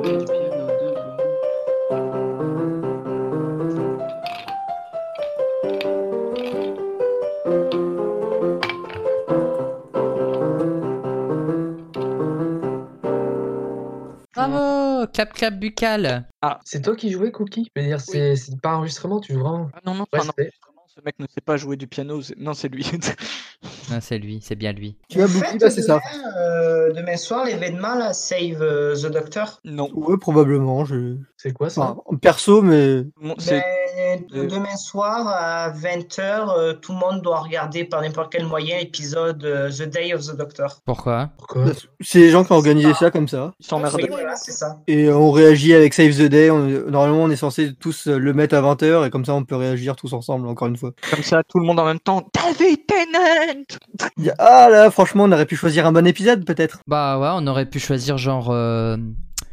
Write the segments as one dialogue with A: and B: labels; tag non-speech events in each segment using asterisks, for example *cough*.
A: quel piano de
B: Bravo Clap clap buccal
C: Ah,
A: C'est toi qui jouais, Cookie Je veux dire, c'est c'est pas enregistrement, tu joues vraiment.
C: ah non, non,
A: Ouais,
C: enfin, non,
A: c'est-
C: vraiment, ce mec ne sait pas jouer du piano. c'est- Non, c'est lui. *laughs*
B: Non, Ah, c'est lui, c'est bien lui.
D: Tu vois,
E: Vous
D: Bookie,
E: faites
D: bah, c'est ça.
E: demain, euh, demain soir l'événement là, Save euh, the Doctor.
C: non.
D: Ouais, probablement. Je...
A: C'est quoi ça
D: Enfin, en perso, mais.
C: Bon, c'est-
E: Ben,
C: Euh.
E: Demain soir à 20h, tout le monde doit regarder par n'importe quel moyen épisode euh, The Day of the Doctor.
B: Pourquoi
A: Pourquoi
D: Bah, C'est les gens qui ont organisé ça comme ça.
C: Il s'emmerde.
E: Oui, voilà, c'est ça.
D: Et on réagit avec Save the Day. on- Normalement, on est censé tous le mettre à 20h et comme ça, on peut réagir tous ensemble, encore une fois.
C: Comme ça, tout le monde en même temps. David Tennant
D: Il y a- Ah là, franchement, on aurait pu choisir un bon épisode, peut-être.
B: Bah ouais, on aurait pu choisir genre... euh,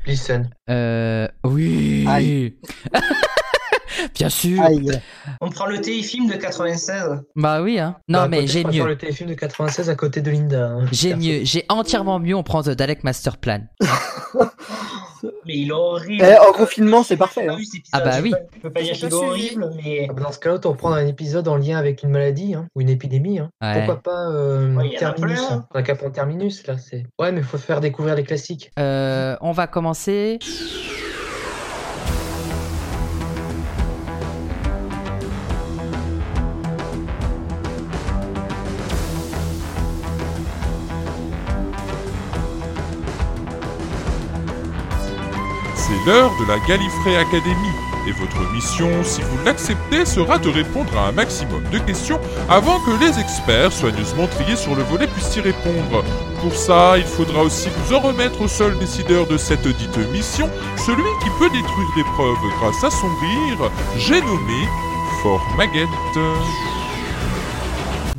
A: Listen.
B: euh, Oui
D: Aïe.
B: *laughs* Bien sûr
D: Aïe.
E: On prend le téléfilm de 96.
B: Bah oui, hein. Non,
A: Bah, à
B: mais
A: côté,
B: j'ai
A: je préfère
B: mieux.
A: le téléfilm de 96 à côté de Linda. hein.
B: J'ai
A: Perso.
B: mieux. J'ai entièrement mieux, on prend The Dalek Master Plan.
E: Mais il est horrible.
D: Eh, en confinement, c'est parfait. hein.
E: Pas vu cet épisode,
B: Ah bah
E: je
B: oui.
E: peux- Je peux pas
F: J'ai
E: dire qu'il est
F: pas suivi.
E: horrible, mais
A: Ah bah, Dans ce cas-là, autant prendre un épisode en lien avec une maladie hein, ou une épidémie. hein.
B: Ouais.
A: Pourquoi pas euh,
E: Ouais, y en a
A: Terminus
E: plein.
A: hein. On a qu'à prendre Terminus là. c'est- Ouais, mais faut faire découvrir les classiques.
B: Euh, on va commencer.
G: C'est l'heure de la Gallifrey Academy, et votre mission, si vous l'acceptez, sera de répondre à un maximum de questions avant que les experts soigneusement triés sur le volet puissent y répondre. Pour ça, il faudra aussi vous en remettre au seul décideur de cette dite mission, celui qui peut détruire des preuves grâce à son rire, j'ai nommé Fort Maguette.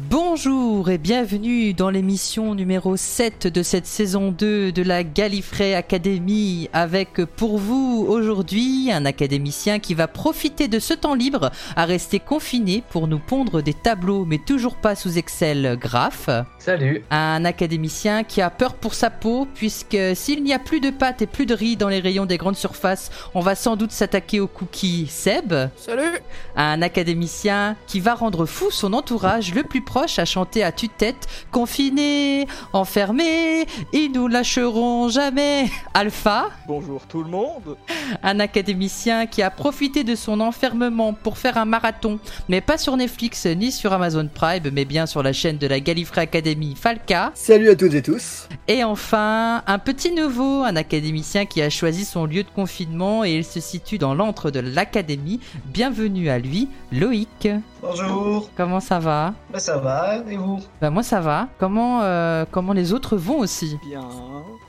B: Bonjour et bienvenue dans l'émission numéro 7 de cette saison 2 de la Gallifrey Academy avec pour vous aujourd'hui un académicien qui va profiter de ce temps libre à rester confiné pour nous pondre des tableaux mais toujours pas sous Excel graph.
A: Salut.
B: Un académicien qui a peur pour sa peau, puisque s'il n'y a plus de pâtes et plus de riz dans les rayons des grandes surfaces, on va sans doute s'attaquer au cookie Seb.
F: Salut
B: Un académicien qui va rendre fou son entourage le plus proche à chanter à tue-tête Confiné, enfermé, ils nous lâcheront jamais. *laughs* Alpha,
C: Bonjour tout le monde.
B: un académicien qui a profité de son enfermement pour faire un marathon, mais pas sur Netflix ni sur Amazon Prime, mais bien sur la chaîne de la Gallifrey Academy Falca.
D: Salut à toutes et tous.
B: Et enfin, un petit nouveau, un académicien qui a choisi son lieu de confinement et il se situe dans l'antre de l'académie. Bienvenue à lui, Loïc.
E: bonjour.
B: Comment ça va
E: Bah, ça va, et vous
B: Bah moi ça va. Comment euh, comment les autres vont aussi
C: Bien.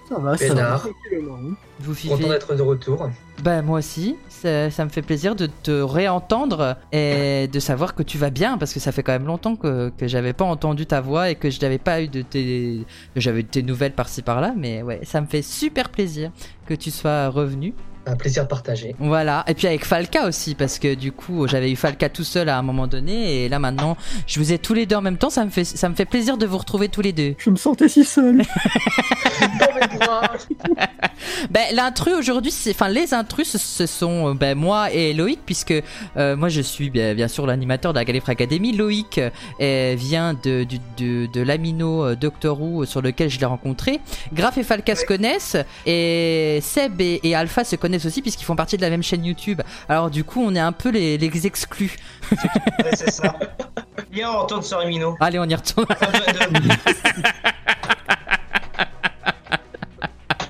D: Ça va, ça va.
A: Pénard.
D: tranquillement, hein.
B: Vous
A: Content
B: vivez
A: d'être de retour.
B: Bah moi aussi. Ça, ça me fait plaisir de te réentendre et de savoir que tu vas bien parce que ça fait quand même longtemps que, que j'avais pas entendu ta voix et que je n'avais pas eu de tes que j'avais eu de tes nouvelles par-ci par-là. Mais ouais, ça me fait super plaisir que tu sois revenu.
A: Un plaisir partagé.
B: Voilà, et puis avec Falca aussi, parce que du coup j'avais eu Falca tout seul à un moment donné, et là maintenant je vous ai tous les deux en même temps, ça me fait, ça me fait plaisir de vous retrouver tous les deux.
D: Je me sentais si seul.
B: Ben, l'intrus aujourd'hui, c'est, enfin, les intrus, ce- ce sont euh, ben, moi et Loïc, puisque euh, moi je suis bien, bien sûr l'animateur de la Gallifrey Academy. Loïc euh, vient de, du- de, de l'amino euh, Doctor Who euh, sur lequel je l'ai rencontré. Graf et Falca se connaissent, et Seb et, et Alpha se connaissent aussi, puisqu'ils font partie de la même chaîne YouTube. Alors, du coup, on est un peu les, les exclus.
E: Ouais, c'est
D: *laughs*
E: ça. Viens, on retourne sur Emino.
B: Allez, on y retourne.
E: Pas besoin de-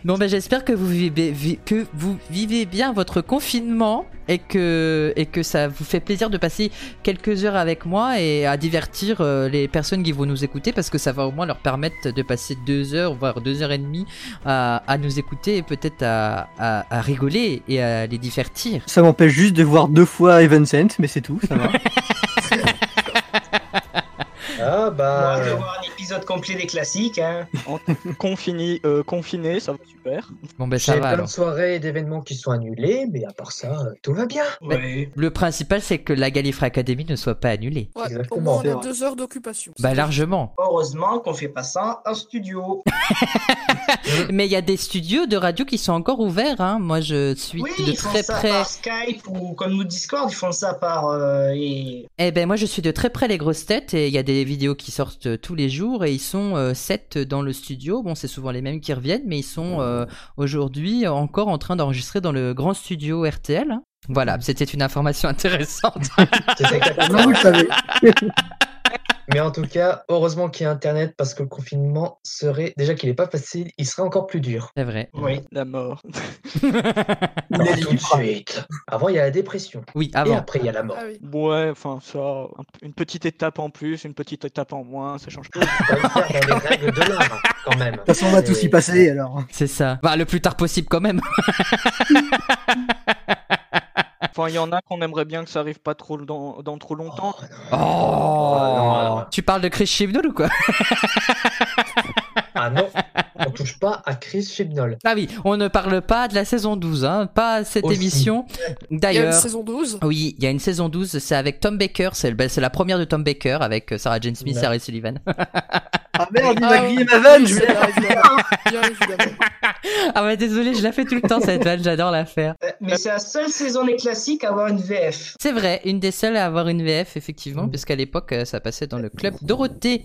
B: Bon ben j'espère que vous vivez vi- que vous vivez bien votre confinement et que et que ça vous fait plaisir de passer quelques heures avec moi et à divertir euh, les personnes qui vont nous écouter parce que ça va au moins leur permettre de passer deux heures voire deux heures et demie à, à nous écouter et peut-être à, à, à rigoler et à les divertir.
D: Ça m'empêche juste de voir deux fois Evanescent, mais c'est tout, ça va.
A: Ah euh, bah.
E: Moi, je vais voir un l'épisode complet des classiques. Hein.
C: Confiné, euh, confiné, ça va super.
B: Bon, ben ça
A: J'ai
B: va
A: plein de
B: alors.
A: soirées et d'événements qui sont annulés, mais à part ça, euh, tout
B: *laughs*
A: va bien.
E: Ouais.
B: Le principal, c'est que la Gallifrey Academy ne soit pas annulée.
F: Ouais, au
A: Exactement.
F: moins
D: C'est
F: on a
D: vrai.
F: deux heures d'occupation.
B: Bah, largement.
E: Heureusement qu'on fait pas ça en studio.
B: Mais il y a des studios de radio qui sont encore ouverts. Hein. Moi, je suis
E: Oui,
B: de
E: ils font
B: très
E: ça
B: près.
E: par Skype ou comme nous Discord, ils font ça par euh, et
B: Eh ben, moi, je suis de très près les grosses têtes et il y a des vidéos qui sortent euh, tous les jours et ils sont euh, sept dans le studio. Bon, c'est souvent les mêmes qui reviennent, mais ils sont euh, aujourd'hui encore en train d'enregistrer dans le grand studio RTL. hein. Voilà, c'était une information *laughs* intéressante.
A: C'était
B: Ah
D: Non, vous
A: catastrophique.
D: le savez.
A: mais en tout cas, heureusement qu'il y a Internet parce que le confinement serait, déjà qu'il n'est pas facile, il serait encore plus dur.
B: c'est vrai.
E: oui.
C: La mort.
A: Non, tout de suite. Avant, il y a la dépression.
B: Oui,
A: Et
B: avant.
A: après, il y a la mort.
F: Ah oui.
C: Ouais, enfin, ça, un- une petite étape en plus, une petite étape en moins, ça
B: *laughs*
C: change pas.
A: Faut le faire dans les règles de l'art, quand même. De
D: De toute façon, on va tous y passer alors.
B: C'est ça. Bah, le plus tard possible quand même.
C: Enfin, il y en a qu'on aimerait bien que ça arrive pas trop dans, dans trop longtemps.
B: Oh
A: non.
B: Tu parles de Chris Chibnall ou quoi
A: Ah non, on touche pas à Chris Chibnall.
B: Ah oui, on ne parle pas de la saison 12, hein, pas à cette
A: Aussi.
B: émission.
F: Il y a une
B: D'ailleurs,
F: saison 12.
B: Oui, il y a une saison 12, c'est avec Tom Baker, c'est le- ben, c'est la première de Tom Baker avec euh, Sarah Jane Smith,
A: Ouais.
B: Sarah Sullivan.
D: Ah merde, il m'a
F: Ah,
D: grillé ma vanne, je vais
F: bien évidemment. Bien évidemment.
B: ah bah désolé, je la fais tout le temps cette vanne, j'adore la faire.
E: Euh, Mais c'est la seule saison des classiques à avoir une VF.
B: C'est vrai, une des seules à avoir une VF effectivement, puisqu'à l'époque euh, ça passait dans le club Dorothée.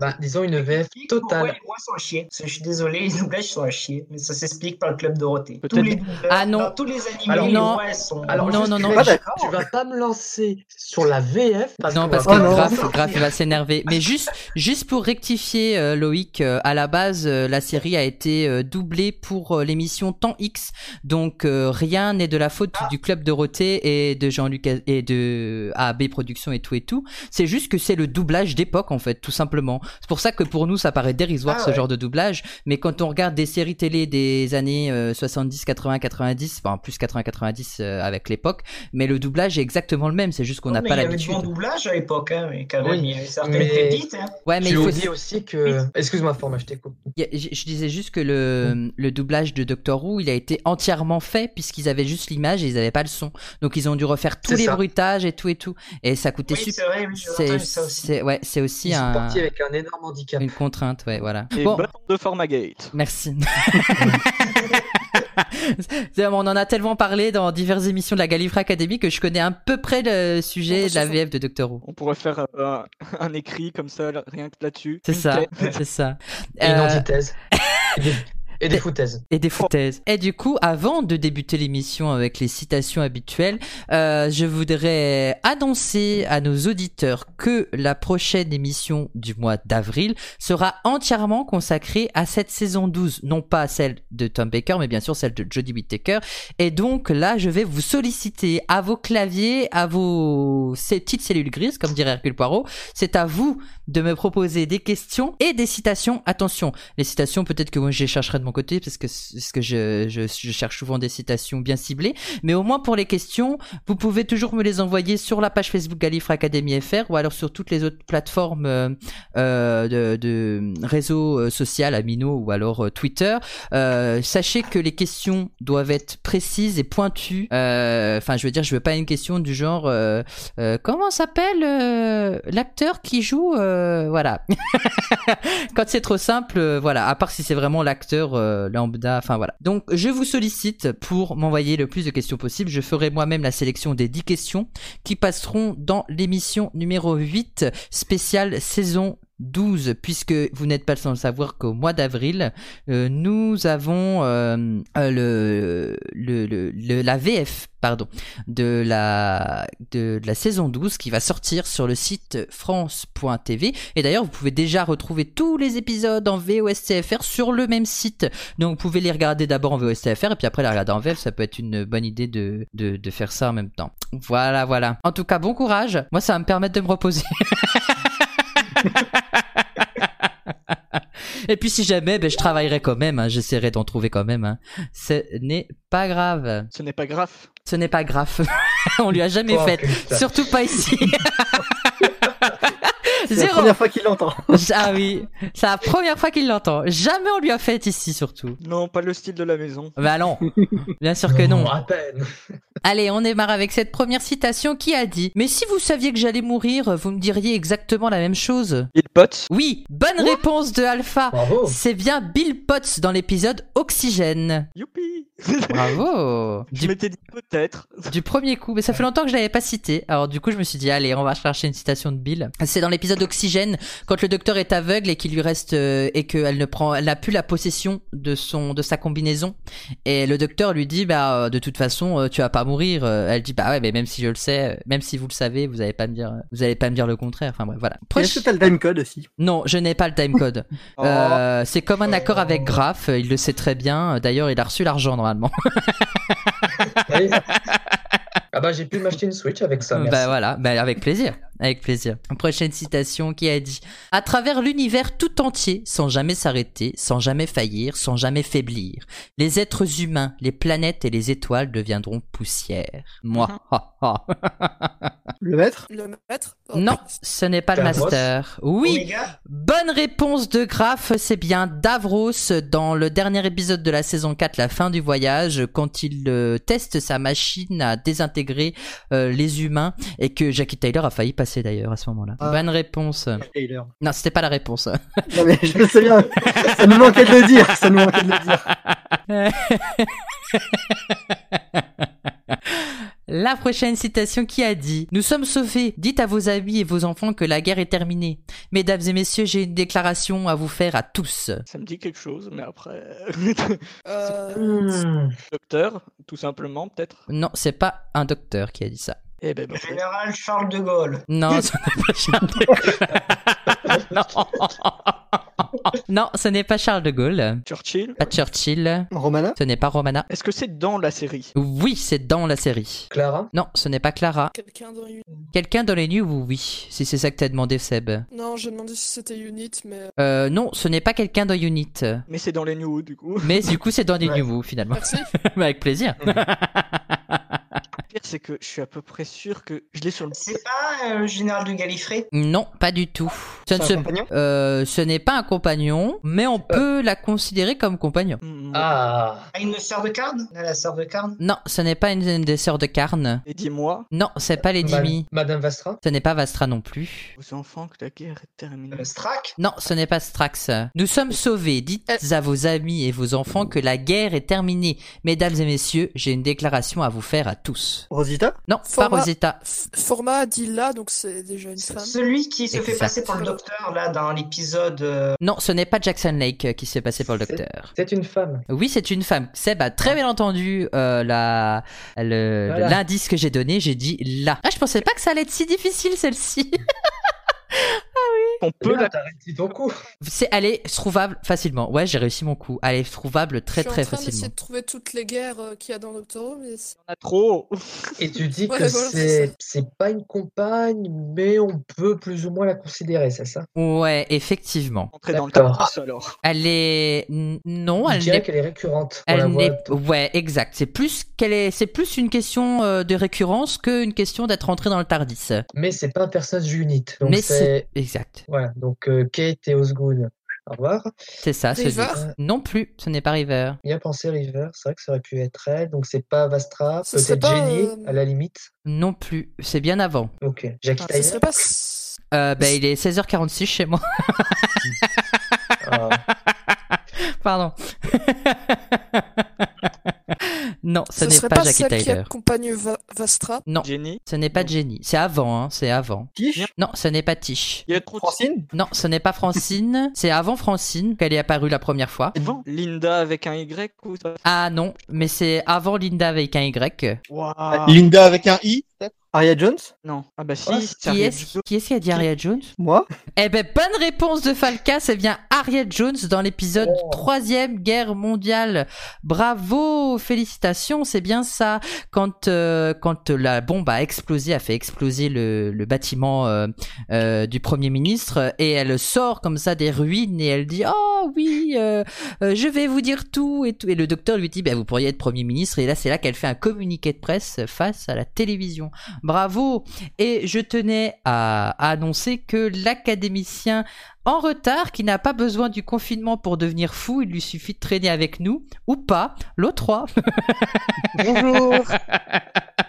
A: Bah, disons une VF
E: Pourquoi
A: totale.
E: les rois sont à chier Parce que Je suis désolé, les doublages sont à chier, mais ça s'explique par le club Dorothée. Tous
C: Peut-être-
E: les doublages,
B: Ah non.
E: dans tous les animés,
A: Alors
E: les
B: non.
E: rois sont.
A: Alors,
B: Non,
A: juste,
B: non, non,
A: Greg,
D: je-
H: oh.
D: d'accord.
A: Tu vas pas me lancer sur la VF parce
B: non
A: qu'on
E: Oh
B: parce que
A: va
D: Oh
A: pas
B: grave,
A: sortir.
B: grave, il va s'énerver. Mais juste, juste pour rectifier euh, Loïc, euh, à la base euh, la série a été euh, doublée pour euh, l'émission Temps X, donc euh, rien n'est de la faute
E: Ah.
B: du club Dorothée et de Jean-Luc A- et de AB Productions et tout et tout. C'est juste que c'est le doublage d'époque en fait, tout simplement. C'est pour ça que pour nous ça paraît dérisoire
E: Ah
B: ce
E: ouais.
B: genre de doublage, mais quand on regarde des séries télé des années euh, 70, 80, 90, enfin plus 80, 90 euh, avec l'époque, mais le doublage est exactement le même, c'est juste qu'on n'a
E: Oh, Mais
B: pas
E: Il y avait du
B: l'habitude.
E: bon doublage à l'époque, hein, mais quand même,
A: Oui,
E: il y avait certaines
A: mais-
E: pépites. hein.
B: Ouais, Ah, mais
A: tu
B: il faut
A: oublies aussi que. Excuse-moi, Forme, je t'écoute.
B: Il y a- Je je disais juste que le, le doublage de Doctor Who, il a été entièrement fait puisqu'ils avaient juste l'image et ils n'avaient pas le son. Donc ils ont dû refaire tous
A: C'est
B: les
A: ça.
B: bruitages et tout et tout. Et ça coûtait
E: Oui,
B: super.
E: c'est vrai, oui, j'ai entendu ça aussi.
B: c'est- ouais, c'est aussi
A: Ils sont
B: un-
A: partis avec un énorme handicap.
B: une contrainte, ouais, voilà.
C: Et
B: Oh, Bon,
C: bâton de Formagate.
A: *laughs*
B: merci. C'est- On en a tellement parlé dans diverses émissions de la Gallifrey Academy que je connais à peu près le sujet de la VF de Doctor Who.
C: On pourrait faire euh, un *laughs* écrit comme ça, là- rien que là-dessus.
B: C'est
C: Une
B: ça,
C: thèse.
B: c'est ça.
A: Et une
B: Euh,
A: antithèse. Et des-
B: *laughs*
A: Et des foutaises.
B: Et des foutaises. Et du coup, avant de débuter l'émission avec les citations habituelles, euh, je voudrais annoncer à nos auditeurs que la prochaine émission du mois d'avril sera entièrement consacrée à cette saison 12, non pas à celle de Tom Baker, mais bien sûr celle de Jodie Whittaker. Et donc là, je vais vous solliciter à vos claviers, à vos ces petites cellules grises, comme dirait Hercule Poirot. C'est à vous de me proposer des questions et des citations. Attention, les citations, peut-être que moi je les chercherai de mon côté parce que, parce que je, je, je cherche souvent des citations bien ciblées. Mais au moins pour les questions, vous pouvez toujours me les envoyer sur la page Facebook Galifre Academy FR ou alors sur toutes les autres plateformes euh, euh, de, de réseau euh, social, Amino ou alors euh, Twitter. Euh, sachez que les questions doivent être précises et pointues. Euh, Enfin, je veux dire, je veux pas une question du genre euh, euh, comment s'appelle euh, l'acteur qui joue, euh, voilà. Quand c'est trop simple, euh, voilà, à part si c'est vraiment l'acteur euh, lambda, enfin voilà. Donc je vous sollicite pour m'envoyer le plus de questions possible. Je ferai moi-même la sélection des 10 questions qui passeront dans l'émission numéro 8 spéciale saison 12, puisque vous n'êtes pas sans le savoir qu'au mois d'avril, euh, nous avons euh, euh, le, le, le- le- la VF, pardon, de la, de, de la saison 12 qui va sortir sur le site france.tv. Et d'ailleurs, vous pouvez déjà retrouver tous les épisodes en VOSTFR sur le même site. Donc, vous pouvez les regarder d'abord en VOSTFR et puis après les regarder en VF. Ça peut être une bonne idée de, de, de faire ça en même temps. Voilà, voilà. En tout cas, bon courage. Moi, ça va me permettre de me reposer. *laughs* Et puis si jamais, ben, je travaillerai quand même, hein, j'essaierai d'en trouver quand même. hein. Ce n'est pas grave.
C: Ce n'est pas grave.
B: Ce n'est pas *laughs* grave. On lui a jamais
A: Oh,
B: fait.
A: putain.
B: Surtout pas ici.
D: *laughs* C'est la
B: Zéro.
D: première fois qu'il l'entend.
B: Ah oui, c'est la première fois qu'il l'entend. Jamais on lui a fait ici surtout.
C: Non, pas le style de la maison.
B: Bah non, bien sûr que
D: *laughs*
B: non.
A: À peine.
B: Allez, on démarre avec cette première citation qui a dit Mais si vous saviez que j'allais mourir, vous me diriez exactement la même chose.
C: Il pote.
B: Oui, bonne réponse de Alpha. *laughs*
D: Oh.
A: Bravo.
B: C'est bien Bill Potts dans l'épisode Oxygène.
C: Youpi *laughs*
B: Bravo
C: Je
B: du,
C: m'étais dit peut-être.
B: du premier coup, mais ça fait longtemps que je l'avais pas cité. Alors du coup, je me suis dit allez, on va chercher une citation de Bill. C'est dans l'épisode Oxygène quand le docteur est aveugle et qu'il lui reste euh, et qu'elle ne prend, elle n'a plus la possession de son de sa combinaison. Et le docteur lui dit bah euh, de toute façon euh, tu vas pas mourir. Euh, Elle dit bah ouais mais même si je le sais, euh, même si vous le savez, vous allez pas me dire, euh, vous allez pas me dire le contraire. Enfin bref voilà. Proche-
D: Est-ce que t'as Oh. le timecode aussi
B: Non, je n'ai pas le
D: *laughs*
B: timecode. Euh, c'est comme un accord avec Graf, il le sait très bien. D'ailleurs, il a reçu l'argent normalement.
A: Allez. Ah bah j'ai pu m'acheter une Switch avec ça. Merci.
B: bah voilà, bah, avec plaisir, avec plaisir. Prochaine citation qui a dit À travers l'univers tout entier, sans jamais s'arrêter, sans jamais faillir, sans jamais faiblir, les êtres humains, les planètes et les étoiles deviendront poussière. Moi, ha, ha.
D: Oh, Le maître
F: Le maître Oh, *laughs*
B: non,
F: putain.
B: ce n'est pas le
A: Davros
B: master. Oui,
E: Omega
B: Bonne réponse de Graf, c'est bien Davros dans le dernier épisode de la saison 4, la fin du voyage, quand il euh, teste sa machine à désintégrer euh, les humains et que Jackie Taylor a failli passer d'ailleurs à ce moment-là.
D: Ah.
B: Bonne réponse.
D: Taylor.
B: Non, c'était pas la réponse.
D: Non mais je le sais bien, ça nous manquait de le dire, ça nous manquait de le dire.
B: La prochaine citation qui a dit Nous sommes sauvés. Dites à vos amis et vos enfants que la guerre est terminée. Mesdames et messieurs, j'ai une déclaration à vous faire à tous.
C: Ça me dit quelque chose, mais après. *laughs*
F: Euh,
A: Hmm.
C: Docteur, tout simplement, peut-être.
B: Non, c'est pas un docteur qui a dit ça.
C: Eh ben, bon.
E: Général Charles de Gaulle.
D: *laughs*
B: Non, ce n'est pas Charles de Gaulle. *laughs* non. non, ce n'est pas Charles de Gaulle.
C: Churchill.
B: Pas Churchill.
D: Romana
B: Ce n'est pas Romana.
C: Est-ce que c'est dans la série
B: Oui, c'est dans la série.
A: Clara.
B: Non, ce n'est pas Clara.
F: Quelqu'un dans Unit.
B: Quelqu'un dans les nues, oui, oui. Si c'est ça que t'as demandé, Seb.
F: Non, j'ai demandé si c'était Unit, mais
B: Euh, non, ce n'est pas quelqu'un dans Unit.
C: Mais c'est dans les New Who, du coup.
B: Mais du coup, c'est dans les
A: Ouais.
B: nues, vous, finalement. *laughs*
F: merci.
B: Mais Avec plaisir.
C: Le pire, c'est que je suis à peu près sûr que je l'ai sur le.
E: C'est pas euh, le général de Gallifrey
B: Non, pas du tout. Ce ne
D: C'est un
B: se-
D: compagnon
B: euh, ce n'est pas un compagnon, mais on peut la considérer comme compagnon.
C: Hmm,
A: Ah.
E: Ah, une sœur de Carne La sœur de Carne
B: Non, ce n'est pas une, une des sœurs de Carne.
C: Et dis-moi,
B: Non, c'est pas les
A: Ma-
B: Dimi.
A: Madame Vastra.
B: Ce n'est pas Vastra non plus.
C: aux enfants, que la guerre est terminée.
E: Euh, Strack
B: Non, ce n'est pas Strax. Nous sommes sauvés. Dites à vos amis et vos enfants que la guerre est terminée. Mesdames et messieurs, j'ai une déclaration à vous faire à tous.
D: Rosita
B: Non,
F: Format.
B: pas Rosetta.
F: F- Format dit là, donc c'est déjà une femme.
E: Celui qui se fait
B: Exact.
E: passer pour le docteur, là, dans l'épisode. euh,
B: Non, ce n'est pas Jackson Lake euh, qui s'est passé pour le docteur.
A: C'est une femme.
B: Oui, c'est une femme. Seb a très bien entendu euh, la le-
A: Voilà.
B: l'indice que j'ai donné. J'ai dit là. Ah, je pensais pas que ça allait être si difficile celle-ci.
C: On peut la.
A: T'arrêtes ton coup.
B: c'est elle est trouvable facilement. Ouais, j'ai réussi mon coup. Elle est trouvable très
F: je suis
B: très
F: en train d'essayer
B: facilement.
F: de trouver toutes les guerres euh, qu'il y a dans Doctor Who, mais c'est-
C: On a trop
A: Et
B: *laughs*
A: tu dis
F: Ouais,
A: que
F: voilà, c'est
A: c'est
F: ça.
A: c'est pas une compagne, mais on peut plus ou moins la considérer, c'est ça
B: Ouais, effectivement.
C: Entrer dans le
A: D'accord.
C: temps, alors.
B: Elle est n- non,
A: Je
B: elle
A: dirais
B: n'est
A: qu'elle est récurrente. On la
B: elle
A: voit
B: n'est ouais exact. C'est plus qu'elle est c'est plus une question euh, de récurrence qu'une question d'être entrée dans le Tardis.
A: Mais c'est pas un personnage unit. Donc
B: Mais
A: c'est.
B: Exact.
A: Voilà. Donc euh, Kate et Osgood. Au revoir.
B: C'est Ah, ça. c'est
A: Ah,
F: River
B: juste. Non plus, ce n'est pas River.
A: Il y a pensé River, c'est vrai que ça aurait pu être elle. Donc c'est pas Vastra,
F: Ce serait
A: peut-être
F: pas,
A: Jenny,
F: euh,
A: à la limite.
B: Non plus, c'est bien avant.
A: Ok. Jackie
B: Ah,
F: Ce
A: Tyler.
F: serait pas. s-
B: Euh, bah, il est 16h46 chez moi. *laughs*
A: Ah,
B: Pardon. *laughs* non, ce, n'est
F: serait
B: pas, Jackie
F: celle qui
B: Tyler.
F: accompagne Va- Vastra.
B: Non,
C: Jenny,
B: ce n'est pas Jenny. C'est avant, hein, c'est avant.
D: Tiche
B: Non, ce n'est pas Tish.
C: il y a trop de.
D: Francine
B: Non, ce n'est pas Francine. c'est avant Francine qu'elle est apparue la première fois.
C: Avant. Linda avec un Y ou ça
B: Ah non, mais c'est avant Linda avec un Y.
C: Waouh.
H: Linda avec un I peut-être
D: Aria Jones
C: Ah, Non. Ah bah si,
A: Oh,
C: ça
B: Qui
C: arrive.
B: est-ce qui, est qui a dit Harriet Jones
D: Moi
B: Eh ben, bonne réponse de Falca, c'est bien Harriet Jones dans l'épisode
A: Oh.
B: Troisième Guerre mondiale. Bravo, félicitations, c'est bien ça. Quand, euh, quand la bombe a explosé, a fait exploser le, le bâtiment euh, euh, du Premier ministre, et elle sort comme ça des ruines et elle dit Oh oui, euh, euh, je vais vous dire tout et tout. Et le Ben, docteur lui dit bah, Vous pourriez être Premier ministre, et là, c'est là qu'elle fait un communiqué de presse face à la télévision. Bravo. Et je tenais à, à annoncer que l'académicien en retard, qui n'a pas besoin du confinement pour devenir fou, il lui suffit de traîner avec nous, ou pas, l'O3.
H: Bonjour.
B: *laughs*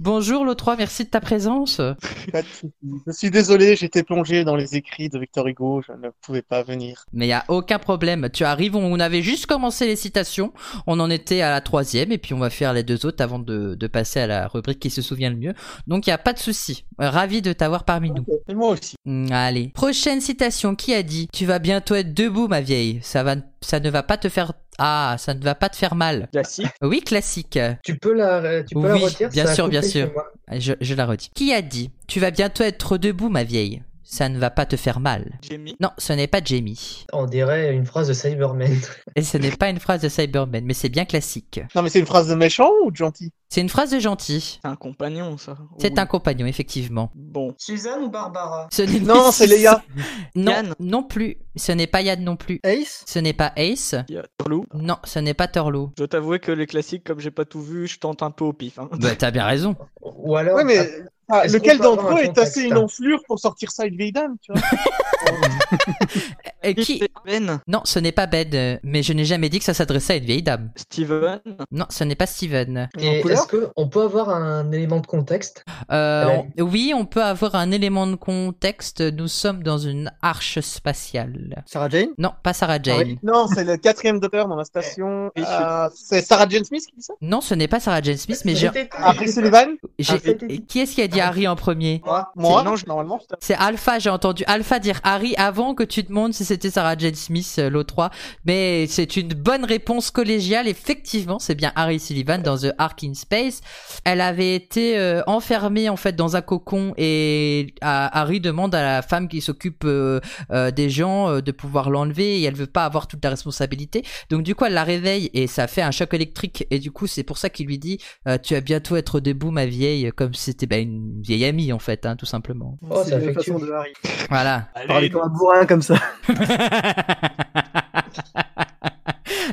B: Bonjour l'O3, merci de ta présence.
H: *laughs* Pas de soucis. Je suis désolé, j'étais plongé dans les écrits de Victor Hugo, je ne pouvais pas venir.
B: Mais il n'y a aucun problème. Tu arrives, on avait juste commencé les citations. On en était à la troisième et puis on va faire les deux autres avant de, de passer à la rubrique qui se souvient le mieux. Donc il n'y a pas de souci. Euh, Ravi de t'avoir parmi nous.
H: Et moi aussi.
B: Mm, allez. Prochaine citation. Qui a dit Tu vas bientôt être debout, ma vieille. Ça, va, ça ne va pas te faire. Ah, ça ne va pas te faire mal.
C: Classique.
B: Oui, classique.
A: Tu peux la, euh, tu peux la
B: Oui,
A: retirer
B: bien
A: ça a
B: sûr, bien
A: coupé
B: sûr.
A: chez moi.
B: Je, je la redis. Qui a dit Tu vas bientôt être debout, ma vieille. Ça ne va pas te faire mal.
C: Jamie.
B: Non, ce n'est pas Jamie.
A: On dirait une phrase de Cyberman.
B: Et ce n'est pas une phrase de Cyberman, mais c'est bien classique.
H: Non, mais c'est une phrase de méchant ou de gentil
B: C'est une phrase de gentil.
C: C'est un compagnon, ça.
B: C'est
C: Ou-
B: un compagnon, effectivement.
C: Bon.
E: Suzanne ou Barbara
B: Ce n'est-
H: Non, c'est Léa.
B: *laughs* Non,
C: Yann.
B: non plus. Ce n'est pas Yann non plus.
D: Ace
B: Ce n'est pas Ace.
C: il y a Torlou.
B: Non, ce n'est pas Torlo.
C: Je dois t'avouer que les classiques, comme j'ai pas tout vu, je tente un peu au pif. hein.
B: Bah, t'as bien raison.
A: Ou alors.
H: Ouais, mais ah,
A: est-ce
H: lequel
A: qu'on peut
H: d'entre
A: avoir
H: eux
A: un
H: est
A: contexte,
H: assez une
A: hein
H: enflure pour sortir ça une vieille dame, tu vois
B: Euh, qui
C: C'est Ben,
B: Non, ce n'est pas Ben. euh, Mais je n'ai jamais dit que ça s'adressait à une vieille dame.
C: Steven, *laughs*
B: Non, ce n'est pas Steven.
A: Et est-ce qu'on peut avoir un élément de contexte
B: Euh,
A: Ouais.
B: on- Oui, on peut avoir un élément de contexte. Nous sommes dans une arche spatiale.
D: Sarah Jane
B: Non, pas Sarah
H: Ah
B: Jane.
H: oui. Non, c'est le quatrième docteur dans la station.
C: Et-
H: Ah, c'est Sarah Jane Smith qui dit ça
B: Non, ce n'est pas Sarah Jane Smith,
H: Euh,
B: mais j'ai...
A: C'était-
H: Après Ah, Sullivan
B: j'ai-
A: Ah,
H: euh,
A: c'était-
B: Qui est-ce qui a dit Harry en premier
H: Moi Moi
C: non,
H: Non,
C: je-
H: normalement.
B: C'est Alpha, j'ai entendu Alpha dire Harry avant que tu demandes si c'était Sarah Jane Smith, euh, l'O3. Mais c'est une bonne réponse collégiale, effectivement, c'est bien Harry Sullivan dans The Ark in Space. Elle avait été euh, enfermée en fait dans un cocon et euh, Harry demande à la femme qui s'occupe euh, euh, des gens euh, de pouvoir l'enlever et elle veut pas avoir toute la responsabilité. Donc du coup, elle la réveille et ça fait un choc électrique et du coup, c'est pour ça qu'il lui dit euh, tu vas bientôt être debout ma vieille comme si c'était bah, une vieille amie en fait, hein, tout simplement.
A: Oh,
D: C'est
A: ça
D: la
A: fait
D: façon
A: que-
D: de Harry.
G: *laughs*
B: Voilà.
D: Parler comme un bourrin comme ça.
B: non,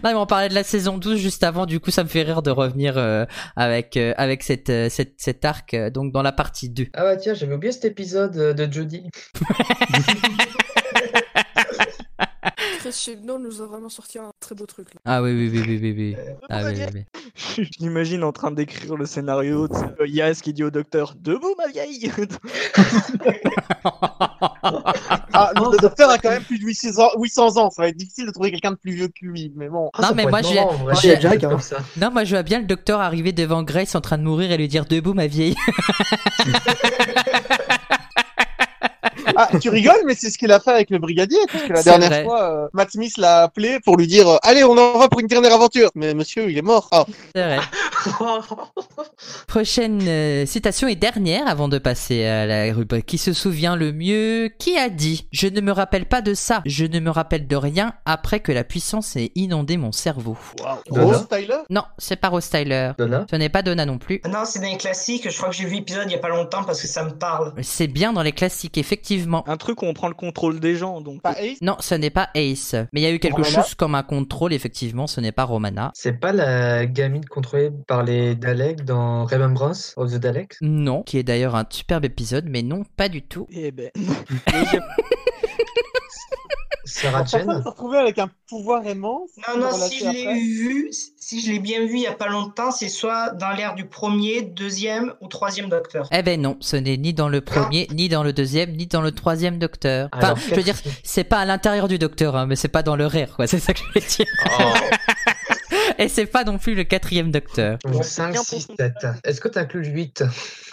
B: mais on parlait de la saison 12 juste avant, du coup ça me fait rire de revenir euh, avec, euh, avec cette, euh, cette, cet arc, euh, donc dans la partie 2.
A: Ah bah tiens, j'avais oublié cet épisode euh, de Jodie.
F: Crescendo nous a vraiment sorti un très beau truc. Là.
B: Ah oui, oui, oui, oui, oui. oui. Ah, oui, oui, oui.
C: je l'imagine en train d'écrire le scénario. tu sais, euh, Yas qui dit au docteur Debout, ma vieille *laughs*
H: Ah, le docteur a quand même plus de 800 ans, 800 ans. Ça va être difficile de trouver quelqu'un de plus vieux que lui, mais bon.
A: Ah,
B: Non,
A: ça
B: mais
A: pourrait
B: moi,
A: être
B: j'ai-
A: marrant, en vrai,
B: moi, j'ai-
A: un truc
D: Jack, hein.
A: comme ça.
B: Non, moi je vois bien le docteur arriver devant Grace en train de mourir et lui dire debout ma vieille. *laughs*
H: Ah, tu rigoles, mais c'est ce qu'il a fait avec le brigadier, puisque la
B: C'est
H: dernière
B: vrai.
H: fois, euh, Matt Smith l'a appelé pour lui dire euh, Allez, on en va pour une dernière aventure. Mais monsieur, il est mort. Ah,
B: C'est vrai. Prochaine euh, citation et dernière avant de passer à la rubrique qui se souvient le mieux. Qui a dit Je ne me rappelle pas de ça, je ne me rappelle de rien après que la puissance ait inondé mon cerveau.
A: Donna.
H: Oh, Rose Tyler
B: Non, c'est pas Rose Tyler.
A: Donna
B: Ce n'est pas Donna non plus.
E: *laughs* Non, c'est dans les classiques. Je crois que j'ai vu l'épisode il y a pas longtemps parce que ça me parle.
B: C'est bien dans les classiques, effectivement.
C: Un truc où on prend le contrôle des gens, donc. euh,
H: Pas Ace
B: Non, ce n'est pas Ace. Mais il y a eu quelque
H: Romana
B: chose comme un contrôle, effectivement, ce n'est pas Romana.
A: C'est pas la gamine contrôlée par les Daleks dans Remembrance of the Daleks
B: Non, qui est d'ailleurs un superbe épisode, mais non, pas du tout.
C: Eh ben.
A: Sarah
H: Personne
A: Jane
H: s'est retrouvé avec un pouvoir aimant.
E: Non, non, si je l'ai vu, si je l'ai bien vu il y a pas longtemps, c'est soit dans l'ère du premier, deuxième ou
B: *laughs*
E: troisième docteur.
B: Eh ben non, ce n'est ni dans le premier, ni dans le deuxième, ni dans le troisième docteur. Enfin,
A: Ah, Alors,
B: je veux dire,
A: quatrième.
B: c'est pas à l'intérieur du docteur, hein, mais c'est pas dans le rare, quoi. *laughs* C'est ça que je veux dire. *laughs* Et c'est pas non plus le quatrième docteur.
A: Donc 5, 6, 7. Est-ce que t'inclus le 8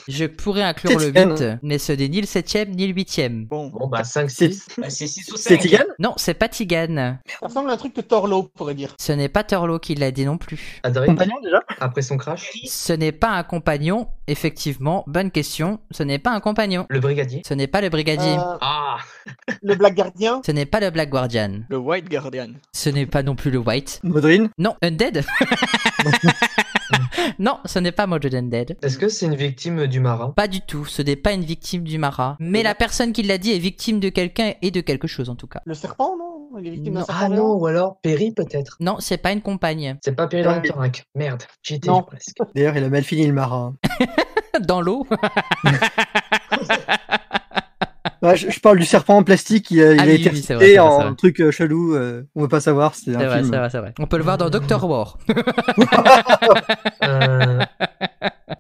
B: Je pourrais inclure le
D: Septième.
B: 8, mais ce n'est ni le septième, ni le huitième.
C: Bon.
A: Bon bah 5,
D: C'est-
A: 6.
E: Bah, c'est 6 ou
D: C'est
E: 5.
D: Tigan
B: Non, c'est pas Tigane.
H: Ça ressemble à un truc de Torlo, pourrait dire.
B: Ce n'est pas Turlo qui l'a dit non plus.
A: Adrien,
D: Compagnon déjà
A: après son crash
B: Ce n'est pas un compagnon, effectivement. Bonne question. Ce n'est pas un compagnon.
A: Le brigadier
B: Ce n'est pas le brigadier.
H: Euh,
A: Ah
H: le Black Gardien.
B: Ce n'est pas le Black Guardian.
C: Le White Guardian.
B: Ce n'est pas non plus le White.
D: Modrine
B: Non, Undead. *laughs* Non, ce n'est pas Modern Dead.
A: Est-ce que c'est une victime du marin
B: Pas du tout, ce n'est pas une victime du Marat. Mais la personne qui l'a dit est victime de quelqu'un et de quelque chose en tout cas.
H: Le serpent, non Il est victime d'un
B: Non.
H: serpent
A: Ah
H: géant
A: non, ou alors Perry peut-être
B: Non, c'est pas une compagne.
A: C'est pas Perry dans le Tarnac. Merde, j'y étais
H: Non.
A: presque.
D: D'ailleurs, il a mal fini le marin.
B: *laughs* Dans l'eau.
D: Ouais, je, je parle du serpent en plastique, il a, il
B: Ah
D: a
B: oui,
D: été
B: oui, c'est
D: cité
B: vrai, c'est vrai,
D: en
B: c'est vrai.
D: truc euh, chelou, euh, on veut pas savoir, c'est
B: C'est
D: un
B: vrai, c'est
D: film. euh,
B: vrai, c'est vrai. On peut le voir dans Doctor
D: *laughs*
B: War. *laughs*
A: Euh,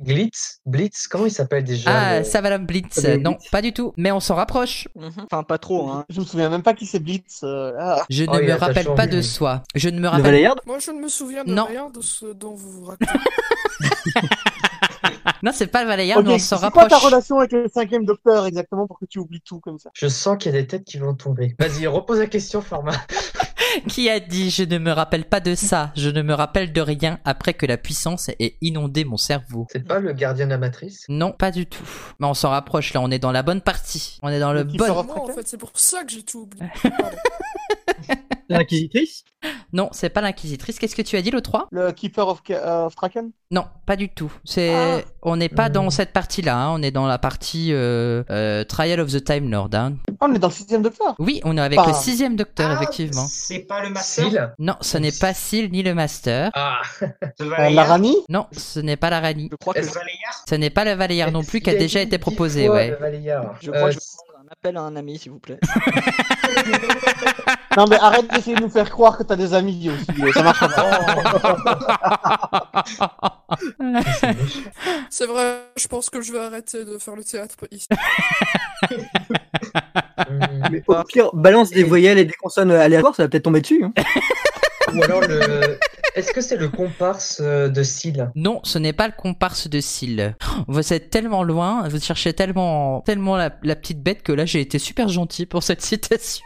A: Glitz Blitz Comment il s'appelle déjà
B: Ah,
A: le-
B: Savalam Blitz.
A: Savalon
B: Non,
A: Blitz.
B: pas du tout. Mais on s'en rapproche.
C: Enfin, pas trop, hein.
H: Je me souviens même pas qui c'est Blitz. euh, ah.
B: Je ne
A: Oh, il
B: me
A: a sa
B: rappelle pas
A: chambre,
B: de
A: lui.
B: soi. Je ne me
D: Le
B: rappelle.
D: Valeyard
F: Moi, je ne me souviens de
B: Non.
F: rien de ce dont vous vous racontez.
B: Non, c'est pas le Valeyard,
H: Ok,
B: mais on s'en
H: c'est quoi ta
B: rapproche.
H: relation avec le cinquième docteur exactement pour que tu oublies tout comme ça
A: Je sens qu'il y a des têtes qui vont tomber. Vas-y, repose la question, format. *laughs*
B: Qui a dit Je ne me rappelle pas de ça. Je ne me rappelle de rien après que la puissance ait inondé mon cerveau.
A: C'est pas le gardien de la matrice
B: Non, pas du tout. Mais on s'en rapproche là, on est dans la bonne partie. On est dans le
H: Donc, il
B: bon.
H: s'en
F: Moi, en fait, c'est pour ça que j'ai tout
B: *laughs*
F: oublié. Pardon.
D: L'inquisitrice
B: Non, c'est pas l'inquisitrice. Qu'est-ce que tu as dit le 3
H: Le Keeper of, Ka- of Kraken
B: Non, pas du tout. C'est
H: Ah.
B: on n'est pas dans cette partie-là, hein. on est dans la partie euh, euh, Trial of the Time Lord. hein.
H: Ah, on est dans le sixième docteur
B: Oui, on est avec
H: Pas-
B: le sixième docteur
E: Ah,
B: effectivement.
E: C'est pas le master
A: Seal
B: Non, ce n'est pas Seal ni le Master.
A: Ah
E: de
H: Euh,
E: Valeyard.
H: La Rani
B: Non, ce n'est pas la Rani.
C: Je crois que
E: De
C: je,
E: Valeyard
B: Ce n'est pas le Valéaire non plus qui a
A: Il
B: déjà
A: dit
B: été
A: dix
B: proposé,
A: fois
B: ouais.
A: le Valeyard.
C: je crois que
A: Euh,
C: je vais prendre un appel à un ami, s'il vous plaît. *laughs*
H: Non mais arrête d'essayer de nous faire croire que t'as des amis
A: *laughs*
H: aussi, euh, ça marche
A: Oh,
H: pas.
A: c'est méchant.
F: C'est vrai, je pense que je vais arrêter de faire le théâtre ici.
A: *laughs* Hum,
D: Mais au pire, balance des voyelles et des consonnes aléatoires, ça va peut-être
B: *laughs*
D: tomber dessus. hein.
A: Ou alors le. Est-ce que c'est le comparse euh, de Seal
B: Non, ce n'est pas le comparse de Seal. Oh, Vous êtes tellement loin, vous cherchez tellement, tellement la, la petite bête que là j'ai été super gentil pour cette citation.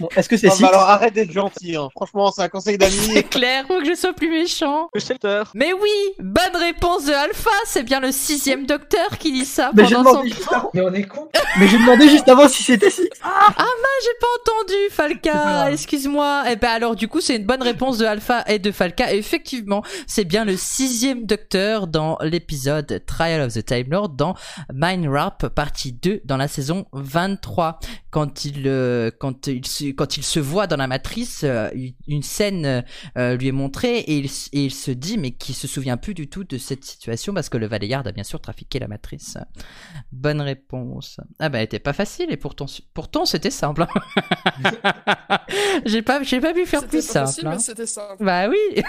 D: Bon, Est-ce que c'est
H: Non,
D: si
H: mais oh, bah alors arrête d'être gentil, hein. franchement c'est un conseil
D: Bah,
H: d'amis.
B: *laughs*
A: *laughs*
B: C'est clair, faut que je sois plus méchant.
C: Le shelter.
B: Mais oui, bonne réponse de Alpha, c'est bien le sixième docteur qui dit ça
D: mais j'ai,
B: pendant son...
D: demandé juste avant,
A: Mais on est con
D: mais j'ai demandé juste avant si c'était si.
B: Ah, j'ai pas entendu, Falca,
A: grave.
B: excuse-moi. Eh ben alors du coup, c'est une bonne réponse de Alpha et de Falca. Et effectivement, c'est bien le sixième docteur dans l'épisode Trial of the Time Lord dans Mind Rap partie 2 dans la saison 23. Quand il, euh, quand il, se, quand il se voit dans la matrice, euh, une scène euh, lui est montrée et il, s- et il se dit mais qui se souvient plus du tout de cette situation parce que le Valeyard a bien sûr trafiqué la matrice. Bonne réponse. Ah bah, elle était pas facile et pourtant, pourtant c'était simple. hein.
F: *laughs*
B: j'ai pas, j'ai pas pu faire
F: C'était
B: plus
F: pas
B: simple.
F: possible,
B: hein.
F: mais c'était simple.
B: Bah oui.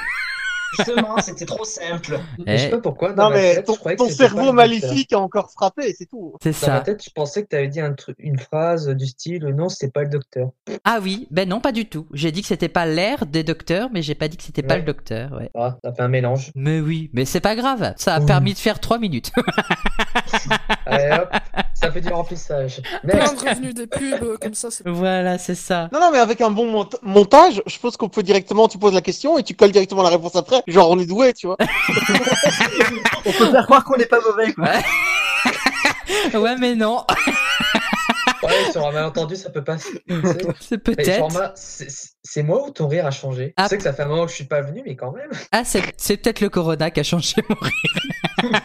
E: Justement, c'était trop
D: *laughs*
E: simple.
A: Je sais
B: Eh,
A: pas pourquoi. Dans
H: Non
A: ma
H: mais
A: tête,
H: ton,
A: bah, je croyais que
H: ton
A: c'était pas le
H: cerveau
A: docteur.
H: maléfique a encore frappé, c'est tout.
B: c'est
A: Dans ma
B: ça.
A: tête, je pensais que tu avais dit un truc- une phrase du style non, c'est pas le docteur.
B: Ah oui, ben non, pas du tout. J'ai dit que c'était pas l'air des docteurs, mais j'ai pas dit que c'était pas
A: Ouais.
B: le docteur. Ouais.
A: Ah, ça fait un mélange.
B: Mais oui, Oh. mais c'est pas grave. Ça a
A: Ouh.
B: permis de faire 3 minutes. *laughs*
A: Allez, hop, ça fait du remplissage.
F: Plein
A: Next.
F: de revenus des pubs, euh, comme ça, c'est
B: voilà, c'est ça.
H: Non non mais avec un bon monta- montage, je pense qu'on peut directement, tu poses la question et tu colles directement la réponse après, genre on est doué tu vois.
D: On peut faire croire qu'on n'est pas mauvais. Quoi.
B: Ouais, mais non. *laughs*
A: Ouais, sur un malentendu, ça peut passer. tu sais.
B: c'est
A: Mais
B: peut-être.
A: Format, c'est- c'est c'est moi ou ton rire a changé
B: Ah.
A: Je sais que ça fait un moment que je suis pas venu, mais quand même. *laughs*
B: Ah, c'est c'est peut-être le Corona qui a changé mon rire. Ah.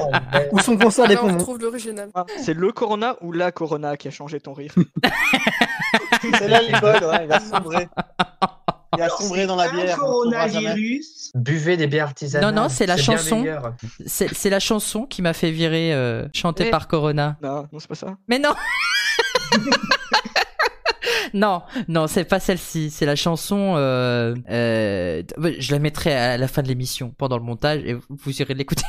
A: Oh, merde.
D: Ou son concert
F: Là,
D: des
F: on
D: poumons.
F: retrouve l'original.
C: Ah, C'est le Corona ou la Corona qui a changé ton rire
H: C'est l'alcool, ouais, il a *laughs* sombré. Il a sombré dans la
E: Un
H: bière. on le trouvera jamais.
E: coronavirus.
A: Buvez des bières artisanales.
B: Non, non, c'est la
A: bien
B: chanson.
A: meilleur.
B: C'est c'est la chanson qui m'a fait virer euh, chantée
C: Eh.
B: par Corona.
C: Non, non, c'est pas ça.
B: Mais non *laughs* Non, non, c'est pas celle-ci. C'est la chanson. euh, euh, je la mettrai à la fin de l'émission, pendant le montage, et vous irez l'écouter.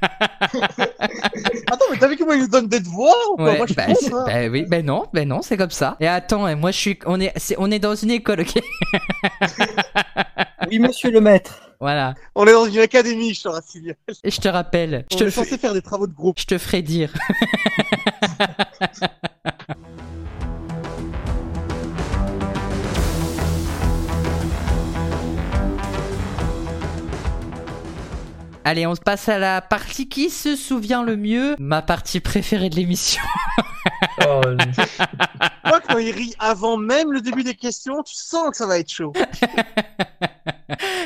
H: Attends mais t'as vu comment il nous donne des devoirs ou quoi
B: Ouais,
H: Moi je suis
B: bah,
H: contre,
B: c'est-
H: hein.
B: bah oui, bah non, bah non, c'est comme ça. Et attends, et moi je suis, on est, c'est- on est dans une école, ok
D: Oui, monsieur le maître.
B: *laughs* Voilà.
H: On est dans une académie, je te rassure.
B: Et je te rappelle, je
H: On
B: te,
H: est
B: le fais-
H: censé faire des travaux de groupe.
B: je te ferai dire. *laughs* Allez, on se passe à la partie qui se souvient le mieux, ma partie préférée de l'émission.
A: Oh,
B: *laughs*
H: Moi, quand il rit avant même le début des questions, tu sens que ça va être chaud.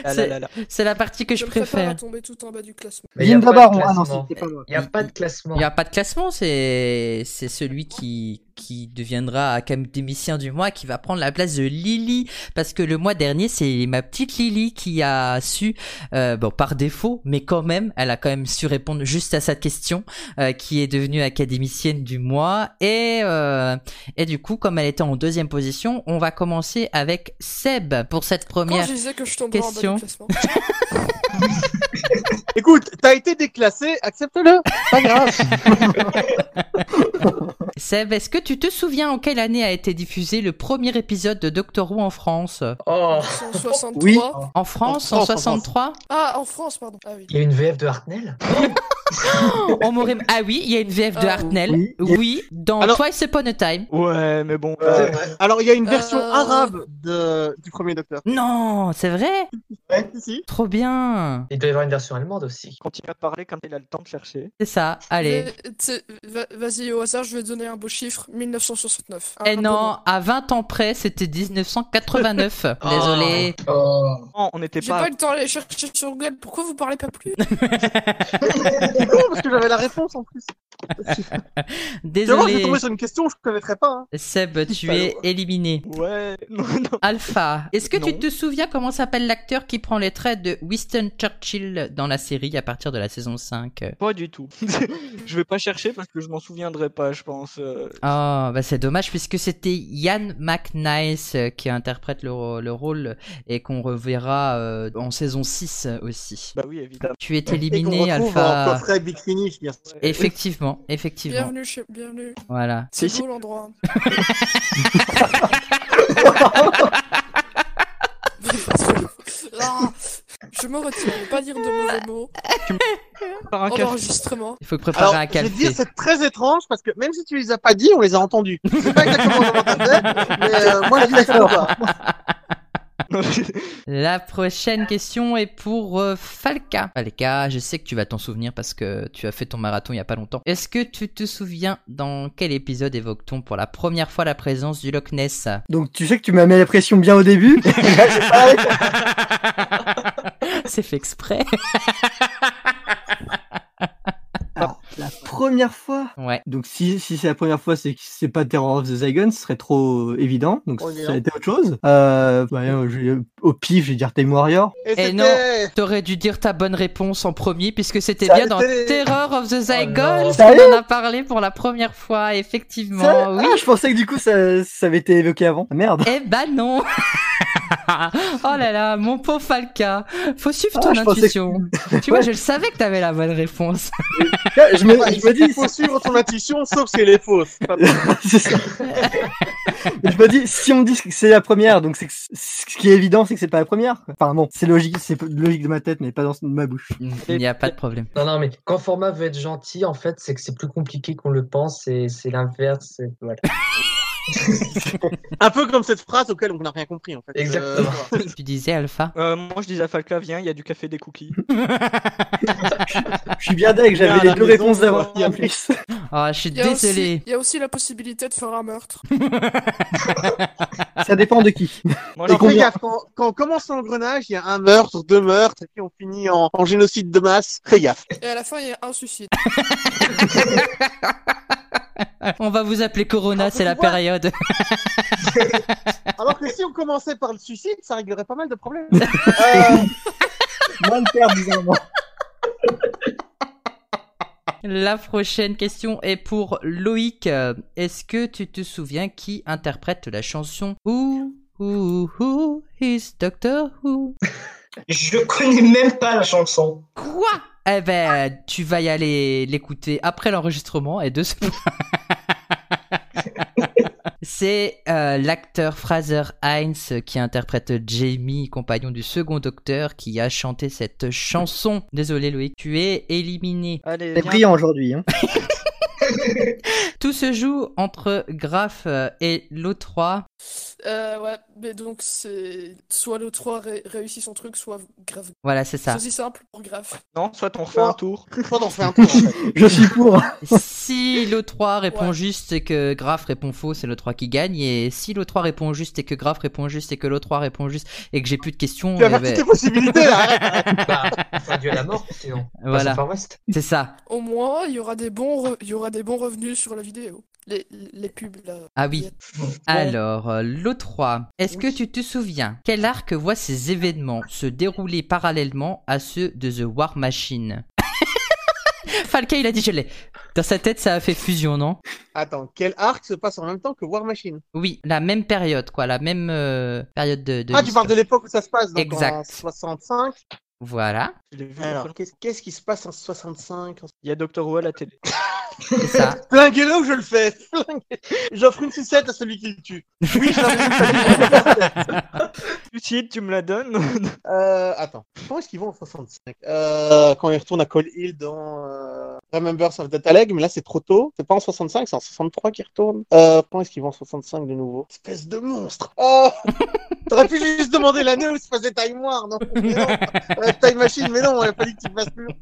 H: Ah là là là.
B: C'est la partie que je
F: me prépare
B: préfère.
F: à tomber tout en bas du classement.
A: Mais y a
D: Linda
A: pas de
D: Baron. Ah non,
A: classement.
D: c'était pas moi.
A: Il n'y a pas de classement.
B: Il n'y a pas de classement, c'est c'est celui qui qui deviendra académicien du mois qui va prendre la place de Lily parce que le mois dernier c'est ma petite Lily qui a su euh, bon par défaut mais quand même elle a quand même su répondre juste à cette question euh, qui est devenue académicienne du mois et euh, et du coup comme elle était en deuxième position on va commencer avec Seb pour cette
F: Quand
B: première
F: je disais que je tomberais en bas
B: question.
F: du classement.
H: Écoute, t'as été déclassé, accepte-le. Pas grave.
B: Seb est-ce que tu te souviens en quelle année a été diffusé le premier épisode de Doctor Who en France
A: Oh,
F: Ils sont
B: *laughs*
F: en 63.
D: Oui.
B: en France
H: En
B: en
H: France, en France.
B: 63
F: Ah, en France, pardon. Ah oui.
A: il y a une VF de Hartnell
B: On m'aurait- Ah oui, il y a une VF de
F: Ah,
B: Hartnell.
D: oui.
B: Oui, dans
H: Alors-
B: Twice Upon a Time.
C: Ouais, mais bon.
A: C'est
H: Euh,
A: vrai.
H: Alors, il y a une version
F: Euh.
H: arabe de... du premier docteur.
B: Non, c'est vrai
H: Si, si.
B: Trop bien
A: Il doit y avoir une version allemande aussi.
C: Continue à parler quand il a le temps de chercher.
B: C'est ça, allez.
F: Mais, tu sais, va- Vas-y, au hasard, je vais te donner un beau chiffre 1969. Un
B: Et
F: beau
B: Eh non,
F: nom.
B: à 20 ans près, c'était 1989. Désolé.
A: Oh.
C: Non, on n'était
F: J'ai pas
C: pas.
F: eu le temps d'aller chercher sur Google. Pourquoi vous parlez pas plus
H: C'est con parce que j'avais la réponse en plus. Tu vas voir, je vais
B: Désolé.
H: tomber sur une question que je connaîtrais pas. hein.
B: Seb, tu
H: Allô.
B: es éliminé.
C: Ouais, *laughs* non, non.
B: Alpha, est-ce que tu
C: Non.
B: te souviens comment s'appelle l'acteur qui prend les traits de Winston Churchill dans la série à partir de la saison euh, 5
C: Pas du tout. *laughs* je vais pas chercher parce que je m'en souviendrai pas, je pense. euh.
B: Oh, bah c'est dommage puisque c'était Ian McNice euh, qui interprète le, ro- le rôle et qu'on reverra euh, en saison 6 aussi.
C: Bah oui, évidemment.
B: Tu es
H: Et qu'on
B: éliminé,
H: retrouve en
B: Alpha.
H: coffret Big Finish, bien sûr.
B: Effectivement, effectivement.
F: Bienvenue, chez... bienvenue.
B: Voilà.
F: C'est
C: Si, si.
F: beau
B: *laughs*
F: l'endroit. Ah, je me retire, je vais pas dire de mauvais mots
C: Par un
F: en
C: café.
F: enregistrement.
B: Il faut préparer
H: Alors,
B: un
H: je vais
B: café.
H: te dire, c'est très étrange parce que même si tu les as pas dit, on les a entendus. Je sais pas exactement comment t'as fait, mais
D: *laughs*
H: euh, moi, je les pas.
B: La prochaine question est pour euh, Falca. Falca, je sais que tu vas t'en souvenir parce que tu as fait ton marathon il y a pas longtemps. Est-ce que tu te souviens dans quel épisode évoque-t-on pour la première fois la présence du Loch Ness
D: Donc tu sais que tu m'as mis la pression bien au début. *laughs* Là, j'ai pas la réponse.
B: *laughs* C'est fait exprès.
D: Alors, la première fois.
B: Ouais.
D: Donc si, si c'est la première fois, c'est que c'est pas Terror of the Zygon, ce serait trop évident. Donc
H: Oh,
D: ça
H: évident.
D: a été autre chose. Euh, bah, euh, je- au pif, je vais dire Time Warrior.
H: Et c'était...
B: non. T'aurais dû dire ta bonne réponse en premier puisque c'était
H: Ça,
B: bien dans
H: c'est-
B: Terror of the
A: Oh
B: Zygon
A: non.
B: qu'on on en a parlé pour la première fois, effectivement.
D: Ça-
B: Oui.
D: Ah, je pensais que du coup ça, ça avait été évoqué avant. Ah, *laughs* merde.
B: Eh ben non. *laughs* oh là là, mon pauvre Falca. Faut suivre
D: Ah,
B: ton
D: je pensais que-
B: intuition. Tu vois, je le savais que t'avais la bonne réponse.
D: Je me, je me
H: Il
D: dis,
H: faut suivre ton intuition, sauf si elle est fausse.
D: *laughs* c'est ça. je me dis, si on dit que c'est la première, donc c'est que c- ce qui est évident, c'est que c'est pas la première. quoi. Enfin bon, c'est logique, c'est logique de ma tête, mais pas dans ma bouche.
B: Il n'y a pas de problème.
A: Non, non, mais quand Format veut être gentil, en fait, c'est que c'est plus compliqué qu'on le pense et c'est l'inverse. et Voilà.
H: Un peu comme cette phrase auquel on n'a rien compris, en fait.
A: Exactement.
H: Euh,
B: Tu disais Alpha.
C: *laughs* Euh, moi je disais à Falca, viens, il y a du café des cookies.
D: Je suis bien
H: Bien à
D: deg, j'avais
H: la
D: les deux
H: maison,
D: réponses d'avant.
H: quoi.
D: en plus.
B: Oh, je suis
F: Il y, a aussi,
B: désolé.
F: il y a aussi la possibilité de faire un meurtre.
D: Ça dépend de qui.
C: Moi,
D: Et
H: Alors, fais
D: combien-
H: gaffe, quand, quand on commence l'engrenage, il y a un meurtre, deux meurtres, et puis on finit en, en génocide de masse. Fais gaffe.
F: Et à la fin, il y a un suicide.
B: On va vous appeler Corona, c'est la
H: Ouais.
B: période.
H: Alors que si on commençait par le suicide, ça réglerait pas mal de problèmes. Euh,
D: Moins de perdre, bizarrement.
B: La prochaine question est pour Loïc. Euh, Est-ce que tu te souviens qui interprète la chanson Who Who Who is Doctor Who
E: Je connais même pas la chanson.
B: Quoi Eh ben, tu vas y aller l'écouter après l'enregistrement et de ce C'est euh, l'acteur Fraser Hines qui interprète Jamie, compagnon du second docteur, qui a chanté cette chanson. Désolé Loïc, tu es éliminé.
C: Allez,
D: C'est
C: viens.
D: brillant aujourd'hui. Hein.
B: Tout se joue entre Graf euh, et l'O3.
F: Euh, ouais, mais donc c'est soit le 3 ré- réussit son truc, soit grave.
B: Voilà, c'est
F: C'est
B: ça.
F: aussi simple pour grave.
C: Non, soit on refait un tour.
H: Quand on fait un tour, en
D: *laughs*
H: fait.
D: Je suis pour.
B: si l'O3 répond
F: Ouais.
B: juste et que Graf répond faux, c'est l'O3 qui gagne. Et si l'O3 répond juste et que Graf répond juste et que l'O3 répond juste et que j'ai plus de questions,
H: Tu vas
B: eh
H: faire
B: ben,
H: toutes les possibilités, là, arrête.
A: Bah, c'est un duel à mort, sinon. Voilà.
B: voilà,
A: Far West.
B: c'est ça.
F: Au moins, il y aura des bons, re- il y aura des bons revenus sur la vidéo. Les, les pubs là.
B: Ah oui. Alors, euh, l'O3, est-ce que tu te souviens quel arc voit ces événements se dérouler parallèlement à ceux de The War Machine *laughs* Falca, il a dit je l'ai. Dans sa tête, ça a fait fusion, non
H: Attends, quel arc se passe en même temps que War Machine
B: Oui, la même période, quoi, la même euh, période de. de
H: Ah, tu parles de
B: l'histoire.
H: l'époque où ça se passe, donc en
B: Exact.
H: 65.
B: Voilà,
C: Je l'ai vu.
H: Alors, qu'est-ce qu'est-ce qui se passe en 65 en-
C: Il y a Doctor Who à la télé.
B: c'est ça.
H: *laughs* Flinguez-le ou je le fais Flinguez- J'offre une sucette à celui qui le tue. Oui, je
B: *laughs*
H: l'offre une sucette.
C: Lucide, tu me la donnes
H: Euh, attends, comment est-ce qu'ils vont en 65 euh, Quand ils retournent à Call Hill dans euh, Remembrance of Data Lake, mais là c'est trop tôt. C'est pas en 65, c'est en 63 qu'ils retournent. Euh, comment est-ce qu'ils vont en 65 de nouveau Espèce de monstre Oh *laughs* T'aurais pu juste demander l'année où se faisait Time War, non, mais
B: *laughs*
H: non. Euh, Time Machine, mais non, il a fallu que tu fasses plus. long.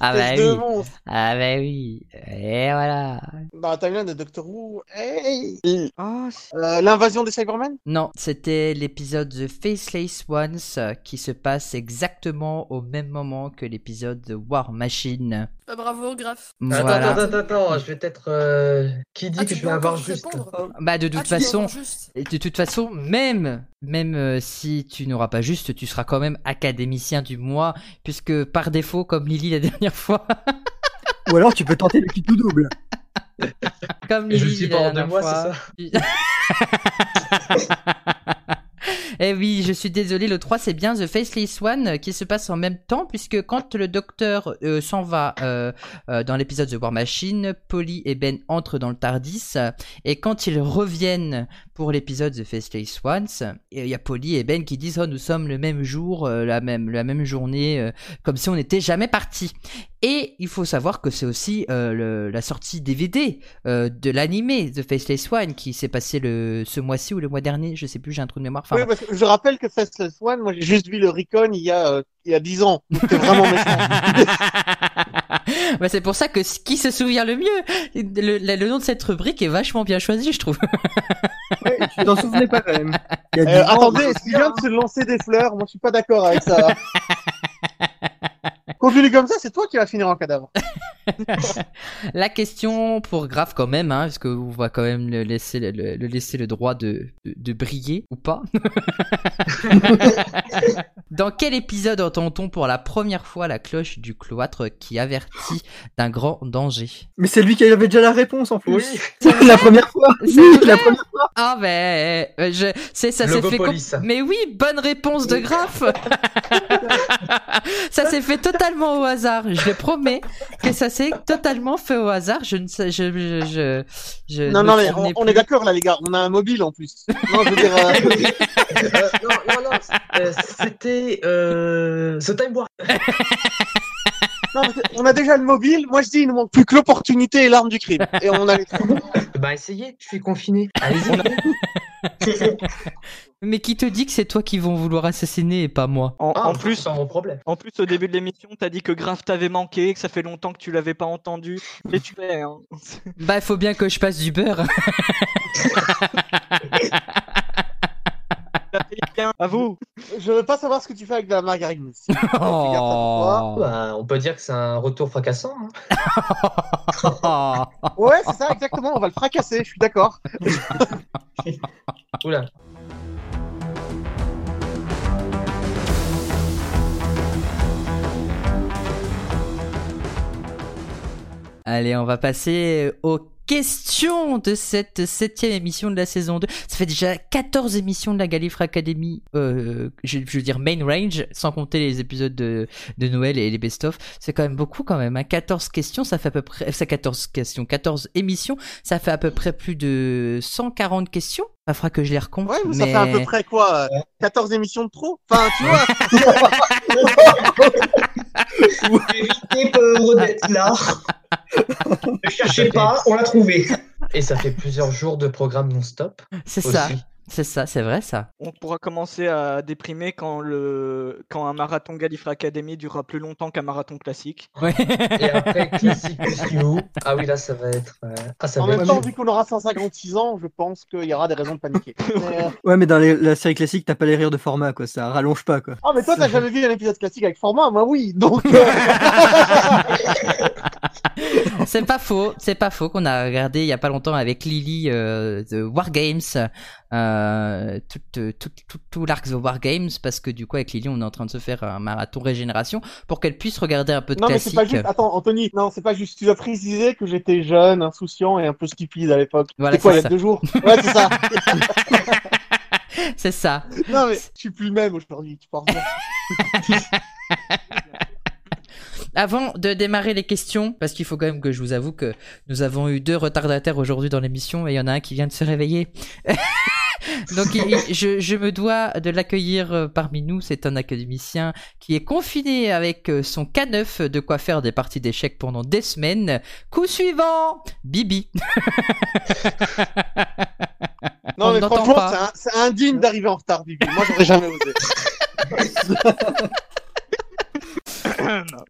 B: Ah bah
H: Espèce de
B: oui,
H: monstre
B: ah bah oui, et voilà.
H: Dans la timeline de Doctor Who, hey
C: *laughs* Ah,
H: Euh, L'invasion des Cybermen
B: Non, c'était l'épisode The Faceless Ones euh, qui se passe exactement au même moment que l'épisode The War Machine.
F: Bah, bravo, grave.
A: Attends,
B: Voilà.
A: attends, attends, attends, je vais peut-être. euh, Qui dit
F: Ah,
A: que
F: tu
A: je
F: peux
A: vais avoir
F: encore
A: juste.
F: répondre.
B: Bah de
F: Ah,
B: toute
F: tu peux
B: façon,
F: avoir juste.
B: Et De toute façon, même, même euh, si tu n'auras pas juste, tu seras quand même académicien du mois, puisque par défaut, comme Lily la dernière fois, *laughs*
D: Ou alors tu peux tenter le cul tout double.
B: comme
A: Et
B: Lily
A: je le suis
B: la
A: pas en deux
B: dernière
A: mois,
B: fois.
A: c'est ça
B: Eh oui, je suis désolé, le 3 c'est bien The Faceless One euh, qui se passe en même temps, puisque quand le docteur euh, s'en va euh, euh, dans l'épisode The War Machine, Polly et Ben entrent dans le Tardis, euh, et quand ils reviennent pour l'épisode The Faceless Ones, euh, il y a Polly et Ben qui disent Oh, nous sommes le même jour, euh, la, même, la même journée, euh, comme si on n'était jamais partis. Et il faut savoir que c'est aussi euh, le- la sortie DVD euh, de l'animé The Faceless One qui s'est passé le, ce mois-ci ou le mois dernier, je sais plus, j'ai un trou de mémoire. Enfin,
H: Oui, parce que je rappelle que Faceless One, moi j'ai juste vu le Recon il y a, euh, il y a 10 ans. Donc c'est vraiment méchant.
B: *laughs* Bah, c'est pour ça que ce qui se souvient le mieux, le, le- le nom de cette rubrique est vachement bien choisi, je trouve.
D: Ouais, tu t'en souvenais pas quand même. Il y
H: Euh,
D: a dix ans,
H: attendez, est-ce qu'il vient de se lancer des fleurs Moi je suis pas d'accord avec ça. Continue comme ça, c'est toi qui vas finir en cadavre.
B: La question pour Graf quand même, hein, parce que on va quand même le laisser le, le- le laisser le droit de, de, de briller ou pas. *laughs* Dans quel épisode entend-on pour la première fois la cloche du cloître qui avertit d'un grand danger
D: Mais c'est lui qui avait déjà la réponse en plus.
A: Oui,
D: *laughs* la première fois.
B: C'est
D: Oui,
B: vrai
D: la première fois.
B: Ah ben, euh, je, c'est ça s'est fait. com-
A: Logopolis.
B: Mais oui, bonne réponse de Graf. *laughs* ça s'est fait totalement au hasard. Je le promets que ça s'est totalement fait au hasard. Je ne sais, je, je, je, je
H: Non,
B: me
H: non, mais on,
B: souvenais
H: on
B: plus.
H: est d'accord là, les gars, on a un mobile en plus. Non, je veux dire. euh,
A: Euh, *laughs* non, non, non, euh, c'était. Euh... The Time War.
H: non, parce que on a déjà le mobile. Moi je dis, il nous manque plus que l'opportunité et l'arme du crime. Et on a.
A: Bah, essayez, je suis confiné. Allez-y.
B: Mais qui te dit que c'est toi qui vont vouloir assassiner et pas moi
C: en,
A: Ah,
C: en plus,
A: *laughs* sans mon problème.
C: en plus, au début de l'émission, t'as dit que Grave t'avait manqué, que ça fait longtemps que tu l'avais pas entendu. Mais tu fais, hein.
B: Bah, faut bien que je passe du beurre.
C: T'as fait bien. À vous.
H: Je veux pas savoir ce que tu fais avec de la margarine.
B: Oh.
A: Bah, on peut dire que c'est un retour fracassant. hein.
B: Oh.
H: Ouais, c'est ça, exactement. On va le fracasser, je suis d'accord.
A: Oula.
B: Allez, on va passer aux questions de cette septième émission de la saison 2. Ça fait déjà 14 émissions de la Galifre Academy, euh, je, je veux dire main range, sans compter les épisodes de, de Noël et les best-of. C'est quand même beaucoup quand même. Hein. 14 questions, ça fait à peu près... Ça 14 questions, 14 émissions, ça fait à peu près plus de 140 questions. Il faudra que je les recompte.
H: Ouais, mais ça fait à peu
B: mais-
H: près quoi euh, 14 émissions de pro Enfin, tu vois,
D: *laughs*
E: Évitez que Rodette là. Ne cherchez pas, on l'a trouvé.
A: Et ça fait plusieurs jours de programme non-stop.
B: C'est
A: aussi.
B: ça. C'est ça, c'est vrai ça.
C: On pourra commencer à déprimer quand, le... quand un marathon Gallifrey Academy durera plus longtemps qu'un marathon classique.
B: Ouais. *laughs*
A: Et après, classique You. Ah oui, là, ça va être. euh, Ah, ça
H: En
A: va
H: même
A: être.
H: temps, vu qu'on aura 156 ans, je pense qu'il y aura des raisons de paniquer. Mais, euh,
D: Ouais, mais dans les- la série classique, t'as pas les rires de format, quoi. Ça rallonge
B: *laughs*
D: pas, quoi.
H: Oh, mais toi, t'as jamais vu un épisode classique avec format Moi, oui. Donc, euh,
B: C'est pas faux, c'est pas faux qu'on a regardé il y a pas longtemps avec Lily euh, The War Games, euh, tout, euh, tout, tout, tout l'arc The War Games, parce que du coup avec Lily on est en train de se faire un marathon régénération pour qu'elle puisse regarder un peu de
H: non, mais c'est
B: classique.
H: pas juste. Attends, Anthony, non, c'est pas juste. Tu dois préciser que j'étais jeune, insouciant et un peu stupide à l'époque.
B: Voilà,
H: c'est quoi,
B: c'est
H: il y
B: ça.
H: a deux jours Ouais, c'est ça.
B: C'est ça.
H: non, mais je suis plus le même aujourd'hui. Tu penses bien.
B: Avant de démarrer les questions, parce qu'il faut quand même que je vous avoue que nous avons eu deux retardataires aujourd'hui dans l'émission et il y en a un qui vient de se réveiller. *laughs* Donc il- il- je, je me dois de l'accueillir euh, parmi nous. C'est un académicien qui est confiné avec euh, son K9, de quoi faire des parties d'échecs pendant des semaines. Coup suivant, Bibi. On
H: Non, mais
B: n'entend
H: franchement,
B: pas.
H: c'est un- c'est indigne d'arriver en retard, Bibi. Moi, j'aurais jamais osé.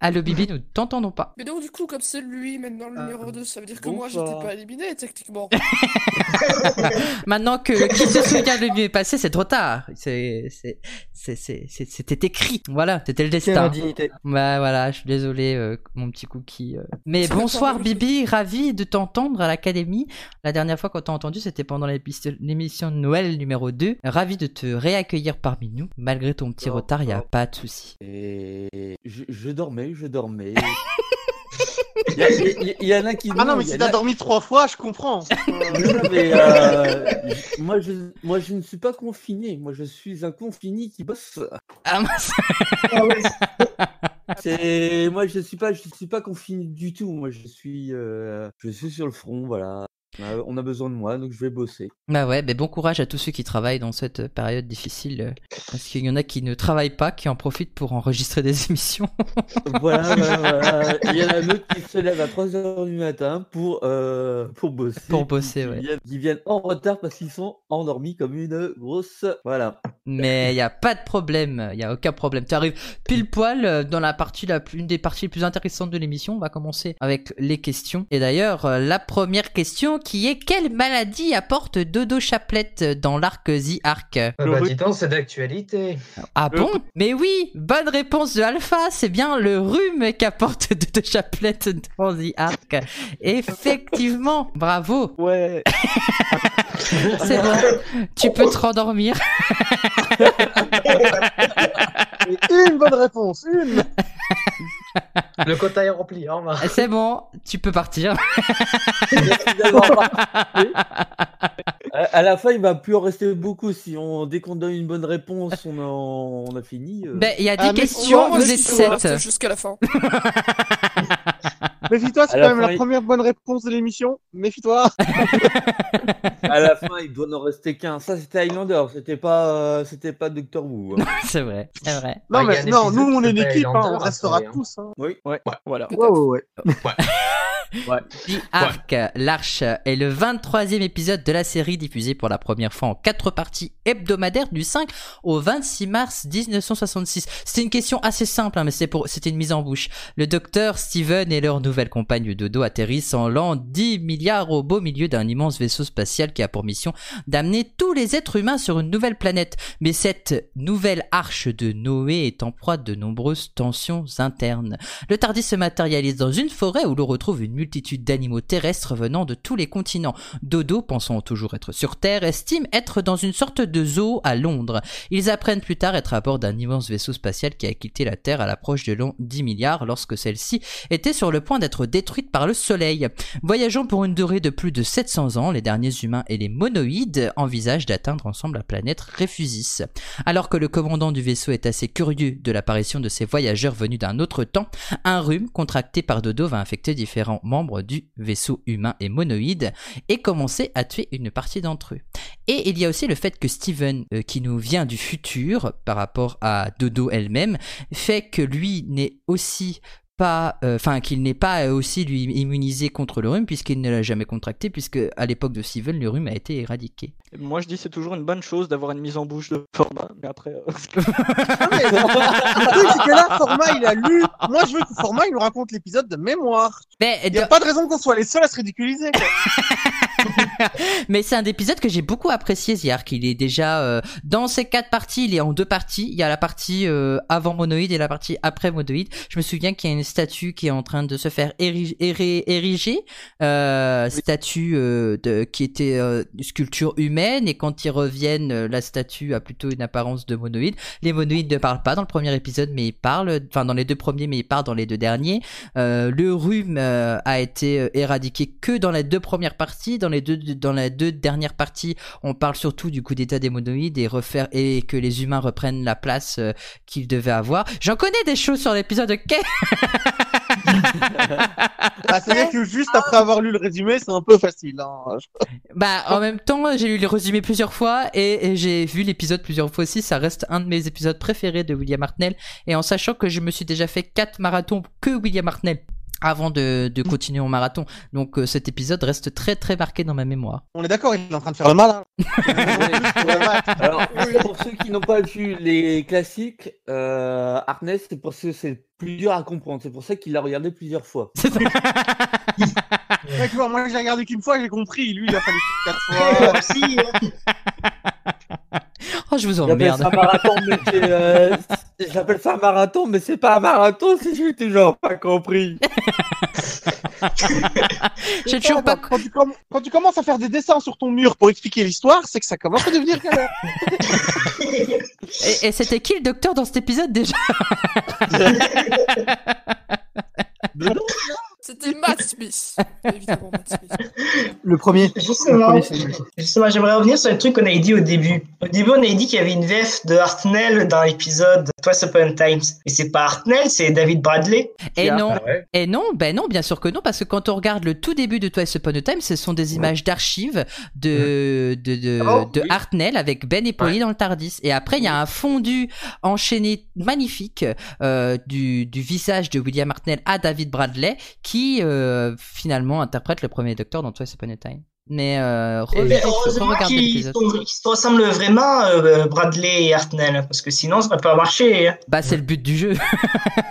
B: Ah le Bibi, nous ne t'entendons pas.
F: Mais donc, du coup, comme c'est lui maintenant
E: Ah,
F: le
E: euh,
F: numéro 2, ça veut dire que moi j'étais
H: bonsoir.
E: bah.
F: pas éliminé techniquement.
B: Maintenant que qui se souvient de mieux passé, c'est trop tard. C'est c'est- c'est- c'est- c'est- c'était écrit. Voilà, c'était le
D: Quelle
B: destin.
D: indignité.
B: Bah voilà, je suis désolé, euh, mon petit cookie. euh. Mais bonsoir Bibi, ravi de t'entendre à l'académie. La dernière fois qu'on t'a entendu, c'était pendant l'épi- l'émission de Noël numéro 2. Ravi de te réaccueillir parmi nous. Malgré ton petit
I: D'accord.
B: retard, il a pas de souci.
I: Et je, je dormais, je
A: *laughs*
I: dormais. Il y, a- y- y- y en a qui.
H: Ah non, mais
I: y
H: si
I: en
H: t'as
I: a-
H: dormi trois fois, je comprends.
I: Non, non, mais, euh, j- moi, je, moi, je ne suis pas confiné. Moi, je suis un confiné qui bosse.
B: Ah mince *laughs*
I: C'est moi, je suis pas, je suis pas confiné du tout. Moi, je suis, euh, je suis sur le front. Voilà. On a- On a besoin de moi, donc je vais bosser.
B: Bah ouais, mais bon courage à tous ceux qui travaillent dans cette euh, période difficile. euh, Parce qu'il y en a qui ne travaillent pas, qui en profitent pour enregistrer des *laughs* émissions.
I: Voilà, voilà, voilà. Il y en a un autre qui se lève à 3h du matin pour, euh, pour bosser.
B: Pour
I: puis
B: bosser,
I: qui
B: ouais.
I: Viennent, qui viennent en retard parce qu'ils sont endormis comme une grosse. Voilà.
B: Mais il y a pas de problème, il y a aucun problème. Tu arrives pile poil euh, dans la partie la plus, une des parties les plus intéressantes de l'émission. On va commencer avec les questions. Et d'ailleurs, euh, la première question qui est quelle maladie apporte Dodo Chaplette dans l'arc The Arc
A: Ah bah, dis donc, c'est d'actualité.
B: Ah bon Mais oui, bonne réponse de Alpha, c'est bien le rhume qu'apporte *laughs* Dodo Chaplette dans The Arc. Effectivement, bravo.
C: Ouais,
F: *laughs*
B: C'est bon. Tu peux te rendormir.
H: Et une bonne réponse, une.
A: Le quota est rempli, hein, Marc.
B: C'est bon, tu peux partir.
I: Merci d'avoir participé. à, à la fin, il va plus en rester beaucoup. Si on, dès qu'on donne une bonne réponse, on a, on a fini. euh.
B: Ben, il y a
H: Ah,
B: 10
H: mais-
B: questions,
F: Moi,
B: vous
F: je
B: êtes
F: suis au reste
B: 7.
F: Jusqu'à la fin.
H: Méfie-toi, c'est
I: À la
H: quand même
I: fin,
H: la
I: il-
H: première bonne réponse de l'émission. Méfie-toi.
I: À la fin, il doit n'en rester qu'un. Ça, c'était Highlander. C'était pas, euh, c'était pas Doctor Who. hein.
B: C'est vrai, c'est vrai.
H: Non,
A: il y a
H: mais
A: un
H: non,
A: épisode
H: nous, on
A: qui
H: est une
A: s'appelle
H: équipe, hein, on
A: Highlander,
H: restera
A: attendez, hein.
H: tous. hein.
I: Oui.
C: voilà.
D: Ouais, ouais, ouais.
B: The Arc, l'Arche, est le 23e épisode de la série diffusée pour la première fois en quatre parties hebdomadaires du 5 au 26 mars 1966. C'était une question assez simple, hein, mais c'est pour, c'était une mise en bouche. Le docteur, Steven et leur nouvelle compagne Dodo atterrissent en l'an 10 milliards au beau milieu d'un immense vaisseau spatial qui a pour mission d'amener tous les êtres humains sur une nouvelle planète. Mais cette nouvelle arche de Noé est en proie de nombreuses tensions internes. Le Tardis se matérialise dans une forêt où l'on retrouve une multitude d'animaux terrestres venant de tous les continents. Dodo, pensant toujours être sur Terre, estime être dans une sorte de zoo à Londres. Ils apprennent plus tard être à bord d'un immense vaisseau spatial qui a quitté la Terre à l'approche de l'an 10 milliards lorsque celle-ci était sur le point d'être détruite par le Soleil. Voyageant pour une durée de plus de 700 ans, les derniers humains et les monoïdes envisagent d'atteindre ensemble la planète Réfusis. Alors que le commandant du vaisseau est assez curieux de l'apparition de ces voyageurs venus d'un autre temps, un rhume contracté par Dodo va infecter différents membres du vaisseau humain et monoïde et commencer à tuer une partie d'entre eux. Et il y a aussi le fait que Steven, euh, qui nous vient du futur par rapport à Dodo elle-même, fait que lui n'est aussi pas, euh, enfin qu'il n'est pas euh, aussi lui immunisé contre le rhume puisqu'il ne l'a jamais contracté puisque à l'époque de Steven le rhume a été éradiqué.
C: Moi, je dis c'est toujours une bonne chose d'avoir une mise en bouche de format, mais après. euh, *laughs*
H: Ah, mais- Le truc, c'est que là, Format, il a lu. Moi, je veux que Format, il nous raconte l'épisode de mémoire.
B: Mais,
H: Il n'y a pas de raison qu'on soit les seuls à se ridiculiser. quoi.
B: mais c'est un épisode que j'ai beaucoup apprécié, Ziark. Il est déjà euh, dans ces quatre parties, il est en deux parties. Il y a la partie euh, avant monoïde et la partie après monoïde. Je me souviens qu'il y a une statue qui est en train de se faire éri- éri- ériger, euh, statue euh, de, qui était euh, une sculpture humaine. Et quand ils reviennent, euh, la statue a plutôt une apparence de monoïde. Les monoïdes ne parlent pas dans le premier épisode, mais ils parlent, enfin dans les deux premiers, mais ils parlent dans les deux derniers. Euh, le rhume euh, a été euh, éradiqué que dans les deux premières parties. Dans les deux, dans les deux dernières parties, on parle surtout du coup d'état des monoïdes et refaire et que les humains reprennent la place euh, qu'ils devaient avoir. J'en connais des choses sur l'épisode. ok
H: Ah, C'est-à-dire que juste après avoir lu le résumé, c'est un peu facile. hein.
B: *laughs* Bah, en même temps, j'ai lu le résumé plusieurs fois et, et j'ai vu l'épisode plusieurs fois aussi. Ça reste un de mes épisodes préférés de William Hartnell. Et en sachant que je me suis déjà fait quatre marathons que William Hartnell avant de, de continuer mon marathon. Donc euh, cet épisode reste très très marqué dans ma mémoire. *laughs*
H: On est d'accord, il est en train de faire le mal. hein.
I: Alors, pour ceux qui n'ont pas vu les classiques, euh, Harness, c'est parce que c'est plus dur à comprendre. C'est pour ça qu'il l'a regardé plusieurs fois.
H: Ouais, tu vois, moi, j'ai regardé qu'une fois, j'ai compris. Lui, il a fallu quatre fois.
E: *laughs* Si, hein.
B: Oh, je vous
I: J'appelle
B: emmerde.
I: ça un marathon, mais c'est, euh, c'est- j'appelle ça un marathon, mais c'est pas un marathon si j'ai toujours pas compris.
B: J'ai toujours pas.
H: Quand tu, comm- quand tu commences à faire des dessins sur ton mur pour expliquer l'histoire, c'est que ça commence à devenir galère.
B: Et, et c'était qui le docteur dans cet épisode déjà *laughs*
F: C'était Matt Smith. Évidemment, Matt Smith.
D: Le premier.
E: Justement,
D: Le premier,
E: justement, j'aimerais revenir sur le truc qu'on avait dit au début. Au début, on avait dit qu'il y avait une VF de Hartnell dans l'épisode Twice Upon a Times. Et c'est pas Hartnell, c'est David Bradley.
B: Et non,
A: Ah ouais.
B: Et non, ben non, bien sûr que non, parce que quand on regarde le tout début de Twice Upon a Time, ce sont des images d'archives de de de,
A: Ah bon
B: de Hartnell avec Ben et Polly dans le Tardis. Et après, il y a un fondu enchaîné magnifique euh, du du visage de William Hartnell à David Bradley, qui euh, finalement interprète le premier Docteur dans Twice Upon a Time. Mais euh,
E: Mais
A: Eh ben,
B: revérifiez-
A: oh,
E: heureusement
B: regardez
E: qu'ils
B: l'épisode.
E: sont- qu'ils se ressemblent vraiment, euh, Bradley et Hartnell, parce que sinon, ça va pas marcher. hein.
B: Bah, c'est le but du jeu. *laughs*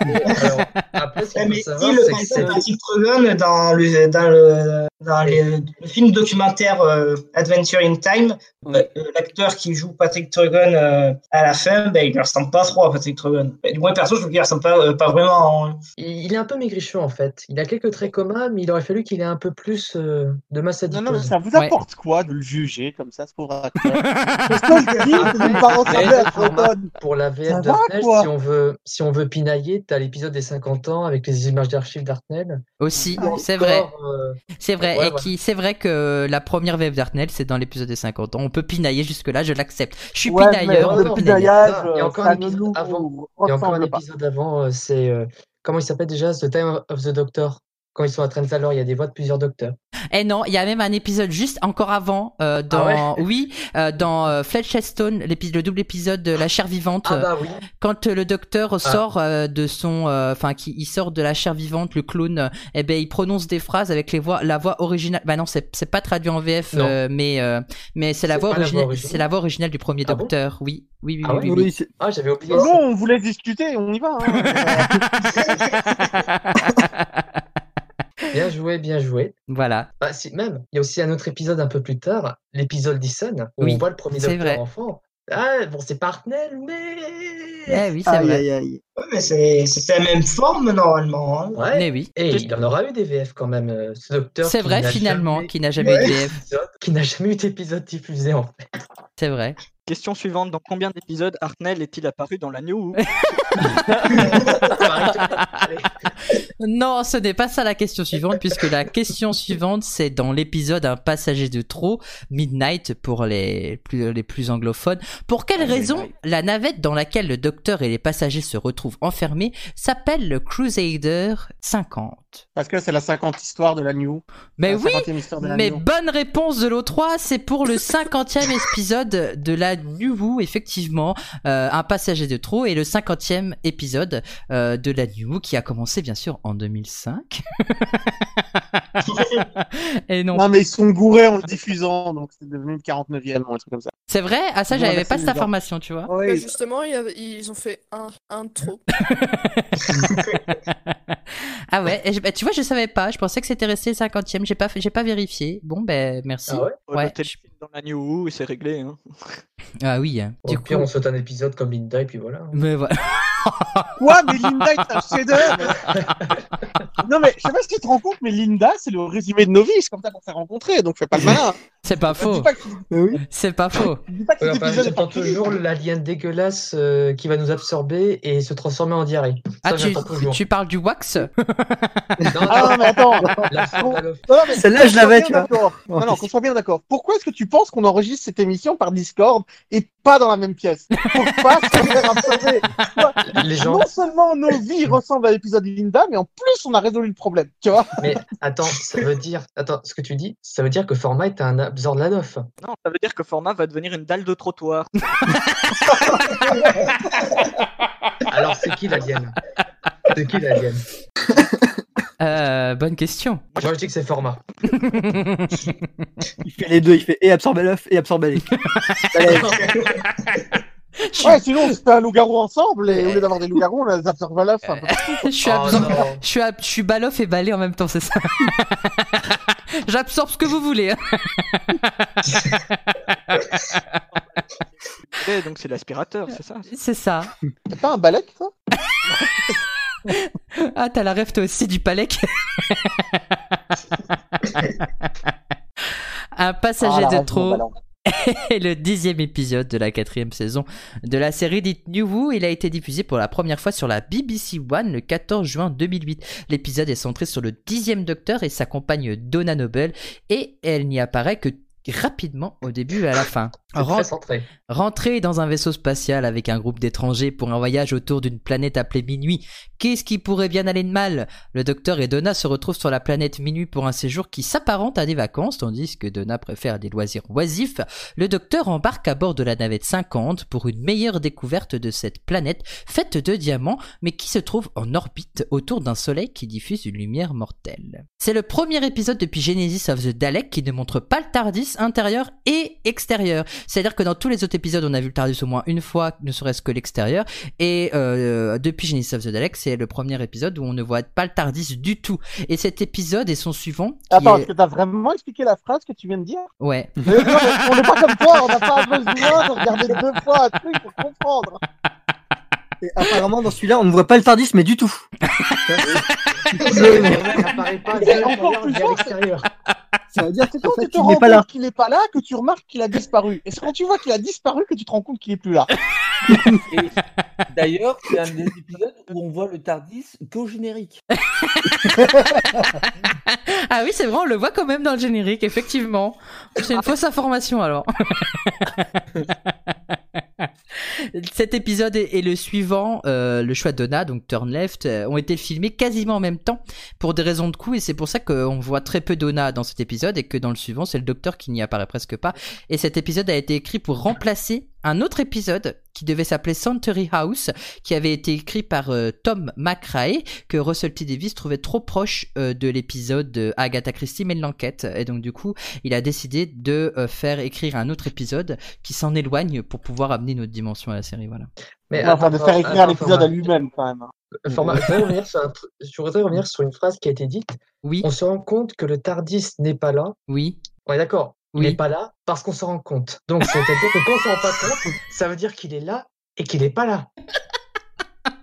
I: *laughs*
A: Alors, après, ce qu'il
E: Mais
A: faut
E: si
A: savoir,
E: le
A: c'est que
E: principe
A: c'est.
E: Patrick Treven dans le dans le dans les- le film documentaire euh, Adventure in Time,
I: Ouais.
E: euh, l'acteur qui joue Patrick Treven euh, à la fin, ben il ne ressemble pas trop à Patrick Treven. Ben, du moins perso, je trouve qu'il ne ressemble pas euh, pas vraiment. hein.
A: Il il est un peu maigrichon en fait. Il a quelques traits communs, mais il aurait fallu qu'il ait un peu plus euh, de masse
H: Non, non, mais
A: adipeuse.
H: ça vous
B: Ouais.
H: apporte quoi de le juger comme ça, ce pauvre
B: *laughs*
H: acteur Parce que je dis, c'est une parole travers, je redonne.
A: Pour la VF
H: Ça va,
A: d'Artnell,
H: quoi
A: si on veut si on veut pinailler, t'as l'épisode des 50 ans avec les images d'archives d'Artnell.
B: Aussi,
H: Ah
A: Ou
B: c'est
A: encore,
B: vrai.
A: euh,
B: C'est vrai,
A: Ouais,
B: et
A: ouais.
B: qui, c'est vrai que la première VF d'Artnell, c'est dans l'épisode des 50 ans. On peut pinailler jusque-là, je l'accepte. Je suis
I: Ouais,
B: pinailleur,
A: mais
B: on euh,
A: non,
B: peut
A: non,
B: pinailler.
I: Pidaillage,
A: Il y a encore
I: ça
A: un
I: ne
A: épisode
I: nous
A: avant. Il y a encore un
I: ressemble pas.
A: épisode avant, euh, c'est. euh, comment il s'appelle déjà The Time of the Doctor. Quand ils sont à Trent alors, il y a des voix de plusieurs docteurs.
B: Et Eh non, il y a même un épisode juste encore avant, euh, dans, oui, euh, dans euh, Fletchstone, l'épi- le double épisode de La chair vivante,
A: Ah bah oui.
B: quand euh, le docteur sort euh, de son, euh, enfin, qui il sort de la chair vivante, le clone, euh, eh ben, il prononce des phrases avec les voix, la voix originale. Bah non, c'est c'est pas traduit en VF,
A: Non.
B: euh, mais euh, mais c'est la
A: C'est
B: voix
A: pas la voix
B: originale,
A: originale.
B: c'est la voix originale du premier
A: Ah bon
B: docteur. oui, oui, oui,
A: Ah
B: oui,
A: ouais
B: oui, oui.
D: Oui, c'est-
A: Ah j'avais oublié. ça.
H: Bon, on voulait discuter, on y va.
B: *laughs*
H: hein.
A: Bien joué, bien joué.
B: Voilà.
A: Bah, si, même, il y a aussi un autre épisode un peu plus tard, l'épisode d'Ison, où
B: Oui,
A: on voit le premier
B: c'est
A: docteur
B: vrai.
A: enfant. Ah, bon, c'est Partnell, mais.
B: Eh oui, c'est
D: Aïe,
B: vrai.
D: aïe, aïe.
E: Ouais, mais c'est c'est la même forme normalement. hein.
A: Ouais.
B: Mais oui.
A: Et il en aura eu des VF quand même, euh, ce docteur.
B: C'est
A: qui
B: vrai
A: n'a
B: finalement
A: jamais
B: qu'il n'a jamais eu de VF.
A: d'épisode- Qui n'a jamais eu d'épisode diffusé
B: *laughs*
A: en fait.
B: C'est vrai.
C: Question suivante dans combien d'épisodes Hartnell est-il apparu dans la New Who
A: Pareil, tout- Allez.
B: Non, ce n'est pas ça la question suivante, puisque la question suivante, c'est dans l'épisode Un passager de trop, Midnight pour les plus, les plus anglophones. Pour quelle
A: Ah,
B: raison la navette dans laquelle le docteur et les passagers se retrouvent enfermés s'appelle le Crusader 50
H: Parce que c'est la 50 histoire de la New.
B: Mais
A: Ah,
H: La
B: oui,
H: 50e histoire de la
B: mais
H: New.
B: bonne réponse de l'O3, c'est pour le
A: *laughs*
B: 50e épisode de la New Who, effectivement, euh, un passager de trop, et le 50e épisode euh, de la New Who qui a commencé bien sûr en
A: *laughs*
B: 2005. et non,
H: Non, mais ils sont gourés en le diffusant, donc c'est devenu le 49e ou un truc comme ça.
B: c'est vrai, ah ça
H: Bon,
B: j'avais
H: merci,
B: pas cette
H: Lisa.
B: information, tu vois.
F: Bah,
H: Oui,
F: justement, il y avait- ils ont fait un, un de trop.
E: *laughs*
B: ah ouais, et je- bah, tu vois, je savais pas, je pensais que c'était resté le 50e, j'ai pas, fait- j'ai pas vérifié. Bon ben merci.
A: Ah ouais
C: Ouais,
B: Ouais,
C: notez le film dans la New Who et c'est réglé. Hein.
B: Ah oui, hein.
A: Au pire, on saute un épisode comme Linda et puis voilà.
B: *laughs* Mais voilà.
H: Quoi, mais Linda est
B: *laughs*
H: un chef-d'œuvre Non, mais je sais pas si tu te rends compte, mais Linda, c'est le résumé de novice, comme ça qu'on s'est rencontrés, donc fais pas le malin.
B: C'est pas
H: Dis
B: faux,
H: pas que,
D: Mais oui.
B: c'est pas faux.
H: dis pas que
A: Ouais,
H: cet
A: enfin,
H: épisode est
A: j'attends
H: pas fini.
A: toujours l'alien dégueulasse euh, qui va nous absorber et se transformer en diarrhée. Ça,
B: Ah, tu,
A: j'attends toujours.
B: tu parles du wax
A: Non, non,
H: Ah non, mais attends
A: la Sandaloff.
H: Non, non, mais
D: Celle-là, je
H: qu'on soit
D: l'avais,
H: bien
D: tu vois.
H: d'accord. Non, non, qu'on soit bien d'accord. Pourquoi est-ce que tu penses qu'on enregistre cette émission par Discord et pas dans la même pièce Pour pas se faire absorber.
A: Les gens.
H: Non seulement nos vies ressemblent à l'épisode de Linda, mais en plus, on a résolu le problème, tu vois
A: Mais attends, ça veut dire. Attends, ce que tu dis, ça veut dire que Format est un Abzorlanoff.
C: Non, ça veut dire que Format va devenir une dalle de trottoir.
A: Alors, c'est qui l'alien C'est qui l'alien
B: Euh, Bonne question.
A: Moi, je dis que c'est Format.
D: Il fait les deux, il fait et absorber l'œuf et absorber *laughs* les. Allez,
H: Ouais, sinon, on se fait un loup-garou ensemble, et au lieu d'avoir des loups-garous, on les absorbe à l'œuf. un peu.
B: Je suis,
A: Oh
B: absor-
A: non.
B: je suis, ab- je suis baloff et balai en même temps, c'est ça. *laughs* J'absorbe ce que vous voulez. hein.
C: Eh, donc c'est l'aspirateur, c'est ça
B: C'est ça.
H: C'est pas un balek, ça
B: Ah, t'as la rêve toi aussi du palec. *laughs* Un passager
H: Ah,
B: de
H: la rage, mon
B: trop
H: ballon.
B: est le dixième épisode de la quatrième saison de la série dite New Who. Il a été diffusé pour la première fois sur la BBC One le 14 juin 2008. L'épisode est centré sur le dixième Docteur et sa compagne Donna Noble et elle n'y apparaît que rapidement au début et à la fin.
A: C'est
B: Ren-
A: très centré.
B: Rentrer dans un vaisseau spatial avec un groupe d'étrangers pour un voyage autour d'une planète appelée Minuit, qu'est-ce qui pourrait bien aller de mal Le docteur et Donna se retrouvent sur la planète Minuit pour un séjour qui s'apparente à des vacances, tandis que Donna préfère des loisirs oisifs. Le docteur embarque à bord de la navette 50 pour une meilleure découverte de cette planète faite de diamants, mais qui se trouve en orbite autour d'un soleil qui diffuse une lumière mortelle. C'est le premier épisode depuis Genesis of the Dalek qui ne montre pas le Tardis intérieur et extérieur. C'est-à-dire que dans tous les autres épisodes, on a vu le Tardis au moins une fois, ne serait-ce que l'extérieur. Et euh, depuis Genesis of the Dalek, c'est le premier épisode où on ne voit pas le Tardis du tout. Et cet épisode et son suivant, qui
H: Attends,
B: est-
H: est-ce que t'as vraiment expliqué la phrase que tu viens de dire
B: ouais,
H: Mais non, mais On n'est pas comme toi, on n'a pas besoin de regarder deux fois un truc pour comprendre.
D: et apparemment, dans celui-là, on ne voit pas le Tardis, mais du tout.
A: Ça n'apparaît pas
H: Et
A: vers
H: encore plus fort,
A: l'extérieur.
D: Ça veut dire que
H: C'est quand
D: en fait,
H: tu te
D: il
H: rends
D: n'est pas là.
H: compte qu'il n'est pas là que tu remarques qu'il a disparu. Et c'est quand tu vois qu'il a disparu que tu te rends compte qu'il n'est plus là.
I: Et D'ailleurs, c'est un des épisodes où on voit le Tardis qu'au générique.
B: *laughs* Ah oui, c'est vrai, on le voit quand même dans le générique, effectivement. C'est une fausse information alors. *laughs* Cet épisode et et le suivant, euh, le choix de Donna, donc Turn Left, euh, ont été filmés quasiment en même temps pour des raisons de coût et c'est pour ça qu'on voit très peu Donna dans cet épisode et que dans le suivant, c'est le docteur qui n'y apparaît presque pas. Et cet épisode a été écrit pour remplacer un autre épisode qui devait s'appeler Century House, qui avait été écrit par euh, Tom McRae que Russell T. Davis trouvait trop proche euh, de l'épisode euh, Agatha Christie mène l'enquête. Et donc, du coup, il a décidé de euh, faire écrire un autre épisode qui s'en éloigne pour pouvoir amener notre dimension à la série. Voilà.
A: Mais
H: enfin, de
A: Eh, attends,
H: faire
A: attends,
H: écrire l'épisode
A: Format.
H: à lui-même, quand même. hein.
A: Format, je voudrais revenir sur un tr- je voudrais revenir sur une phrase qui a été dite.
B: Oui,
A: On se rend compte que le Tardis n'est pas là.
B: oui,
A: On est d'accord. Il
B: Oui.
A: n'est pas là parce qu'on s'en rend compte. Donc, c'est-à-dire que quand on s'en rend pas compte, ça veut dire qu'il est là et qu'il n'est pas là.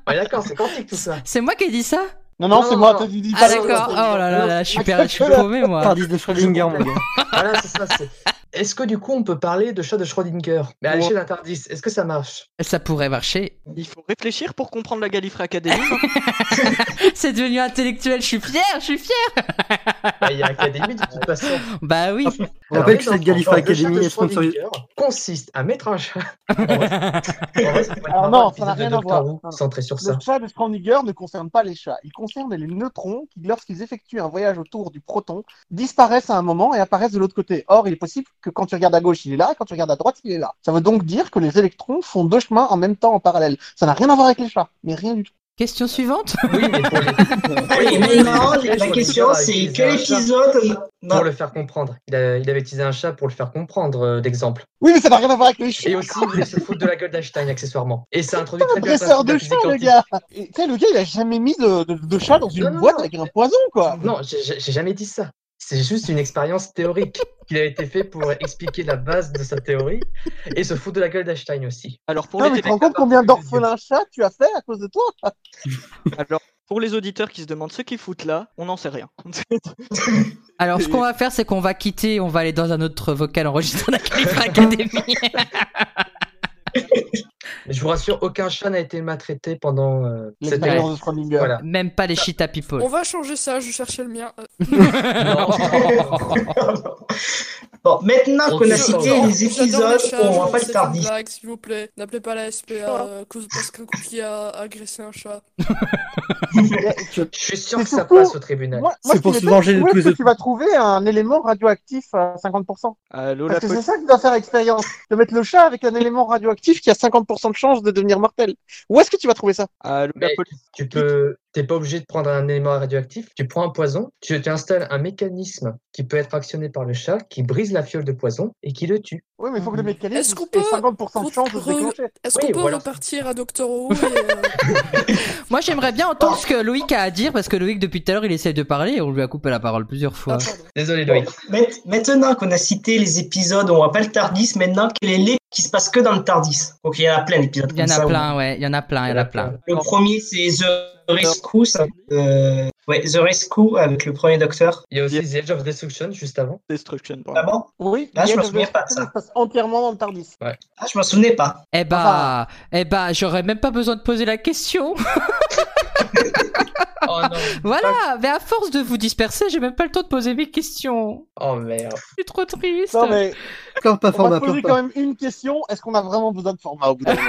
A: On est d'accord, c'est quantique tout ça.
B: c'est moi qui ai dit ça
H: Non, non,
A: Non,
H: c'est
A: non,
H: moi,
A: non.
H: t'as dit
B: Ah,
A: non,
B: d'accord.
A: non,
B: Oh
A: non,
B: là là
A: non.
D: Ah.
B: là, je suis, per- je suis paumé, moi.
D: *laughs* Tardis de Schrödinger, mon gars. *laughs*
A: Voilà, c'est ça. c'est- Est-ce que du coup on peut parler de chat de Schrödinger Mais à
C: Ouais.
A: l'échelle d'un Tardis, est-ce que ça marche
B: Ça pourrait marcher. *laughs*
C: Il faut réfléchir pour comprendre la Gallifrey Academy. hein.
B: C'est devenu intellectuel, je suis fier, je suis fier.
A: Bah, Il y a Académie de toute façon.
B: Bah
A: *laughs*
B: oui.
D: On rappelle que
A: Alors,
D: cette Gallifrey
A: le chat de
D: Academy est sponsorisée.
A: Schrödinger consiste à mettre un
D: *laughs*
A: chat. En vrai, en vrai, ça pourrait être
H: Alors
A: marrant,
H: non, ça
A: l'épisode
H: n'a
A: de
H: rien à
A: Doctor
H: voir.
A: Who
H: Non, non.
A: Centré sur ça.
H: Le chat de Schrödinger ne concerne pas les chats. Il concerne les neutrons qui, lorsqu'ils effectuent un voyage autour du proton, disparaissent à un moment et apparaissent de l'autre côté. Or, il est possible que quand tu regardes à gauche, il est là, et quand tu regardes à droite, il est là. Ça veut donc dire que les électrons font deux chemins en même temps en parallèle. Ça n'a rien à voir avec les chats, mais rien du tout.
B: Question suivante.
A: Oui, mais pour, les-
E: Allez, maintenant, la question c'est quel épisode
A: pour
E: dans
A: le faire comprendre. Il, a- il avait utilisé un chat pour le faire comprendre, euh, d'exemple.
H: Oui, mais ça n'a rien à voir avec les chats.
A: Et aussi, il voulait se foutre de la gueule d'Einstein, accessoirement. Et ça introduit très bien le
H: Dresseur Ah,
A: principe
H: de
A: la
H: chat,
A: physique
H: le
A: quantique.
H: gars. Et, Tu sais, le gars, il a jamais mis de, de- de chat dans une
A: Non, non,
H: boîte
A: non.
H: avec un poison, quoi.
A: Non, j'ai- j'ai j'ai jamais dit ça. C'est juste une expérience théorique qu'il a été fait pour expliquer la base de sa théorie et se foutre de la gueule d'Einstein aussi.
C: Alors pour
H: Non,
C: les
H: mais tu te
C: télé-
H: rends compte combien d'orphelins chats tu as fait à cause de *laughs* toi
C: alors, pour les auditeurs qui se demandent ce qu'ils foutent là, on n'en sait rien. *laughs*
B: Alors ce qu'on va faire, c'est qu'on va quitter, on va aller dans un autre vocal enregistré à la Califra Academy.
A: *laughs* Mais je vous rassure, aucun chat n'a été maltraité pendant euh, cette
H: L'expérience
A: année.
H: de Schrödinger.
A: Voilà.
B: Même pas les Cheetah People.
F: On va changer ça, je cherchais le mien. Euh,
B: *laughs*
H: *laughs*
E: Bon, maintenant qu'on a cité
A: On s'adore.
E: les
F: j'adore
E: épisodes,
F: les chats,
E: on
F: je
E: voit
F: pense
E: pas le
F: que c'est une
E: tardis.
F: blague, s'il vous plaît. N'appelez pas la SPA à euh, cause parce qu'un cookie a agressé un chat.
E: *laughs*
A: Je suis sûr que
H: C'est
A: ça
H: surtout-
A: passe au tribunal.
H: Moi,
D: C'est pour
H: ce qui
D: se venger de
H: m'étonne, où
D: tous
H: est-ce
D: les
H: que tu vas trouver un élément radioactif à 50%
C: Allô la
H: Parce que c'est
C: police.
H: ça que doit faire l'expérience, de mettre le chat avec un élément radioactif qui a 50% de chance de devenir mortel. Où est-ce que tu vas trouver ça
C: Allô la
A: Mais-
C: police.
A: Tu peux, t'es pas obligé de prendre un élément radioactif. Tu prends un poison, tu tu installes un mécanisme qui peut être actionné par le chat, qui brise la fiole de poison et qui le tue.
H: Oui, mais il faut que le
F: Est-ce
H: mécanisme
F: qu'on
H: ait
F: peut
H: 50% de chance de se
F: contre-
H: déclencher.
F: Est-ce
A: Oui,
F: qu'on peut
A: voilà.
F: repartir à Doctor Who et,
E: *laughs*
F: euh,
B: Moi j'aimerais bien entendre ce que Loïc a à dire parce que Loïc depuis tout à l'heure il essaye de parler et on lui a coupé la parole plusieurs fois.
F: ah, pardon.
A: Désolé, Loïc.
E: Mait- Maintenant qu'on a cité les épisodes, on voit pas le Tardis. Maintenant, quel est l'épisode qui se passe que dans le Tardis Donc, il y en a plein d'épisodes
B: Il y en
E: comme ça,
B: a
E: ouais.
B: plein, ouais, il y en a plein, Ah, il y en a plein.
E: Le premier, c'est The Rescue. ça, euh, Ouais, The Rescue avec le premier Docteur.
A: Il y a aussi The Edge of Destruction juste avant.
C: Destruction. pardon.
E: Ah bon
H: Oui,
E: Là, je
H: Game
E: me
H: of
E: souviens pas de
H: Thrones
E: ça.
H: passe entièrement dans le Tardis.
E: Ah, je m'en souvenais pas.
B: Eh bah,
H: Enfin.
B: eh bah, j'aurais même pas besoin de poser la question.
A: *laughs* Oh non.
B: Voilà, mais à force de vous disperser, j'ai même pas le temps de poser mes questions.
A: Oh *laughs* merde.
B: Je suis trop triste.
H: Non, mais
D: Encore pas
H: on va
D: format.
H: poser
D: pas-
H: quand même une question. Est-ce qu'on a vraiment besoin de format au bout d'un moment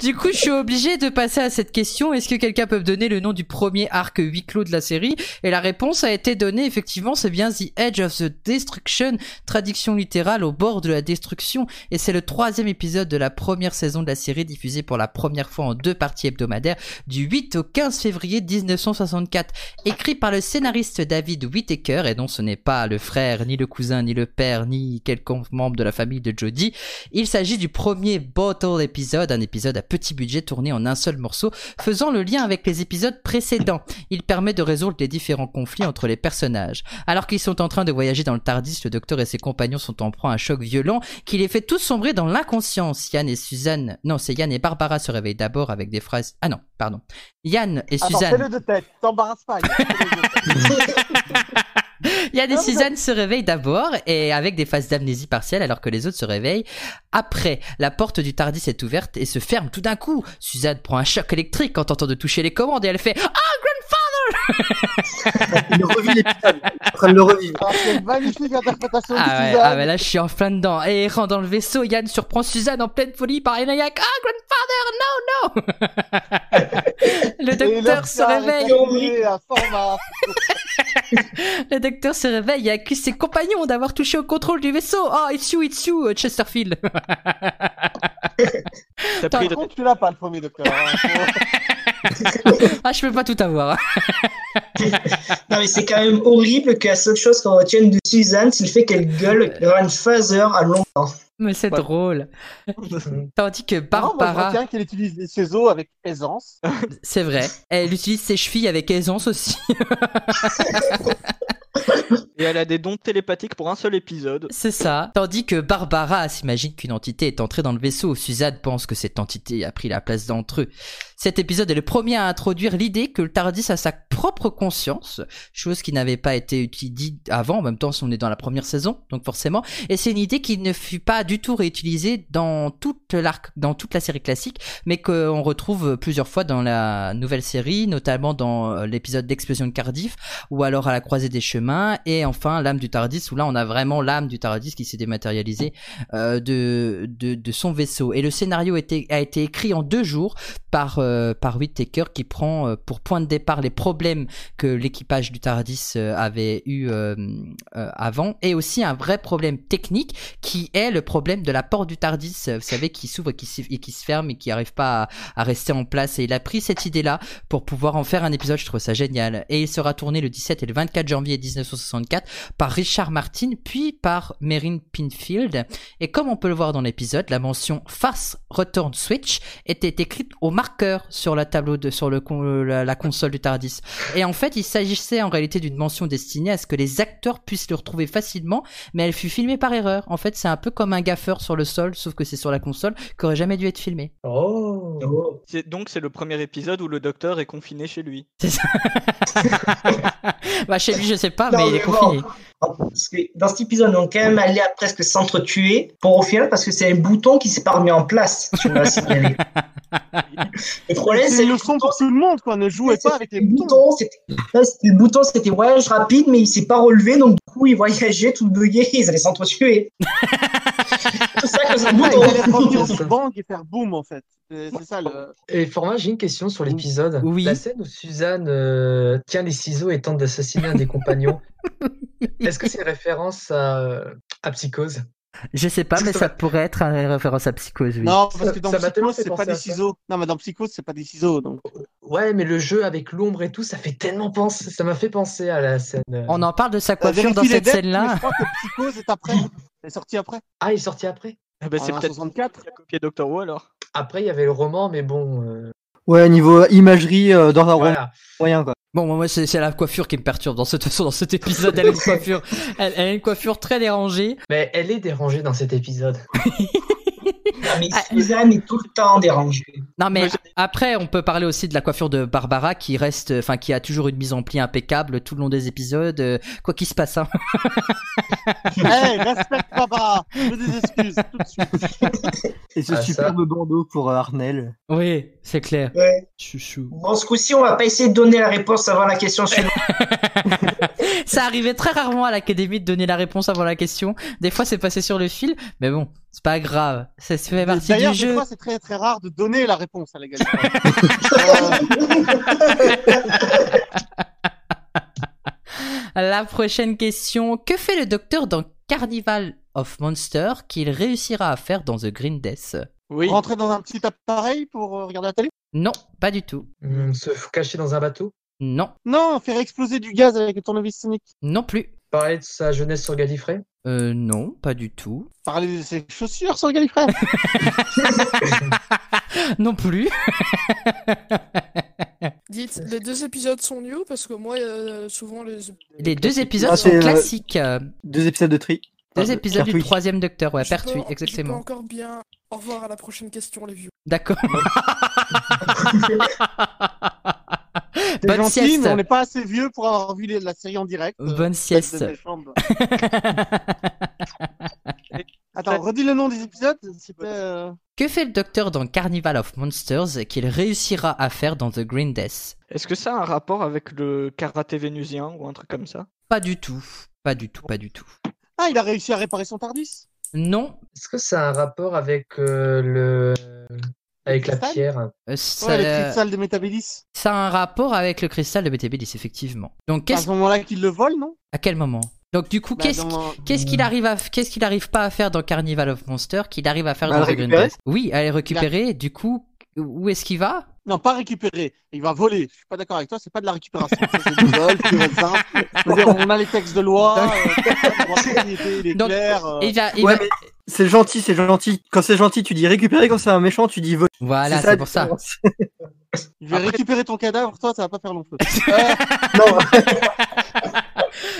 B: Du coup, je suis obligé de passer à cette question. Est-ce que quelqu'un peut me donner le nom du premier arc huis clos de la série Et la réponse a été donnée, effectivement, c'est bien The Edge of the Destruction, traduction littérale au bord de la destruction. Et c'est le troisième épisode de la première saison de la série diffusée pour la première fois en deux parties hebdomadaires du 8 au 15 février 1964. Écrit par le scénariste David Whittaker, et non ce n'est pas le frère, ni le cousin, ni le père, ni quelconque membre de la famille de Jodie, il s'agit du premier Bottle épisode, un épisode à petit budget tourné en un seul morceau, faisant le lien avec les épisodes précédents. Il permet de résoudre les différents conflits entre les personnages. Alors qu'ils sont en train de voyager dans le Tardis, le docteur et ses compagnons sont en proie à un choc violent qui les fait tous sombrer dans l'inconscience. Yann et Suzanne, non, c'est Yann et Barbara se réveillent d'abord avec des phrases, ah non, pardon. Yann et *laughs*
H: Attends,
B: Suzanne.
H: fais-le de tête. T'embarrasse pas. fais-le de tête.
B: Il y a des
H: Non, mais-
B: Suzanne se réveille d'abord et avec des phases d'amnésie partielle alors que les autres se réveillent après. La porte du Tardis est ouverte et se ferme tout d'un coup. Suzanne prend un choc électrique en tentant de toucher les commandes et elle fait Ah
D: Il revit l'épisode. Il est en train de le revivre.
H: Ah, quelle magnifique interprétation de
B: ah ouais,
H: Suzanne.
B: ah ouais, là je suis en plein dedans. Et errant dans le vaisseau, Yann surprend Suzanne en pleine folie par une kayak. Ah grandfather, no
H: *laughs*
B: no Le
H: Et
B: docteur
H: leur
B: se
H: star est
B: réveille.
H: arrivée à format.
B: Le docteur se réveille et accuse ses compagnons d'avoir touché au contrôle du vaisseau. Oh, it's you, it's you, Chesterfield.
C: T'as pris
H: Par
C: de-
H: contre, tu l'as pas le premier
B: *laughs*
H: docteur. hein.
B: Ah, je peux pas tout avoir.
E: Non, mais c'est quand même horrible que la seule chose qu'on retienne de Suzanne, c'est le fait qu'elle gueule Grandfather à longtemps.
B: Mais c'est
C: Ouais.
H: *laughs*
B: drôle. Tandis que
H: Non, moi, je
B: Barbara,
H: retiens qu'il utilise ses os avec aisance.
B: c'est vrai, elle utilise ses chevilles avec aisance aussi.
C: Et elle a des dons télépathiques pour un seul épisode.
B: C'est ça. Tandis que Barbara s'imagine qu'une entité est entrée dans le vaisseau, Suzanne pense que cette entité a pris la place d'entre eux. Cet épisode est le premier à introduire l'idée que le Tardis a sa propre conscience, chose qui n'avait pas été uti- dite avant, en même temps si on est dans la première saison, donc forcément. Et c'est une idée qui ne fut pas du tout réutilisée dans toute, l'arc, dans toute la série classique, mais qu'on retrouve plusieurs fois dans la nouvelle série, notamment dans euh, l'épisode d'Explosion de Cardiff, ou alors à la croisée des chemins, et enfin l'âme du Tardis, où là on a vraiment l'âme du Tardis qui s'est dématérialisée euh, de, de, de son vaisseau. Et le scénario était, a été écrit en deux jours par, euh, par Whittaker qui prend euh, pour point de départ les problèmes que l'équipage du Tardis euh, avait eu euh, euh, avant, et aussi un vrai problème technique qui est le problème de la porte du Tardis, euh, vous savez, qui s'ouvre et qui, s'y- et qui se ferme et qui n'arrive pas à, à rester en place. Et il a pris cette idée-là pour pouvoir en faire un épisode, je trouve ça génial. Et il sera tourné le 17 et le 24 janvier 1964 par Richard Martin, puis par Meryn Pinfield. Et comme on peut le voir dans l'épisode, la mention Fast Return Switch était écrite au marqueur sur la tableau de, sur le con- euh, la, la console du Tardis. Et en fait, il s'agissait en réalité d'une mention destinée à ce que les acteurs puissent le retrouver facilement, mais elle fut filmée par erreur. En fait, c'est un peu comme un gaffeur sur le sol, sauf que c'est sur la console, qui aurait jamais dû être filmé.
A: Oh.
E: Oh.
C: C'est- Donc c'est le premier épisode où le docteur est confiné chez lui.
B: bah, chez lui, je sais pas,
E: Non,
B: mais il est
E: mais bon.
B: confiné.
E: Parce que dans cet épisode, on est quand même allé à presque s'entretuer pour au final, parce que c'est un bouton qui s'est pas remis en place. tu vois, s'il
B: *laughs*
E: y avait. le problème,
H: C'est
E: c'est
H: une
E: le
H: leçon
E: bouton.
H: pour tout le monde, quoi. Ne jouez pas avec les
E: Le
H: boutons.
E: bouton, c'était là, c'était- le bouton, c'était voyage rapide, mais il s'est pas relevé, donc du coup, il voyageait tout bugué, *laughs* ils
B: *laughs*
E: allaient s'entretuer. Tout ça que c'est un
H: Ah, il allait
E: bouton.
H: prendre une
E: *laughs*
D: *laughs*
H: petite bang et faire boum, en fait. C'est c'est ça le.
A: Et Format, j'ai une question sur l'épisode.
B: Oui.
A: La scène où Suzanne euh, tient les ciseaux et tente d'assassiner un
B: *laughs*
A: des compagnons. Est-ce que c'est une référence à, à Psychose
B: Je sais pas, mais ça pourrait être une référence à Psychose, oui.
H: Non, parce que dans
A: Ça m'a tellement
H: Psycho,
A: fait
H: c'est
A: penser
H: pas
A: à
H: des
A: ça.
H: ciseaux. Non, mais dans Psycho, c'est pas des ciseaux. Donc,
A: Ouais, mais le jeu avec l'ombre et tout, ça fait tellement penser. Ça m'a fait penser à la scène. euh,
B: On en parle de sa
H: Euh,
B: coiffure dans
H: vérifie les
B: cette
H: dates, mais
B: scène-là.
H: Je crois que Psychose est après. C'est sorti après.
A: Ah, il est sorti après.
C: Eh ben,
H: En
C: c'est peut-être
H: 64.
C: qui a copié Doctor Who alors.
A: Après, il y avait le roman, mais bon. euh,
D: Ouais, niveau imagerie, euh, dans un roman,
A: voilà.
D: rien quoi.
B: Bon, moi, c'est c'est la coiffure qui me perturbe dans, ce, *laughs* de toute façon, dans cet épisode. Elle a une coiffure, elle, elle a une coiffure très dérangée.
A: Mais elle est dérangée dans cet épisode.
E: Ah, Mais Suzanne est tout le temps dérangée.
B: Non, mais
C: Moi, j'ai-
B: après, on peut parler aussi de la coiffure de Barbara qui reste, enfin, qui a toujours une mise en pli impeccable tout le long des épisodes, euh, quoi qu'il se passe. hein. *laughs*
H: Hey, respecte papa. Je des excuses tout de suite.
D: Et ce
A: Ah, ça.
D: superbe bandeau pour euh, Arnel.
B: Oui, c'est clair.
E: Ouais.
B: Chouchou.
E: Bon, ce coup-ci, on va pas essayer de donner la réponse avant la
B: *laughs*
E: question suivante. *laughs*
B: Ça arrivait très rarement à l'académie de donner la réponse avant la question. Des fois, c'est passé sur le fil, mais bon, c'est pas grave. Ça se fait partie
H: D'ailleurs,
B: du
H: des
B: jeu.
H: fois, c'est très très rare de donner la réponse à la galère.
E: *laughs*
B: La prochaine question. Que fait le docteur dans Carnival of Monsters qu'il réussira à faire dans The Green Death
C: Oui.
H: Rentrer dans un petit appareil pour euh, regarder la télé
B: Non, pas du tout.
A: Hmm, se f- cacher dans un bateau.
B: Non,
H: Non, faire exploser du gaz avec le tournevis sonique.
B: non plus.
A: Parler de sa jeunesse sur Gallifrey.
B: Euh, non, pas du tout. *laughs*
H: Parler de ses chaussures sur Gallifrey.
B: Non plus.
F: Dites, les deux épisodes sont liés ou parce que moi, euh, souvent, les...
B: Les deux épisodes
D: Ah,
B: sont
D: c'est, euh,
B: classiques. euh,
D: Deux épisodes de tri. Ah,
B: Deux
D: Enfin, de-
B: épisodes du
D: Pertwee.
B: troisième docteur, ouais,
F: Je peux-
B: Pertwee,
F: je peux
B: exactement.
F: encore bien. Au revoir à la prochaine question, les vieux.
B: D'accord. *laughs*
H: T'es
B: Bonne
H: gentil,
B: sieste.
H: mais on n'est pas assez vieux pour avoir vu les- la série en direct. euh,
B: Bonne
H: Fête de
B: sieste. *laughs*
H: décembre. Attends, redis le nom des épisodes. C'était. euh,
B: Que fait le docteur dans Carnival of Monsters qu'il réussira à faire dans The Green Death
C: Est-ce que ça a un rapport avec le karaté vénusien ou un truc comme ça
B: Pas du tout. Pas du tout, pas du tout.
H: Ah, il a réussi à réparer son Tardis.
B: Non,
A: Est-ce que ça a un rapport avec euh, le. Avec la
H: cristal
A: pierre
B: euh, ça,
H: Ouais, le cristal de Métabélis.
B: ça a un rapport avec le cristal de Bétébilis, effectivement. Donc,
H: C'est À
B: qu'est-ce-
H: ce moment-là qu'il le vole, non
B: à quel moment Donc, du coup,
H: Bah,
B: qu'est-ce
H: dans-
B: Qu'est-ce qu'il arrive à, qu'est-ce qu'il arrive pas à faire dans Carnival of Monsters qu'il arrive à faire
D: Bah,
B: dans
D: le
B: The Green
D: récupérer.
B: Death Oui, à les récupérer. Du coup, où est-ce qu'il va
H: Non, pas récupérer. Il va voler. Je suis pas d'accord avec toi, c'est pas de la récupération. Ça, C'est du vol, pur et simple. Je veux dire, on a les textes de loi, euh, le droit de propriété, il est
B: *laughs* Donc,
H: clair. euh,
B: Il va, il
D: Ouais,
B: va-
D: mais c'est gentil, c'est gentil. Quand c'est gentil, tu dis récupérer. Quand c'est un méchant, tu dis voler.
B: Voilà, c'est pour ça.
D: *laughs*
H: Je vais récupérer ton cadavre, toi, ça va pas faire long feu.
D: non,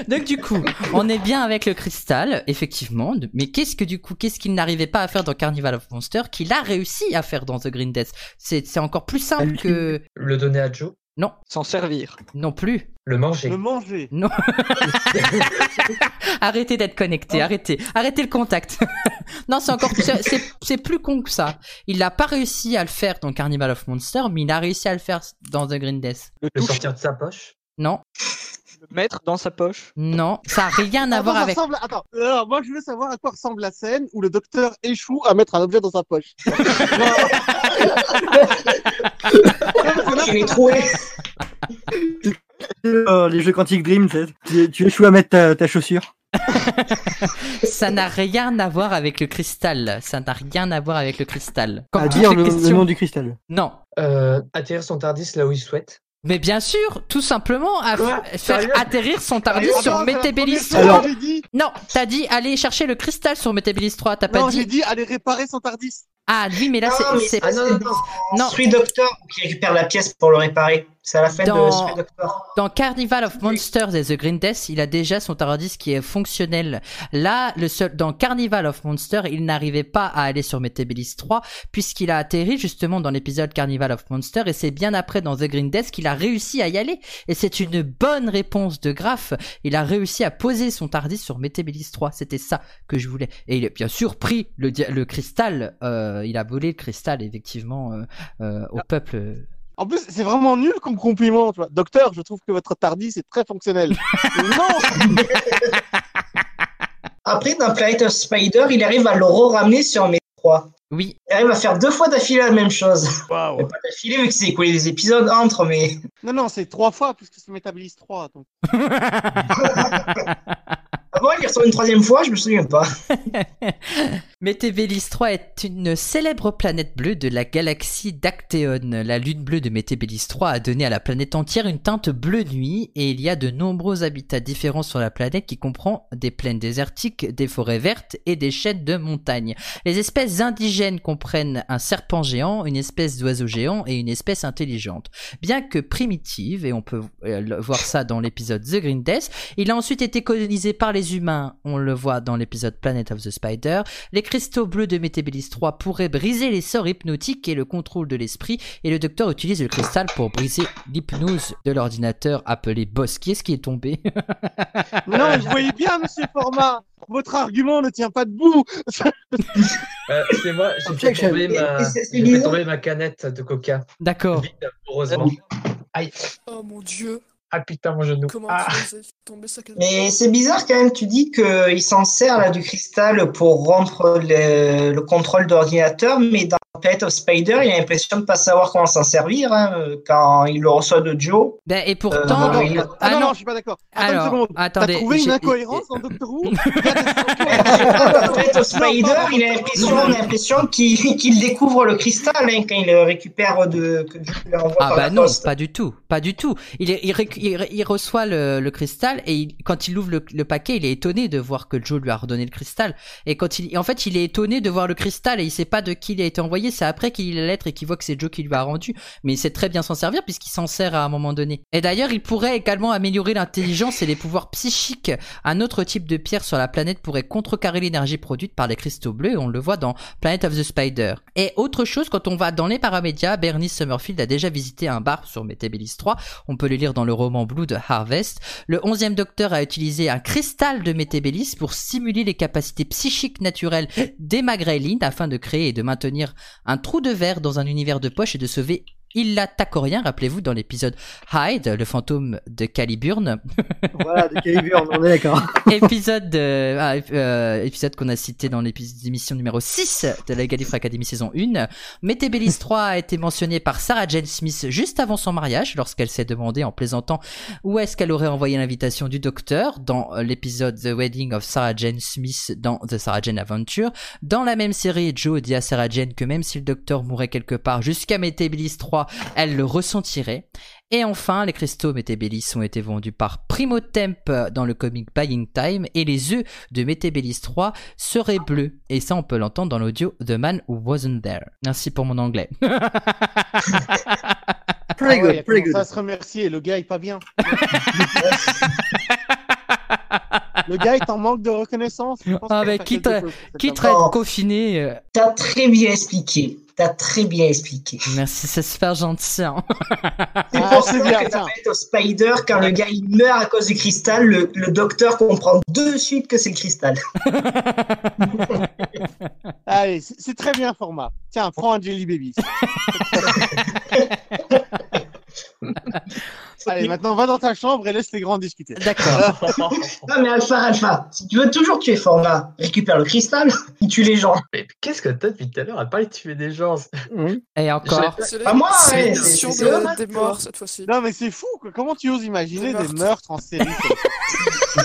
B: Donc du coup, on est bien avec le cristal, effectivement. de- Mais qu'est-ce que du coup, qu'est-ce qu'il n'arrivait pas à faire dans Carnival of Monsters qu'il a réussi à faire dans The Green Death C'est c'est encore plus
H: Bah,
B: simple que
A: Le donner à Joe,
C: S'en servir.
B: non plus.
A: le manger.
H: Le manger.
B: Arrêtez d'être connecté, arrêtez, arrêtez le contact. *laughs* non, c'est encore, c'est- c'est c'est plus con que ça. Il n'a pas réussi à le faire dans Carnival of Monsters, mais il a réussi à le faire dans The Green Death.
C: Le
A: Le
C: toucher,
A: sortir de sa poche.
B: Non,
C: le mettre dans sa poche.
B: non, ça a rien à
H: Attends,
B: voir
H: ça
B: avec.
H: ressemble à- Attends, alors moi je veux savoir à quoi ressemble la scène où le docteur échoue à mettre un objet dans sa poche. Non.
E: Je l'ai trouvé.
D: Euh, les jeux Quantic Dream, tu sais, tu, tu échoues à mettre ta, ta chaussure.
B: Ça n'a rien à voir avec le cristal. Ça n'a rien à voir avec le cristal. Comme
D: à
B: toutes
D: dire
B: les
D: le, le
B: questions.
D: nom du cristal.
B: Non.
A: Euh, atterrir son Tardis là où il souhaite.
B: Mais bien sûr, tout simplement, à
A: Quoi
B: f- faire
A: Sérieux
B: atterrir son tardis
H: Ah, Attends,
B: sur
H: c'est la
B: Métébélis
H: première
B: 3.
H: fois que j'ai dit.
B: Non, t'as dit aller chercher le cristal sur Métébélis 3, t'as pas
H: Non, j'ai
B: dit.
H: dit aller réparer son tardis.
B: Ah oui, mais là, c'est-
E: Non, mais-
B: c'est.
E: ah non, non, non.
B: Non.
E: Street Doctor qui récupère la pièce pour le réparer. C'est à la fin
B: Dans-
E: de Street Doctor.
B: Dans Carnival of Monsters et The Green Death, il a déjà son tardis qui est fonctionnel. Là, le seul, dans Carnival of Monsters, il n'arrivait pas à aller sur Métébélis 3 puisqu'il a atterri justement dans l'épisode Carnival of Monsters et c'est bien après dans The Green Death qu'il a réussi à y aller. Et c'est une bonne réponse de Graf. Il a réussi à poser son tardis sur Métébélis 3. C'était ça que je voulais. Et il a bien sûr pris le, dia- le cristal. euh, il a volé le cristal effectivement euh, euh, au peuple.
H: En plus, c'est vraiment nul comme compliment, tu vois. Docteur, je trouve que votre tardis est très
B: *laughs*
H: fonctionnel. non,
E: Après, dans Planet of Spider, il arrive à le re-ramener sur mes 3.
B: Oui,
E: Il arrive à faire deux fois d'affilée la même chose. Mais Pas d'affilée, vu que c'est écoulé des épisodes entre, mais.
H: non, non, c'est trois fois puisque c'est Métabilis 3. Donc...
E: Avant, il y retourne une troisième fois, je me souviens pas.
B: Métébélis 3 est une célèbre planète bleue de la galaxie d'Actéon. La lune bleue de Métébélis 3 a donné à la planète entière une teinte bleu nuit et il y a de nombreux habitats différents sur la planète qui comprend des plaines désertiques, des forêts vertes et des chaînes de montagnes. Les espèces indigènes comprennent un serpent géant, une espèce d'oiseau géant et une espèce intelligente. Bien que primitive, et on peut euh, le- voir ça dans l'épisode The Green Death, il a ensuite été colonisé par les humains, on le voit dans l'épisode Planet of the Spider, les cristaux bleus de Métébélis 3 pourraient briser les sorts hypnotiques et le contrôle de l'esprit, et le docteur utilise le cristal pour briser l'hypnose de l'ordinateur appelé Boss. Qui est-ce qui est tombé *laughs*
H: Non, vous voyez bien, monsieur Format, votre argument ne tient pas debout.
A: Euh, c'est moi, j'ai
D: Ok,
A: fait,
D: Xavier.
A: tomber ma...
E: Et- et c'est- c'est
A: j'ai fait
E: bizarre.
A: tomber ma canette de coca.
B: D'accord.
H: Euh,
A: Vide, heureusement.
F: Oh mon dieu,
A: Ah putain, mon genou.
F: comment
A: Ah.
F: tu faisais tomber ça quelque
E: Mais c'est bizarre quand même, tu dis qu'il s'en sert là du cristal pour rompre le, le contrôle d'ordinateur, mais dans Planet of Spider, il a l'impression de pas savoir comment s'en servir hein, quand il le reçoit de Joe.
B: Ben, et
E: Euh,
B: pourtant...
E: non,
H: non,
E: il-
H: non,
B: ah
H: ah, non,
B: non.
H: non, je suis pas d'accord. Attends une
B: alors,
H: seconde. T'as
B: attendez...
H: trouvé
B: j'ai-
H: une incohérence dans Doctor Who
E: En fait, au Spider, il a l'impression, on a l'impression qu'il qu'il découvre le cristal hein, quand il le récupère de. Que Dieu lui envoie
B: Ah
E: par
B: bah
E: la
B: non,
E: poste.
B: pas du tout, pas du tout. Il, est- il, récu- il re- il reçoit le, le cristal et il- quand il ouvre le, le paquet, il est étonné de voir que Joe lui a redonné le cristal. Et quand il, en fait, il est étonné de voir le cristal et il sait pas de qui il a été envoyé. C'est après qu'il lit la lettre et qu'il voit que c'est Joe qui lui a rendu. Mais il sait très bien s'en servir puisqu'il s'en sert à un moment donné. Et d'ailleurs, il pourrait également améliorer l'intelligence et les pouvoirs psychiques. Un autre type de pierre sur la planète pourrait contrecarrer l'énergie produite par les cristaux bleus. et On le voit dans Planet of the Spider. Et autre chose, quand on va dans les paramédias, Bernice Summerfield a déjà visité un bar sur Métébélis 3. On peut le lire dans le roman Blue de Harvest. Le 11e docteur a utilisé un cristal de Métébélis pour stimuler les capacités psychiques naturelles des Magrelines afin de créer et de maintenir un trou de verre dans un univers de poche et de sauver Illa Tacorien, rappelez-vous, dans l'épisode Hyde, le fantôme de Caliburn,
D: Voilà, de Caliburn, on est d'accord.
B: épisode de- ah, ép- euh, épisode qu'on a cité dans l'épis- l'émission numéro 6 de la Galifre Academy saison 1. Métébélis 3 a été mentionnée par Sarah Jane Smith juste avant son mariage lorsqu'elle s'est demandé en plaisantant où est-ce qu'elle aurait envoyé l'invitation du docteur dans euh, l'épisode The Wedding of Sarah Jane Smith dans The Sarah Jane Adventure. Dans la même série, Joe dit à Sarah Jane que même si le docteur mourait quelque part jusqu'à Métébélis 3, elle le ressentirait. Et enfin, les cristaux Métébélis ont été vendus par Primotemp dans le comic Buying Time et les œufs de Métébélis 3 seraient bleus. Et ça, on peut l'entendre dans l'audio The Man Who Wasn't There. Merci pour mon anglais.
D: Pretty
H: Ah ouais, il a
D: good, pretty
H: commencé à
D: good.
H: se remercier, le gars est pas bien. *laughs* Le gars est en manque de reconnaissance. Je pense
B: Ah,
H: qu'il va
B: mais
H: faire
B: quitte
H: quelque
B: à-
H: chose, cet
B: Quitte
H: homme.
B: à être confiné. euh,
E: T'as très bien expliqué. T'as très bien expliqué.
B: Merci, c'est super gentil. hein.
E: C'est
H: Ah,
E: pour
H: c'est
E: ça
H: bien,
E: que
H: tiens.
E: t'appelles au Spider, quand le gars il meurt à cause du cristal, le, le docteur comprend de suite que c'est le cristal.
H: Allez, c'est c'est très bien format. Tiens, prends un Jelly Baby. Allez, maintenant va dans ta chambre et laisse les grands discuter.
B: D'accord.
A: Ah.
E: Non "Ah, mais Alpha, Alpha, si tu veux toujours tuer Format, récupère le cristal, *laughs* il tue les gens.
A: *laughs* Mais qu'est-ce que t'as depuis tout à l'heure à parler de tuer des gens
B: Et encore.
E: Pas moi,
F: C'est
E: ouais,
F: une
E: c'est-
F: question
E: c'est
F: de-
E: dommage,
F: des
E: tu vois.
F: morts cette fois-ci.
H: Non mais c'est fou, quoi. comment tu oses
F: Des
H: imaginer des
F: meurtres.
H: meurtres en série comme ça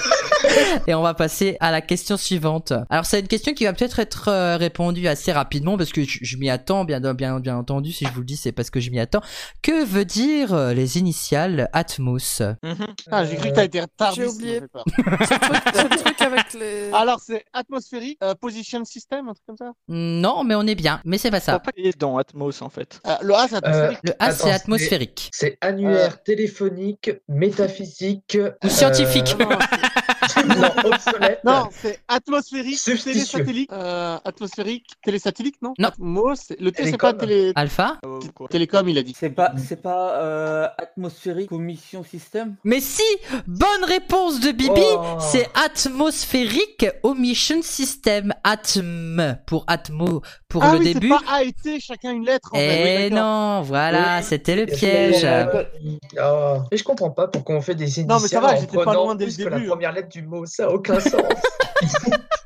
B: Et on va passer à la question suivante. Alors c'est une question qui va peut-être être euh, répondue assez rapidement parce que je, je m'y attends bien, bien bien entendu si je vous le dis c'est parce que je m'y attends. Que veut dire euh, les initiales Atmos
C: Mhm.
H: Putain, J'ai cru que t'as été retardé.
F: j'ai oublié. C'est le truc- c'est le truc avec les.
E: Ah.
H: Alors c'est atmosphérique, euh, position system, un truc comme ça
B: Non mais on est bien, mais c'est pas ça.
C: Il est dans Atmos en fait.
H: Euh, Le A c'est atmosphérique.
B: Le A
A: Attends,
B: c'est
A: c'est-
B: atmosphérique.
A: C'est annuaire
H: Euh.
A: téléphonique, métaphysique.
B: Ou scientifique.
A: euh, non, obsolète.
D: Euh,
H: Non, c'est atmosphérique,
A: Substitut.
H: télésatellite. Euh, atmosphérique, télésatellite, non
B: Non.
H: Atmos, c'est- le T c'est
A: Télécom.
H: pas télé...
B: Alpha
C: Euh, quoi.
H: télécom, il a dit.
I: C'est pas, c'est pas euh, atmosphérique ou mission système
B: Mais si Bonne réponse de Bibi
A: Oh.
B: C'est atmosphérique omission system. Atm pour atmo pour
H: ah
B: le
H: oui,
B: début.
H: c'est pas A et T, chacun une lettre. en fait.
B: Eh
H: Oui, d'accord.
B: non, voilà, c'était le
A: Et
B: piège.
A: c'est- Ah, mais je comprends pas pourquoi on fait des initiales
H: Non, mais ça va,
A: en
H: j'étais pas
A: prenant
H: loin dès le
A: plus que la
H: début, hein.
A: première lettre du mot. Ça a aucun sens.
C: *laughs*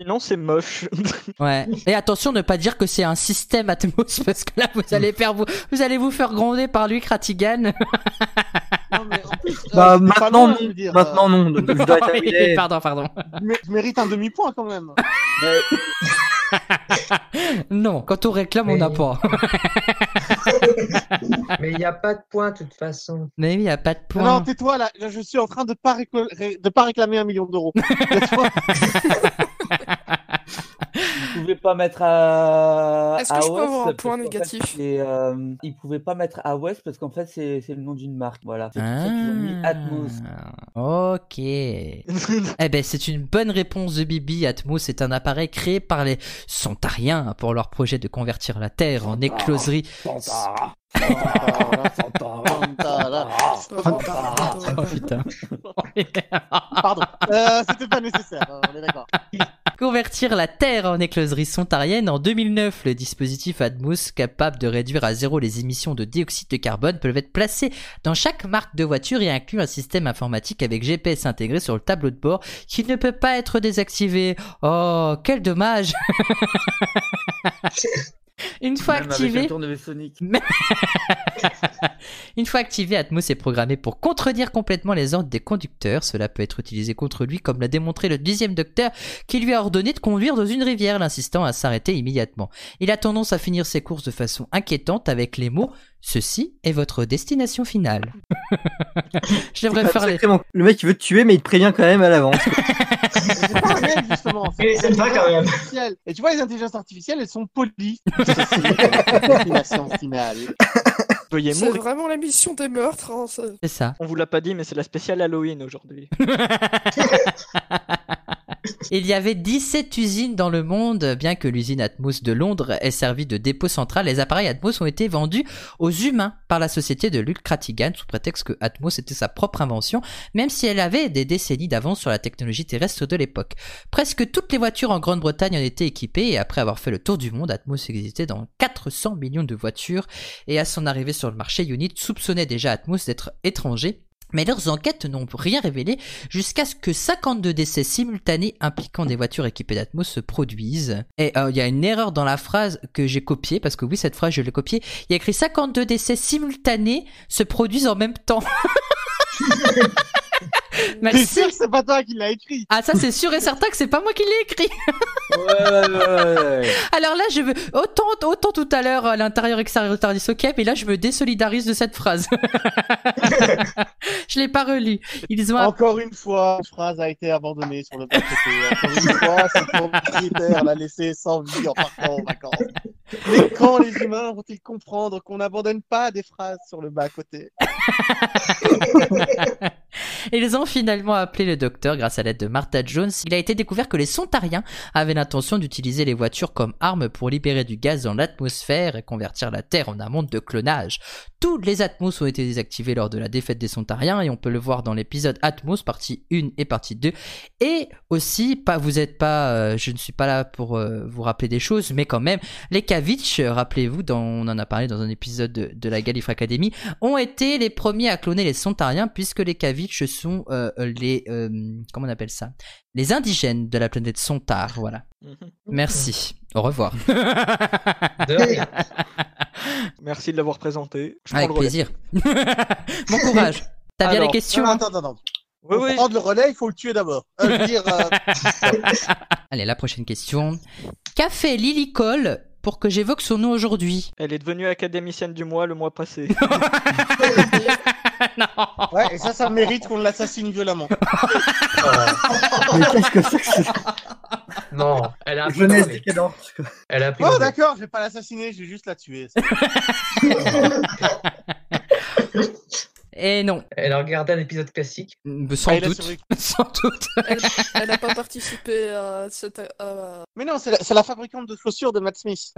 C: Sinon c'est moche. *laughs*
B: Ouais. Et attention, ne pas dire que c'est un système Atmos *laughs* parce que là vous allez faire vous, vous allez vous faire gronder par lui Kratigan.
H: Non, mais en plus, euh,
D: Bah,
H: j'étais pas
D: maintenant,
H: loin,
D: non.
H: je veux dire,
D: Maintenant, non. donc
B: *laughs*
H: *laughs*
D: je dois terminer.
B: pardon, pardon.
H: euh, mais je mérite un demi-point
B: *laughs*
H: quand même.
B: Non, quand on réclame, on
A: Mais-
B: n'a pas. *laughs*
A: mais il n'y a pas de point, de toute façon.
B: Mais il y a pas de point.
H: Non, tais-toi là, là, je suis en train de pas, récol- ré- de pas réclamer un million
B: *laughs*
H: d'euros. *laughs* Tais-toi.
I: Ils pouvaient pas mettre à.
F: Est-ce que
I: à
F: je peux
I: West
F: avoir un
I: parce
F: point
I: qu'en fait,
F: négatif
I: c'est, euh, Ils pouvaient pas mettre à West parce qu'en fait, c'est c'est le nom d'une marque. Voilà. C'est pour ça qu'ils ont mis Atmos.
B: Ah, Ok. eh ben, c'est une bonne réponse de Bibi. Atmos est un appareil créé par les Sontariens pour leur projet de convertir la Terre en écloserie.
I: Tantara.
B: Ah. Oh putain.
H: Pardon, euh, c'était pas nécessaire, euh, on est d'accord.
B: *laughs* Convertir la Terre en écloserie sontarienne en 2009, le dispositif Atmos, capable de réduire à zéro les émissions de dioxyde de carbone, peut être placé dans chaque marque de voiture et inclut un système informatique avec GPS intégré sur le tableau de bord qui ne peut pas être désactivé. Oh, quel dommage *laughs* Une fois
I: Même avec
B: activé,
I: le tournevis Sonic.
B: une fois activé, Atmos est programmé pour contredire complètement les ordres des conducteurs. Cela peut être utilisé contre lui, comme l'a démontré le dixième docteur, qui lui a ordonné de conduire dans une rivière, l'insistant à s'arrêter immédiatement. Il a tendance à finir ses courses de façon inquiétante avec les mots Ceci est votre destination finale. Je devrais
D: C'est
B: faire les.
D: sacrément- Le mec, il veut te tuer, mais il te prévient quand même à l'avance.
H: C'est pas le même, justement.
E: Mais c'est pas quand même.
H: Artificielle. Et tu vois, les intelligences artificielles, elles sont *laughs* polies. Ceci est la destination finale.
C: Veuillez
F: C'est
C: mourir.
F: vraiment la mission des meurtres. hein, ça.
B: C'est ça.
C: On vous l'a pas dit mais c'est la spéciale Halloween aujourd'hui.
B: Il y avait 17 usines dans le monde, bien que l'usine Atmos de Londres ait servi de dépôt central. Les appareils Atmos ont été vendus aux humains par la société de Luc Kratigan sous prétexte que Atmos était sa propre invention, même si elle avait des décennies d'avance sur la technologie terrestre de l'époque. Presque toutes les voitures en Grande-Bretagne en étaient équipées et après avoir fait le tour du monde, Atmos existait dans 400 millions de voitures et à son arrivée sur le marché, Unit soupçonnait déjà Atmos d'être étranger. Mais leurs enquêtes n'ont rien révélé jusqu'à ce que 52 décès simultanés impliquant des voitures équipées d'Atmos se produisent. Et euh, il y a une erreur dans la phrase que j'ai copiée, parce que oui, cette phrase, je l'ai copiée. Il y a écrit 52 décès simultanés se produisent en même temps. *laughs*
H: T'es
B: Merci.
H: sûr que c'est pas toi qui l'as écrit
B: Ah ça c'est sûr et certain que c'est pas moi qui l'ai écrit.
I: Ouais, ouais, ouais, ouais.
B: Alors là je veux autant autant tout à l'heure à l'intérieur extérieur de Tardis ok mais là je me désolidarise de cette phrase. *laughs* je l'ai pas relu. Ils ont
H: Encore une fois, une phrase a été abandonnée sur le papier. Encore une fois, cette propriétaire l'a laissé sans vie en partant en vacances. Mais quand les humains vont-ils comprendre qu'on n'abandonne pas des phrases sur le bas-côté
B: Et ils ont finalement appelé le docteur grâce à l'aide de Martha Jones. Il a été découvert que les Sontariens avaient l'intention d'utiliser les voitures comme arme pour libérer du gaz dans l'atmosphère et convertir la Terre en un monde de clonage. Tous les Atmos ont été désactivés lors de la défaite des Sontariens et on peut le voir dans l'épisode Atmos partie 1 et partie 2. Et aussi, pas, vous êtes pas, euh, je ne suis pas là pour euh, vous rappeler des choses, mais quand même, les Kavitch, euh, rappelez-vous, dans- on en a parlé dans un épisode de, de la Galifre Academy, ont été les premiers à cloner les Sontariens puisque les Kavitch sont euh, les, euh, comment on appelle ça, les indigènes de la planète Sontar, voilà.
C: Mhm.
B: Merci. Au
C: *laughs*
B: revoir.
A: De rien.
C: Merci de l'avoir présenté. Je prends
B: Avec
C: le relais.
B: plaisir. *laughs* bon courage. T'as bien
C: Alors,
B: les questions
H: Non,
B: hein
H: attends, attends, attends.
C: Oui,
H: Pour
C: oui.
H: prendre le relais, il faut le tuer d'abord. Euh, je veux dire, euh,
B: Allez, la prochaine question. Qu'a fait Lily Cole pour que j'évoque son nom aujourd'hui
C: Elle est devenue académicienne du mois le mois passé.
B: Non
H: ouais, et ça, ça mérite qu'on l'assassine violemment.
D: *laughs*
A: Oh,
D: Mais qu'est-ce que c'est que cette
A: Non, elle
H: Ah,
A: a appris
D: jeunesse
A: d'anglais.
D: décadente quoi.
A: Elle a appris
H: Oh,
A: d'anglais.
H: d'accord, je vais pas l'assassiner, je vais juste la tuer.
B: Et Eh non,
A: Elle a regardé un épisode classique.
B: sans
H: Ah, il a
B: doute.
H: survécu.
B: *laughs* Sans doute.
F: Elle elle a pas participé à cette. à-
H: Mais non, c'est la, c'est la fabricante de chaussures de Matt Smith.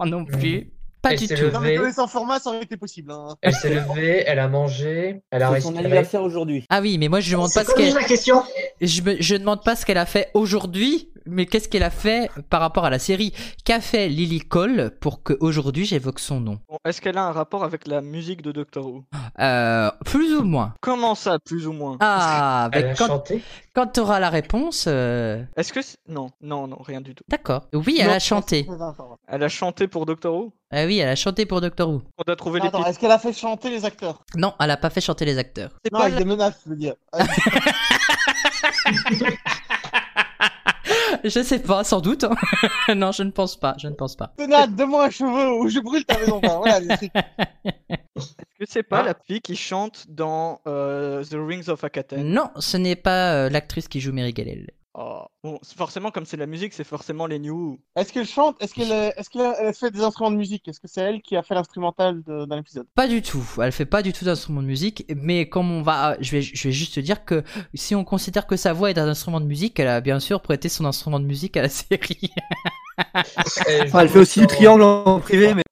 B: Oh, non plus. Pas
A: Et
B: du
A: c'est
B: tout.
A: le-
H: Non, mais
A: Levé.
H: sans format, ça aurait été possible. hein.
A: Elle s'est levée, elle a mangé, elle a
I: C'est son
A: respiré.
I: anniversaire aujourd'hui.
B: Ah oui, mais moi je demande pas
E: C'est
B: ce
E: quoi déjà
B: qu'elle.
E: la question
B: Je, me- je demande pas ce qu'elle a fait aujourd'hui, mais qu'est-ce qu'elle a fait par rapport à la série. Qu'a fait Lily Cole pour que aujourd'hui j'évoque son nom
C: Bon, Est-ce qu'elle a un rapport avec la musique de Doctor Who
B: euh, Plus ou moins.
C: Comment ça, plus ou moins
B: Ah,
A: Elle
B: ben,
A: a
B: quand,
A: chanté.
B: quand t'auras la réponse, euh,
C: Est-ce que c'est- non, non, non, rien du tout.
B: d'accord. Oui, elle
H: Non,
B: a chanté.
H: c'est un format.
C: Elle a chanté pour Doctor Who
B: Ah oui, elle a chanté pour Doctor Who.
C: On a trouvé les
H: Attends,
C: titres.
H: est-ce qu'elle a fait chanter les acteurs
B: Non, elle a pas fait chanter les acteurs. *laughs*
C: C'est
H: Non,
C: pas
H: avec des menaces, je veux dire. Euh, *laughs*
B: Je sais pas, sans doute. hein. *laughs* non, je ne pense pas, je ne pense pas.
H: Tenat, donne-moi un cheveu ou je brûle ta maison. Enfin, voilà, des trucs.
C: Est-ce que c'est pas la fille qui chante dans euh, The Rings of Akaten
B: Non, ce n'est pas euh, l'actrice qui joue Mary Gallel.
C: Oh. Bon, c'est forcément, comme c'est la musique, c'est forcément les New Who.
H: Est-ce qu'elle chante Est-ce qu'elle est-ce qu'elle a- elle a fait des instruments de musique Est-ce que c'est elle qui a fait l'instrumental de- dans l'épisode
B: Pas du tout. Elle fait pas du tout d'instrument de musique. Mais comme on va, je vais, je vais juste te dire que si on considère que sa voix est un instrument de musique, elle a bien sûr prêté son instrument de musique à la *laughs* série.
A: Elle,
D: Enfin, elle fait aussi du triangle en privé, mais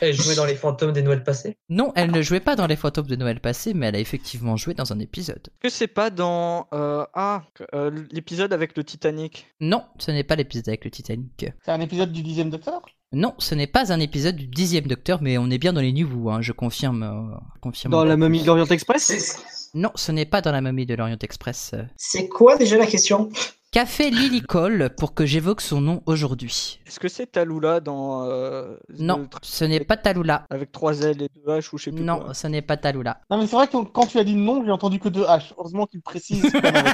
A: Elle jouait dans les fantômes des Noëls passés.
B: non, elle ne jouait pas dans les fantômes de Noël passé, mais elle a effectivement joué dans un épisode.
C: Est-ce que c'est pas dans euh, ah, euh, l'épisode avec le Titanic
B: Non, ce n'est pas l'épisode avec le Titanic.
H: C'est un épisode du dixième Docteur
B: Non, ce n'est pas un épisode du dixième Docteur, mais on est bien dans les New Who, hein, je confirme. euh, je confirme.
D: dans la momie de l'Orient Express.
E: C'est-
B: Non, ce n'est pas dans la momie de l'Orient Express. euh.
E: C'est quoi déjà la question
B: Qu'a fait Lily Cole pour que j'évoque son nom aujourd'hui
C: Est-ce que c'est Talula dans euh, The
B: Non,
C: Tra-
B: ce n'est pas Talula.
C: avec 3 L et 2 H ou je sais plus
B: Non,
C: quoi.
B: ce n'est pas Talula.
H: Non, mais c'est vrai que quand tu as dit non, j'ai entendu que deux H. Heureusement qu'il *laughs* précise. quand même.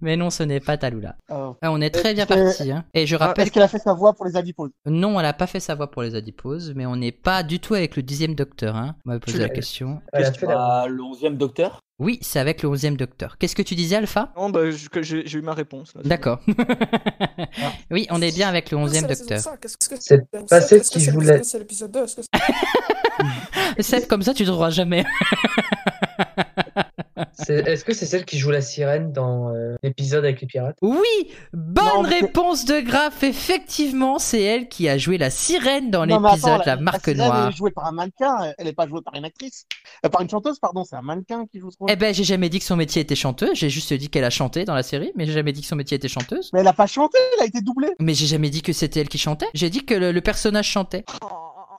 B: Mais non, ce n'est pas Talula.
H: Euh,
B: Ah, on est très bien
H: Est-ce que-
B: parti. Hein. Et je rappelle
H: Est-ce qu'elle a fait sa voix pour les adiposes
B: que non, elle n'a pas fait sa voix pour les adiposes, mais on n'est pas du tout avec le dixième docteur. Hein. On m'a posé la
A: l'as-
B: question.
A: Elle a
C: Qu'est-ce
A: fait la-
I: Bah, le 11 docteur.
B: Oui, c'est avec le onzième docteur. Qu'est-ce que tu disais, Alpha
C: Non, bah, je- que j'ai j'ai eu ma réponse. là, c'est
B: D'accord.
H: Ah.
B: oui, on est bien avec le onzième
F: Ah, c'est la
B: docteur.
F: saison cinq. Est-ce que
A: C'est
F: la saison
A: pas
F: cinq
A: celle
F: Est-ce que
A: qui
F: c'est-
A: joue
F: est-ce
A: la-
F: que C'est l'épisode 2. Est-ce que
B: Seb, comme ça, tu ne trouveras jamais.
A: C'est- Est-ce que c'est celle qui joue la sirène dans euh, l'épisode avec les pirates
B: Oui, bonne
H: Non, mais-
B: réponse de Graff. Effectivement, c'est elle qui a joué la sirène dans
H: Non, mais attends,
B: l'épisode La Marque
H: sirène,
B: Noire.
H: Elle est jouée par un mannequin, elle est pas jouée par une actrice. Euh, par une chanteuse, pardon, c'est un mannequin qui joue ce rôle.
B: Eh ben, j'ai jamais dit que son métier était chanteuse. J'ai juste dit qu'elle a chanté dans la série, mais j'ai jamais dit que son métier était chanteuse.
H: Mais elle a pas chanté, elle a été doublée.
B: Mais j'ai jamais dit que c'était elle qui chantait. J'ai dit que le, le personnage chantait.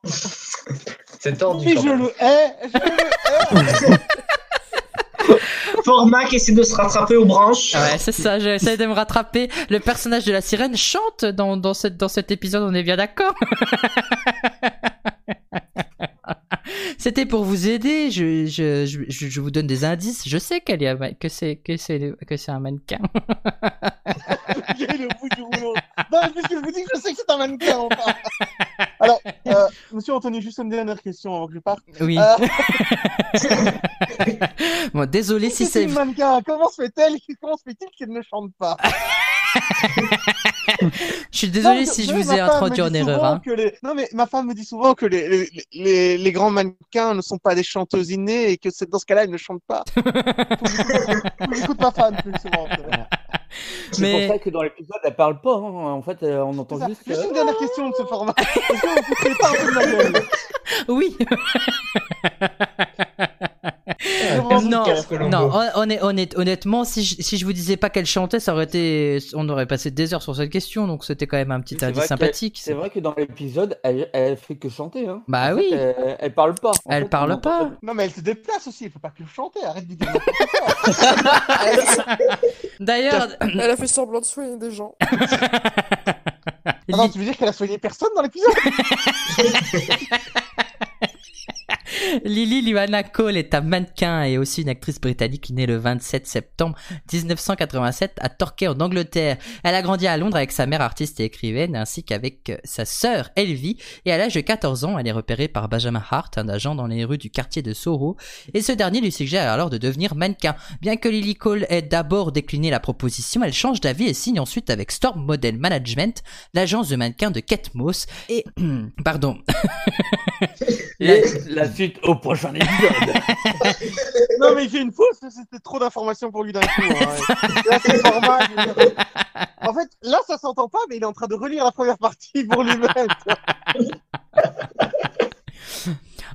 A: C'est
H: Mais
A: tordu. quand
H: je
A: même.
H: le hais, je le
E: Format qui essaie de se rattraper aux branches.
B: Ouais, c'est ça. J'essaie de me rattraper. Le personnage de la sirène chante dans, dans, cette, dans cet épisode. On est bien d'accord. *laughs* C'était pour vous aider. Je, je, je, je- je vous donne des indices. Je sais qu'elle est, un ma- que c'est, que c'est, que c'est un mannequin.
H: J'ai le bout du rouleau. Non, mais parce que je vous dis que je sais que c'est un mannequin. enfin. Alors, euh, monsieur Anthony, juste une dernière question avant que je parte.
B: Oui.
H: Euh,
B: Bon, désolé si
H: c'est
B: c'est
H: une mannequin. Comment se fait-elle Comment se fait-il qu'elle ne chante pas
B: Je suis désolé si je
H: oui,
B: vous
H: ma
B: ai
H: femme me
B: introduit en
H: dit
B: erreur.
H: souvent
B: hein.
H: que les- Non, mais ma femme me dit souvent que les, les, les, les grands mannequins ne sont pas des chanteuses innées et que c'est dans ce cas-là, ils ne chantent
B: *laughs*
H: pas. Faut que j'écoute- faut que J'écoute ma femme plus souvent.
I: C'est
B: Mais-
I: pour ça que dans l'épisode, elle parle pas. hein. En fait, euh, on entend
H: Ça.
I: juste.
H: Juste
I: euh,
H: une dernière question de ce format. Est-ce que vous foutez pas un peu de ma gueule
B: Oui.
H: Vraiment,
B: Non,
A: Casque Colombo.
B: non, hon- honnêt- honnêt- honnêtement, si je, si je vous disais pas qu'elle chantait, ça aurait été, on aurait passé des heures sur cette question, donc c'était quand même un petit
I: C'est
B: indice
I: vrai que-
B: sympathique.
I: C'est vrai que dans l'épisode, elle, elle fait que chanter. Hein.
B: Bah
I: En
B: oui.
I: fait, elle, elle parle pas. En
B: Elle
I: fait,
B: parle
I: on entend
B: pas.
H: Non, mais elle se déplace aussi, il faut pas que chanter, arrête de dire.
B: D'ailleurs,
F: Elle a fait semblant de soigner des gens.
H: Ah non, tu veux dire qu'elle a soigné personne dans l'épisode
B: Lily Luana Cole est un mannequin et aussi une actrice britannique née le 27 septembre 1987 à Torquay en Angleterre. Elle a grandi à Londres avec sa mère artiste et écrivaine ainsi qu'avec euh, sa sœur Elvie et à l'âge de 14 ans elle est repérée par Benjamin Hart, un agent dans les rues du quartier de Soho et ce dernier lui suggère alors de devenir mannequin. Bien que Lily Cole ait d'abord décliné la proposition, elle change d'avis et signe ensuite avec Storm Model Management, l'agence de mannequins de Kate Moss et... *clears throat* Pardon.
I: Et la suite au prochain épisode.
H: Non, mais il fait une fausse, c'était trop d'informations pour lui d'un coup. hein. Là, c'est le format. je veux dire. En fait, là, ça s'entend pas, mais il est en train de relire la première partie pour lui-même.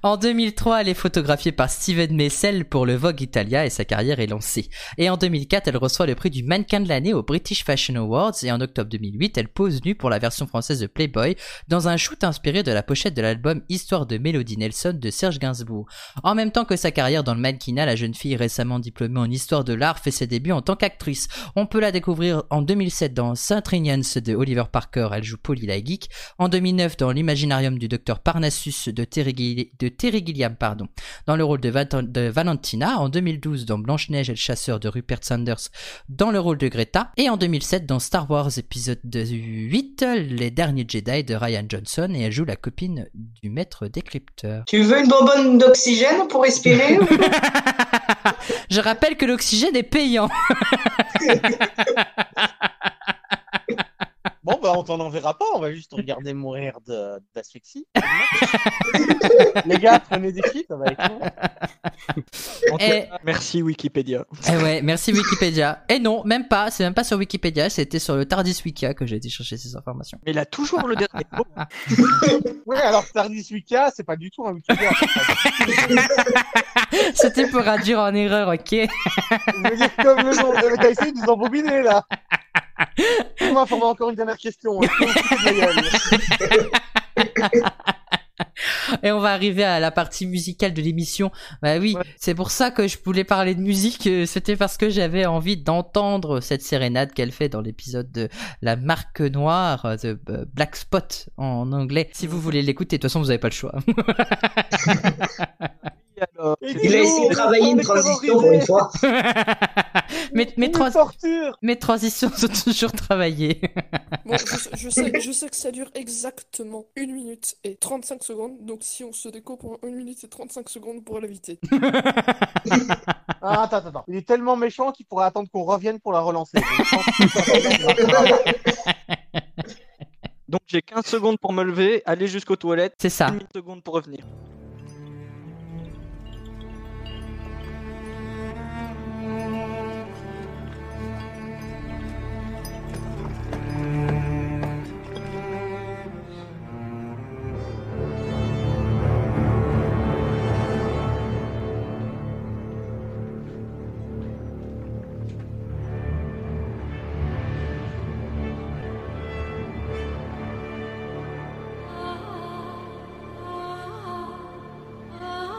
B: En 2003, elle est photographiée par Steven Messel pour le Vogue Italia et sa carrière est lancée. Et en 2004, elle reçoit le prix du mannequin de l'année au British Fashion Awards et en octobre 2008, elle pose nue pour la version française de Playboy dans un shoot inspiré de la pochette de l'album Histoire de Melody Nelson de Serge Gainsbourg. En même temps que sa carrière dans le mannequinat, la jeune fille récemment diplômée en histoire de l'art fait ses débuts en tant qu'actrice. On peut la découvrir en 2007 dans Saint Trinians de Oliver Parker, elle joue Polly la geek, en 2009 dans l'Imaginarium du docteur Parnassus de Terry, Gilli- de Terry Gilliam pardon, dans le rôle de, Vat- de Valentina, en 2012 dans Blanche-Neige et le chasseur de Rupert Sanders dans le rôle de Greta, et en 2007 dans Star Wars épisode 8, Les Derniers Jedi de Ryan Johnson, et elle joue la copine du maître décrypteur.
E: Tu veux une bonbonne d'oxygène pour respirer ou-
B: Je rappelle que l'oxygène est *laughs* payant.
H: Bon, bah, on t'en enverra pas, on va juste regarder mourir de- d'asphyxie. Les gars, prenez des kits, ça va être bon.
C: En tout
B: Et-
C: cas, Merci Wikipédia.
B: Eh ouais, merci Wikipédia. Et non, même pas, c'est même pas sur Wikipédia, c'était sur le Tardis Wiki que j'ai été chercher ces informations.
C: Mais il a toujours le dernier
B: *laughs*
C: mot.
H: Ouais, alors Tardis Wicca, c'est pas du tout un Wikipédia.
B: C'était pour induire en erreur, ok
H: Je veux dire, comme le nom, euh, t'as essayé de nous embobiner, là. Moi, faut encore une dernière question. hein.
B: Et on va arriver à la partie musicale de l'émission. Bah oui, c'est pour ça que je voulais parler de musique. euh, C'était parce que j'avais envie d'entendre cette sérénade qu'elle fait dans l'épisode de La Marque Noire, euh, The euh, Black Spot en anglais. Si vous voulez l'écouter, de toute façon, vous n'avez pas le choix. *laughs*
C: Alors,
E: Il a essayé de travailler une transition pour une fois.
B: mes, mes,
H: trois
B: trans-
H: torture.
B: mes transitions sont toujours travaillées. *laughs*
F: Bon, je, je sais, je sais que ça dure exactement 1 minute et 35 secondes, donc si on se déco pendant 1 minute et 35 secondes, on pourra l'éviter.
H: Ah, attends, attends, attends. Il est tellement méchant qu'il pourrait attendre qu'on revienne pour la relancer. Je pense que
C: donc j'ai 15 secondes pour me lever, aller jusqu'aux toilettes,
B: C'est ça.
C: 1 seconde pour revenir.
J: Ah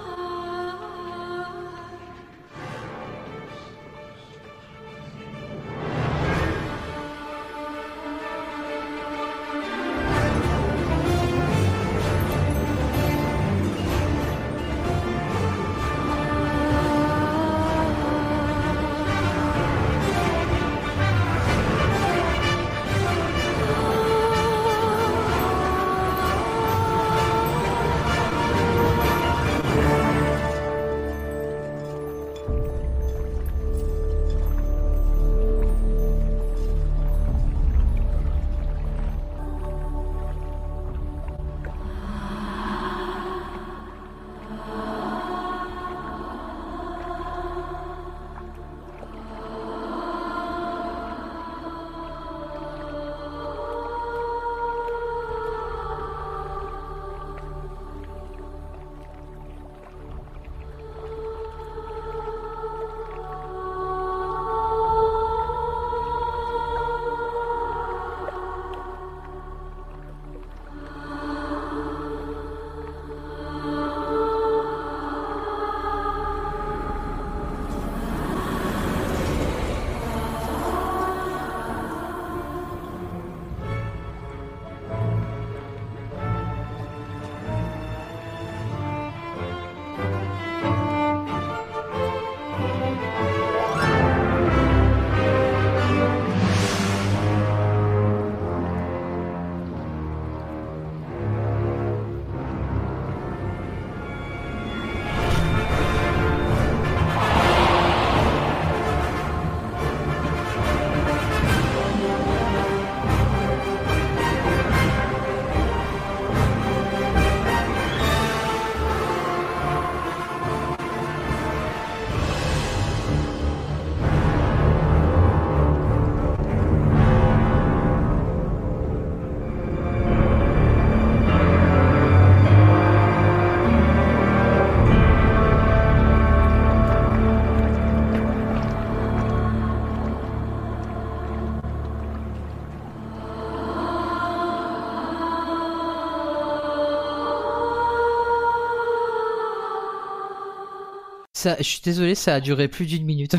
B: Ça, je suis désolé, ça a duré plus d'une minute.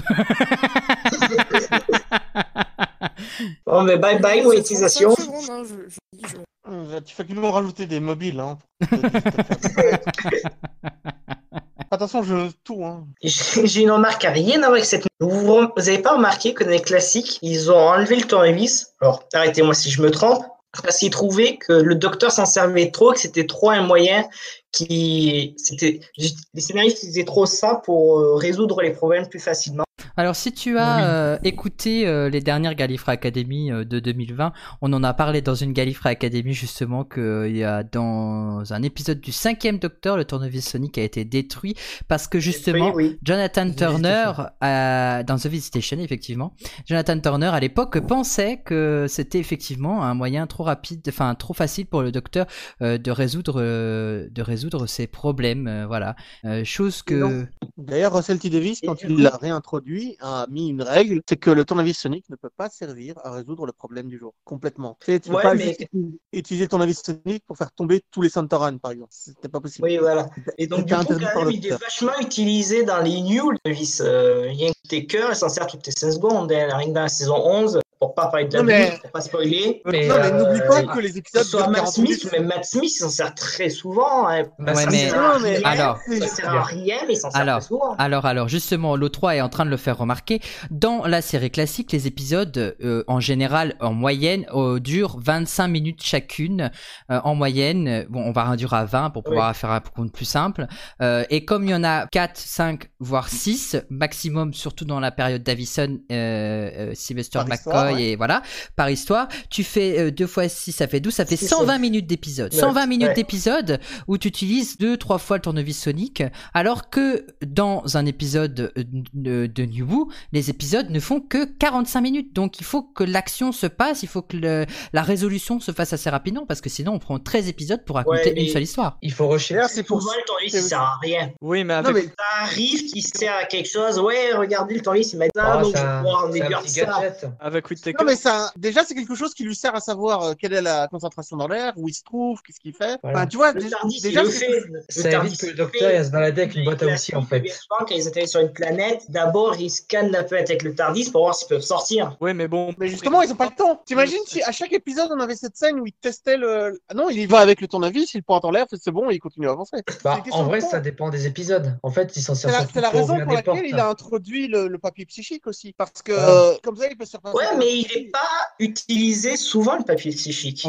E: Bon, mais bye bye,
F: C'est
E: monétisation.
F: 35 secondes, hein, je- je dis, je-
H: Euh, Tu fais que nous rajouter des mobiles. Hein, pour-
E: *laughs*
H: Attention, je tout. Hein.
E: J'ai j'ai une remarque qui n'a rien à voir avec cette. Vous vous- vous avez pas remarqué que dans les classiques, ils ont enlevé le tournevis Alors, arrêtez-moi si je me trompe, parce qu'ils trouvaient que le docteur s'en servait trop, que c'était trop un moyen qui. C'était. Les scénaristes utilisaient trop ça pour euh, résoudre les problèmes plus facilement.
B: Alors, si tu as
E: Oui.
B: euh, écouté euh, les dernières Gallifrey Academy euh, de 2020, on en a parlé dans une Gallifrey Academy justement que euh, il y a dans un épisode du cinquième Docteur, le tournevis Sonic a été détruit parce que justement
E: Oui, oui.
B: Jonathan
I: The
B: Turner,
I: Visitation.
B: euh, dans The Visitation, effectivement, Jonathan Turner, à l'époque, pensait que c'était effectivement un moyen trop rapide, enfin, trop facile pour le docteur euh, de résoudre euh, de résoudre ses problèmes, euh, voilà. Euh, chose que...
H: Non. D'ailleurs, Russell T. Davis, quand il l'a réintroduit, a mis une règle, c'est que le tournevis sonique ne peut pas servir à résoudre le problème du jour, complètement. Tu sais, tu peux
E: Ouais,
H: pas
E: mais-
H: juste utiliser ton avis sonique pour faire tomber tous les Santoran, par exemple. C'était pas possible.
E: Oui, voilà. Et donc,
H: C'était
E: du coup,
H: interdit
E: quand
H: par
E: même,
H: le
E: il est
H: docteur.
E: vachement utilisé dans les news, le vis. Euh, il y a un petit cœur, il s'en sert toutes les 16 secondes, hein, rien que dans la saison 11, pour pas parler de la
H: Non, mais-
E: news, pour pas spoiler.
A: Mais,
H: non, mais
A: euh,
H: n'oublie pas que les
E: Que
H: épisodes
E: ce soit
H: durent
E: Matt
H: 40 minutes.
E: Smith, mais Matt Smith, il s'en sert très souvent. hein.
A: Bah,
B: Ouais,
A: ça,
B: mais-
A: c'est-
H: Non, mais euh,
E: Ah,
B: Alors,
E: Ça sert à rien, mais il s'en sert
B: Alors.
E: très souvent.
B: Alors, alors, justement, l'O3 est en train de le faire remarquer. Dans la série classique, les épisodes, euh, en général, en moyenne, euh, durent 25 minutes chacune. Euh, en moyenne, euh, bon, on va réduire à 20 pour pouvoir faire un compte plus simple. Euh, et comme il y en a 4, 5, voire 6, maximum, surtout dans la période d'Avison, euh, euh, Sylvester
H: Par
B: McCoy
H: histoire, ouais.
B: et voilà, par histoire, tu fais 2 fois 6, ça fait 12, ça fait
E: C'est
B: 120
E: ça.
B: minutes d'épisode.
E: Ouais,
B: 120 minutes
E: ouais.
B: d'épisode où tu utilises 2-3 fois le tournevis sonique. Alors que dans un épisode euh, de de New Who, les épisodes ne font que 45 minutes. Donc il faut que l'action se passe, il faut que le- la résolution se fasse assez rapidement parce que sinon on prend 13 épisodes pour raconter
E: Ouais, mais-
B: une seule histoire.
A: Il faut rusher.
H: D'ailleurs, ah, c'est pour
E: Souvent,
H: ça.
E: le tournevis, il sert à rien.
C: Oui, mais
H: Non,
C: avec
H: mais
E: Ça arrive qu'il sert à quelque chose. Ouais, regardez le tournevis, il m'a dit ça,
A: Ah,
E: donc
A: c'est
E: je vais
A: un-
E: pouvoir en
A: c'est un
E: déduire
A: petit
E: ça.
A: gadget.
C: avec With Taken-
H: Non, mais ça, déjà, c'est quelque chose qui lui sert à savoir euh, quelle est la concentration dans l'air, où il se trouve, qu'est-ce qu'il fait.
A: Voilà.
H: Enfin, tu vois,
E: Le
H: déjà,
E: Tardis, il
H: déjà,
E: le
H: c'est-
E: fait.
A: Ça
E: Le
A: évite
E: Tardis,
A: que le
E: il
A: docteur
E: fait.
A: il va se balader avec une boîte à
E: Les
A: outils, en
E: classiques, bien
A: fait.
E: souvent, Quand ils atterrissent sur une planète, d'abord ils scannent la planète avec le Tardis pour voir s'ils peuvent sortir.
C: Oui, mais bon.
H: Mais justement, ils ont pas le temps. T'imagines si à chaque épisode on avait cette scène où il testait le. Ah non, il y va avec le tournevis, il prend en l'air, c'est bon, il continue à avancer.
A: Bah,
H: une question
A: en
H: de
A: vrai,
H: temps.
A: ça dépend des épisodes. En fait, ils s'en
H: C'est
A: servent
H: la,
A: surtout
H: c'est la
A: pour
H: raison
A: ouvrir
H: pour
A: des
H: laquelle
A: portes. hein.
H: il a introduit le, le papier psychique aussi. Parce que
A: Ouais.
H: euh, comme ça, il peut se repasser.
E: Ouais, mais il n'est pas utilisé souvent le papier psychique.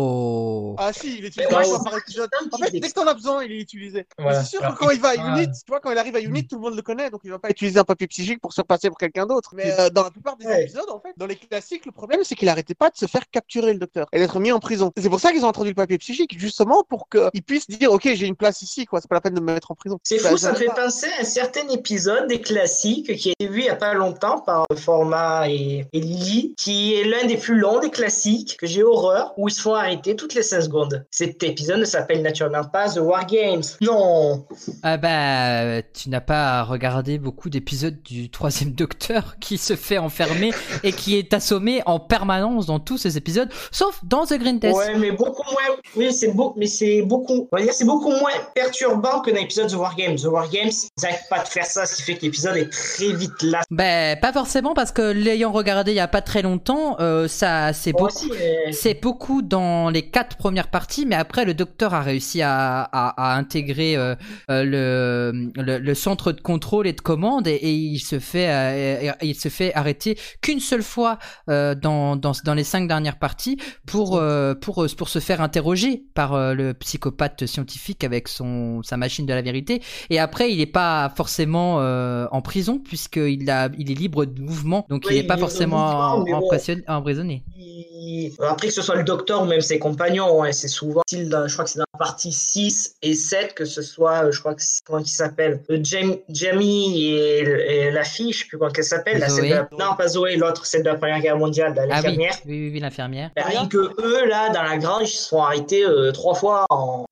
B: Oh.
H: Ah si, il est utilisé
E: Mais
H: une
E: ouais.
H: fois par épisode.
E: Putain,
H: En fait,
E: qu'il
H: dès que t'en as besoin, il est utilisé. Mais
A: Voilà.
H: C'est sûr
A: Alors,
H: que quand il Hmm. va à
A: voilà.
H: Unit, tu vois, quand il arrive à Unit, tout le monde le connaît, donc il va pas utiliser un papier psychique pour se passer pour quelqu'un d'autre. Mais euh, dans la plupart des
E: Ouais.
H: épisodes, en fait, dans les classiques, le problème, c'est qu'il arrêtait pas de se faire capturer le docteur et d'être mis en prison. C'est pour ça qu'ils ont introduit le papier psychique, justement pour qu'il puisse dire, ok, j'ai une place ici, quoi, c'est pas la peine de me mettre en prison.
E: C'est
H: Bah,
E: fou, ça me
H: j'arrive
E: fait
H: pas.
E: penser à un certain épisode des classiques qui a été vu il n'y a pas longtemps par Format et, et Lily, qui est l'un des plus longs des classiques que j'ai horreur, où ils se font arrêter toutes les 5 secondes. Cet épisode ne s'appelle naturellement pas The War Games. Non
B: Ah bah, tu n'as pas regardé beaucoup d'épisodes du troisième Docteur *laughs* qui se fait enfermer et qui est assommé en permanence dans tous ces épisodes, sauf dans The Green Test.
E: Ouais, mais beaucoup moins. Oui, c'est beau, mais c'est beaucoup. On va dire c'est beaucoup moins perturbant qu'un épisode The War Games. The War Games, ils n'arrêtent pas de faire ça, ce qui fait que l'épisode est très vite là.
B: Ben, pas forcément parce que l'ayant regardé il y a pas très longtemps, euh, ça c'est beaucoup.
E: Euh,
B: C'est beaucoup dans les quatre premières parties, mais après le docteur a réussi à, à- à intégrer euh, euh, le, le, le centre de contrôle et de commande et, et il se fait euh, et- et il se fait arrêter qu'une seule fois euh, dans, dans dans les cinq dernières parties pour euh, pour euh, pour se faire interroger par euh, le psychopathe scientifique avec son sa machine de la vérité et après il n'est pas forcément euh, en prison puisqu'il a il est libre de mouvement donc
E: Oui,
B: il n'est pas
E: il est libre de
B: forcément
E: mouvement,
B: en-
E: mais bon.
B: emprisonné- emprisonné.
E: Il- Après que ce soit le docteur ou même ses compagnons, hein, c'est souvent, style dans- je crois que c'est dans la partie 6 et 7 que ce soit, euh, je crois que c'est comment il s'appelle, euh, Jam- Jamie et, et la fille, je sais plus comment elle s'appelle, là,
B: Zoé.
E: celle de la- non pas Zoé, l'autre, celle de la Première Guerre mondiale, la
B: Ah oui,
E: l'infirmière.
B: oui, oui, oui, l'infirmière.
E: Bah, rien que eux, là, dans la grange, ils se sont arrêtés euh, trois fois en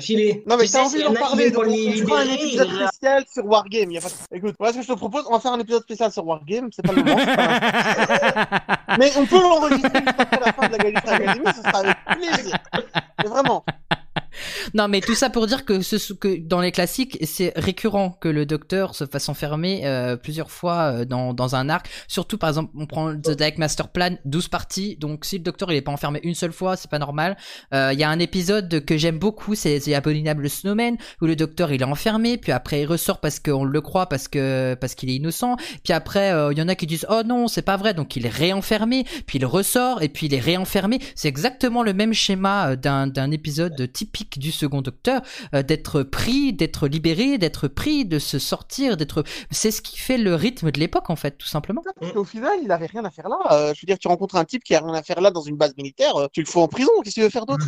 E: filé.
H: Non mais t'as envie d'en parler,
E: pour
H: donc
E: les
H: on fera un
E: libérer,
H: épisode
E: il y en a-
H: spécial sur Wargame. Y a pas... de- Écoute, voilà ce que je te propose, on va faire un épisode spécial sur Wargame, c'est pas le moment. c'est pas
E: *laughs*
H: grave. mais on peut l'enregistrer juste après la fin de la Galifrey Academy, ce sera avec plaisir. Mais vraiment.
B: Non, mais tout ça pour dire que, ce, que dans les classiques, c'est récurrent que le docteur se fasse enfermer euh, plusieurs fois euh, dans, dans un arc. Surtout, par exemple, on prend The Dark Master Plan, 12 parties. Donc, si le docteur il est pas enfermé une seule fois, c'est pas normal. Euh, Il y a un épisode que j'aime beaucoup, c'est The Abominable Snowman, où le docteur il est enfermé, puis après il ressort parce qu'on le croit, parce que parce qu'il est innocent. Puis après, euh, il y en a qui disent oh non, c'est pas vrai, donc il est réenfermé, puis il ressort et puis il est réenfermé. C'est exactement le même schéma euh, d'un d'un épisode typique du second docteur, euh, d'être pris, d'être libéré, d'être pris, de se sortir, d'être. C'est ce qui fait le rythme de l'époque en fait, tout simplement.
H: Parce qu'au final, il avait rien à faire là. Euh, je veux dire, tu rencontres un type qui a rien à faire là dans une base militaire, euh, tu le fous en prison, qu'est-ce que tu veux faire
E: *laughs*
H: d'autre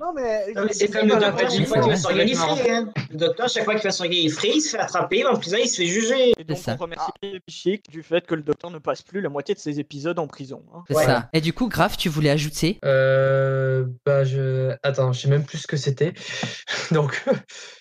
H: Non, mais.
E: Non, mais c'est comme le docteur, chaque fois qu'il va sur Gallifrey. hein. Le docteur, chaque fois qu'il va sur Gallifrey, il se fait attraper, en prison, il se fait juger.
C: Et donc,
B: C'est ça.
C: on remercie Chic du fait que le docteur ne passe plus la moitié de ses épisodes en prison. hein.
B: C'est
E: Ouais.
B: ça. Et du coup, Graf, tu voulais ajouter
A: Euh, bah je attends, je sais même plus ce que c'était. *laughs* Donc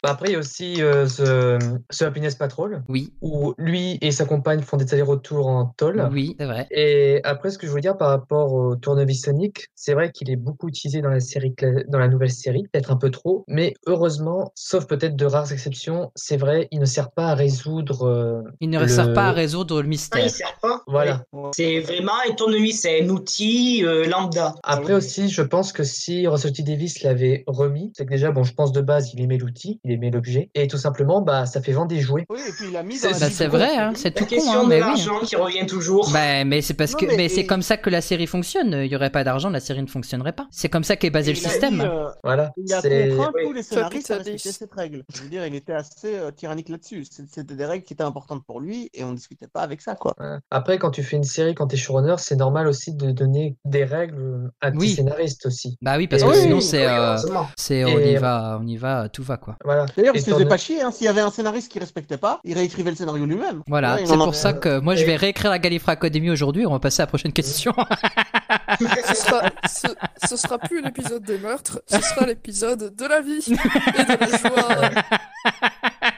A: bah, après il y a aussi euh, ce, ce Happiness Patrol
B: Oui,
A: où lui et sa compagne font des allers-retours en tôle.
B: oui, c'est vrai.
A: Et après ce que je voulais dire par rapport au tournevis sonique, c'est vrai qu'il est beaucoup utilisé dans la série cla- dans la nouvelle série, peut-être un peu trop, mais heureusement, sauf peut-être de rares exceptions, c'est vrai, il ne sert pas à résoudre euh,
B: Il ne
A: Le-
B: ressort pas à résoudre le
E: Non, il
B: mystère.
E: sert pas.
A: voilà.
E: C'est vraiment un tournevis, c'est un outil euh, lambda.
A: Après aussi, je pense que si Russell T. Davis l'avait remis, c'est que déjà, bon, je pense de base, il aimait l'outil, il aimait l'objet, et tout simplement, bah, ça fait vendre des jouets.
H: Oui, et puis il a mis.
A: C'est-
H: dans la
B: Bah,
H: vie
B: c'est
H: de-
B: vrai, hein, c'est
E: La
B: tout con,
E: question
B: hein,
E: de
B: mais oui.
E: l'argent qui revient toujours.
B: Bah, mais c'est parce
H: Non,
B: que
H: mais-
B: mais c'est
H: et-
B: comme ça que la série fonctionne. Il y aurait pas d'argent, la série ne fonctionnerait pas. C'est comme ça qu'est basé le
H: Il a
B: système.
H: mis, euh,
A: Voilà.
H: Il a
A: C'est-
H: contraint
E: oui.
H: tous les scénaristes à
F: Chapitre
H: respecter
F: 10.
H: cette règle. Je veux dire, il était assez euh, tyrannique là-dessus. C'est- C'était des règles qui étaient importantes pour lui et on ne discutait pas avec ça, quoi.
A: ouais. Après, quand tu fais une série, quand t'es showrunner, c'est normal aussi de donner des règles euh, à tes
B: Oui.
A: scénaristes aussi.
B: Bah oui, parce que
A: Oui,
B: sinon
A: Eh oui,
B: c'est euh,
E: Heureusement.
B: c'est
A: Et-
B: on y va, on y va, tout va quoi.
A: Voilà.
H: D'ailleurs,
A: Et
H: il se faisait
A: t'en-
H: pas chier. hein. S'il y avait un scénariste qui respectait pas, il réécrivait le scénario lui-même.
B: Voilà,
H: Ouais, il
B: c'est
H: en a-
B: pour ça que moi je
A: et-
B: vais réécrire la Gallifrey Academy aujourd'hui. On va passer à la prochaine
A: *laughs*
B: question.
F: Ce sera, ce, ce sera plus l'épisode des meurtres, ce sera l'épisode de la vie et de la joie.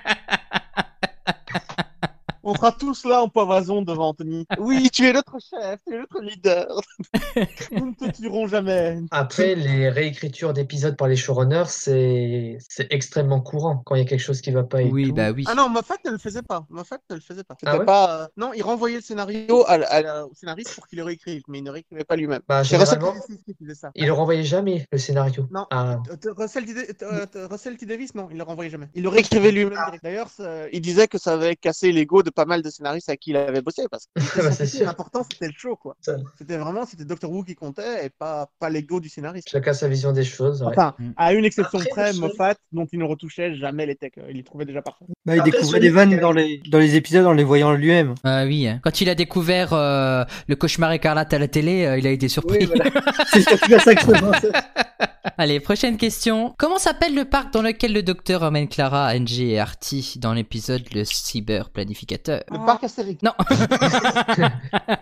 H: On sera tous là en poivraison devant Anthony. *laughs* Oui, tu es notre chef, tu es notre leader. *laughs* Nous ne te tuerons jamais.
A: *laughs* Après, les réécritures d'épisodes par les showrunners, c'est c'est extrêmement courant quand il y a quelque chose qui va pas et
B: oui,
A: tout.
B: bah oui.
H: Ah non, Moffat ne le faisait pas. Moffat ne le faisait pas. C'était
A: Ah ouais
H: pas. euh, Non, il renvoyait le scénario à, la- à la- au scénariste pour qu'il le réécrive, mais il ne réécrivait pas lui-même.
A: Bah,
H: C'est Russell
A: généralement,
H: T. Davis qui faisait ça.
A: il ne renvoyait jamais le scénario.
H: Non.
A: Ah,
H: Euh, t- Russell, T- T- euh, t- Russell T. Davis, non, il le renvoyait jamais. Il le réécrivait lui-même. direct. D'ailleurs, ça- il disait que ça avait cassé l'ego de pas mal de scénaristes à qui il avait bossé parce que
A: bah, c'est sûr.
H: l'important c'était le show, quoi.
A: Ça.
H: C'était vraiment c'était Doctor Who qui comptait et pas pas l'ego du scénariste.
A: Chacun sa vision des choses. ouais.
H: Enfin,
B: Mm.
H: à une exception
E: Après,
H: près,
E: le seul-
H: Moffat, dont il ne retouchait jamais les techs, euh, il les trouvait déjà parfaits.
D: Bah, il
E: Après,
D: découvrait
E: celui
D: des vannes
E: qui-
D: dans les, dans les épisodes en les voyant lui-même.
B: Ah oui, hein. quand il a découvert euh, le cauchemar écarlate à la télé, euh, il a été surpris.
D: *laughs* C'est surtout à ça que je hein. pense.
A: bah.
B: Allez, prochaine question. Comment s'appelle le parc dans lequel le docteur emmène Clara, Angie et Artie dans l'épisode Le Cyber Planificateur
H: Le parc Astérix.
B: Non,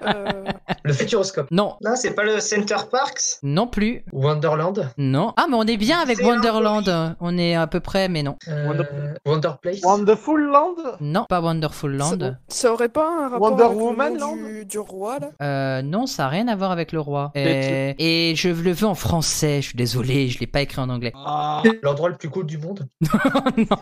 F: Euh,
A: Le Futuroscope.
B: non,
E: Non, c'est pas le Center Parks.
B: non plus,
A: Wonderland.
B: non. Ah, mais on est bien avec
E: C'est un
B: Wonderland. On est à peu près, mais non.
A: Euh,
H: Wonder-
A: Wonder Place.
H: Wonderful
B: *laughs*
H: Land.
B: Non, pas Wonderful
F: ça,
B: Land.
F: ça aurait pas un rapport
H: Wonder
F: avec le
H: Woman,
F: nom
H: non
F: du, du roi là
B: Euh, non, ça n'a rien à voir avec le roi. Euh, et je le veux en français, je suis désolé, je l'ai pas écrit en anglais.
E: Ah.
A: L'endroit le plus cool du monde.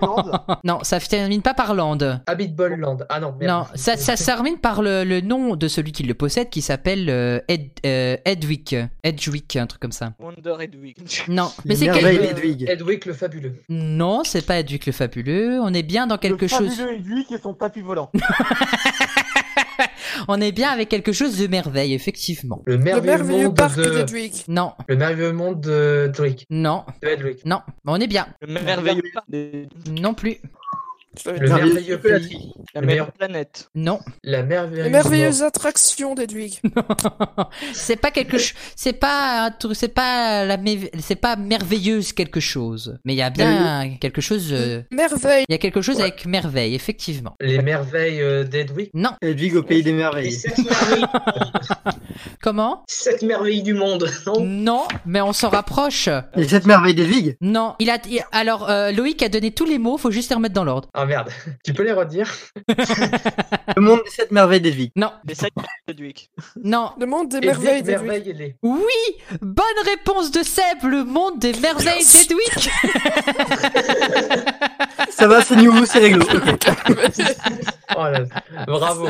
H: Land.
B: Non, ça termine pas par Land.
A: Habitball Land. Ah non, merde.
B: Non, ça, ça se termine par le, le nom de celui qui le possède qui s'appelle euh, Ed, euh, Edwick. Edwick, un truc comme ça.
C: Wonder
I: *laughs*
C: Edwig.
B: Non, *laughs* mais
D: Les
B: c'est
D: merveilles
B: quelque...
D: d'Edwig.
A: Edwick le fabuleux.
B: Non, c'est pas Edwick le fabuleux. On est bien dans quelque
H: le
B: chose.
H: fabuleux Edwig et son papy volant.
B: *laughs* On est bien avec quelque chose de merveille, effectivement.
A: Le
F: Le
A: merveilleux,
F: merveilleux
A: monde
F: parc
A: de...
F: d'Edwig.
B: Non,
A: Le merveilleux monde de Edwick.
B: non,
A: De Edwick.
B: non. Mais on est bien.
C: Le merveilleux parc des-
B: Non plus.
F: Je l'avais
A: Le
F: dit.
A: merveilleux pays.
C: la
A: Le meilleur-
C: meilleure planète.
B: Non.
A: La merveilleuse.
F: Les merveilleuses attractions d'Edwig.
B: c'est pas quelque chose. C'est pas un truc. C'est pas la. mer- C'est pas merveilleuse quelque chose. Mais il y a bien quelque chose. euh,
F: Merveille.
B: Il y a quelque chose avec merveille, effectivement.
A: Les merveilles euh, d'Edwick.
B: Non.
D: Edwig au pays des
E: Les
D: merveilles.
E: sept merveilles,
B: Comment
E: sept merveilles du monde. Non
B: Non. Mais on s'en rapproche.
D: Les sept merveilles d'Edwig
B: Non. Il a. il- alors, euh, Loïc a donné tous les mots. Faut juste les remettre dans l'ordre.
A: Ah merde. *laughs* Tu peux les redire
D: Le monde des sept merveilles d'Edwig.
B: Non,
C: Les sept Sedwick.
B: non.
F: Demande des
A: Et des
F: merveilles d'Edwig.
A: merveilles et les-
B: Oui Bonne réponse de Seb, le monde des merveilles d'Edwick
D: Ça va, c'est nouveau, c'est réglo. Ok.
B: *laughs*
A: Oh là, bravo.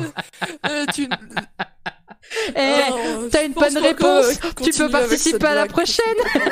F: Euh, tu...
B: Eh,
F: Oh,
B: t'as
F: je
B: une
F: pense
B: bonne
F: pas qu'on-
B: réponse.
F: qu'on
B: Tu peux
F: continue avec
B: participer
F: cette
B: à la
F: blague.
B: prochaine.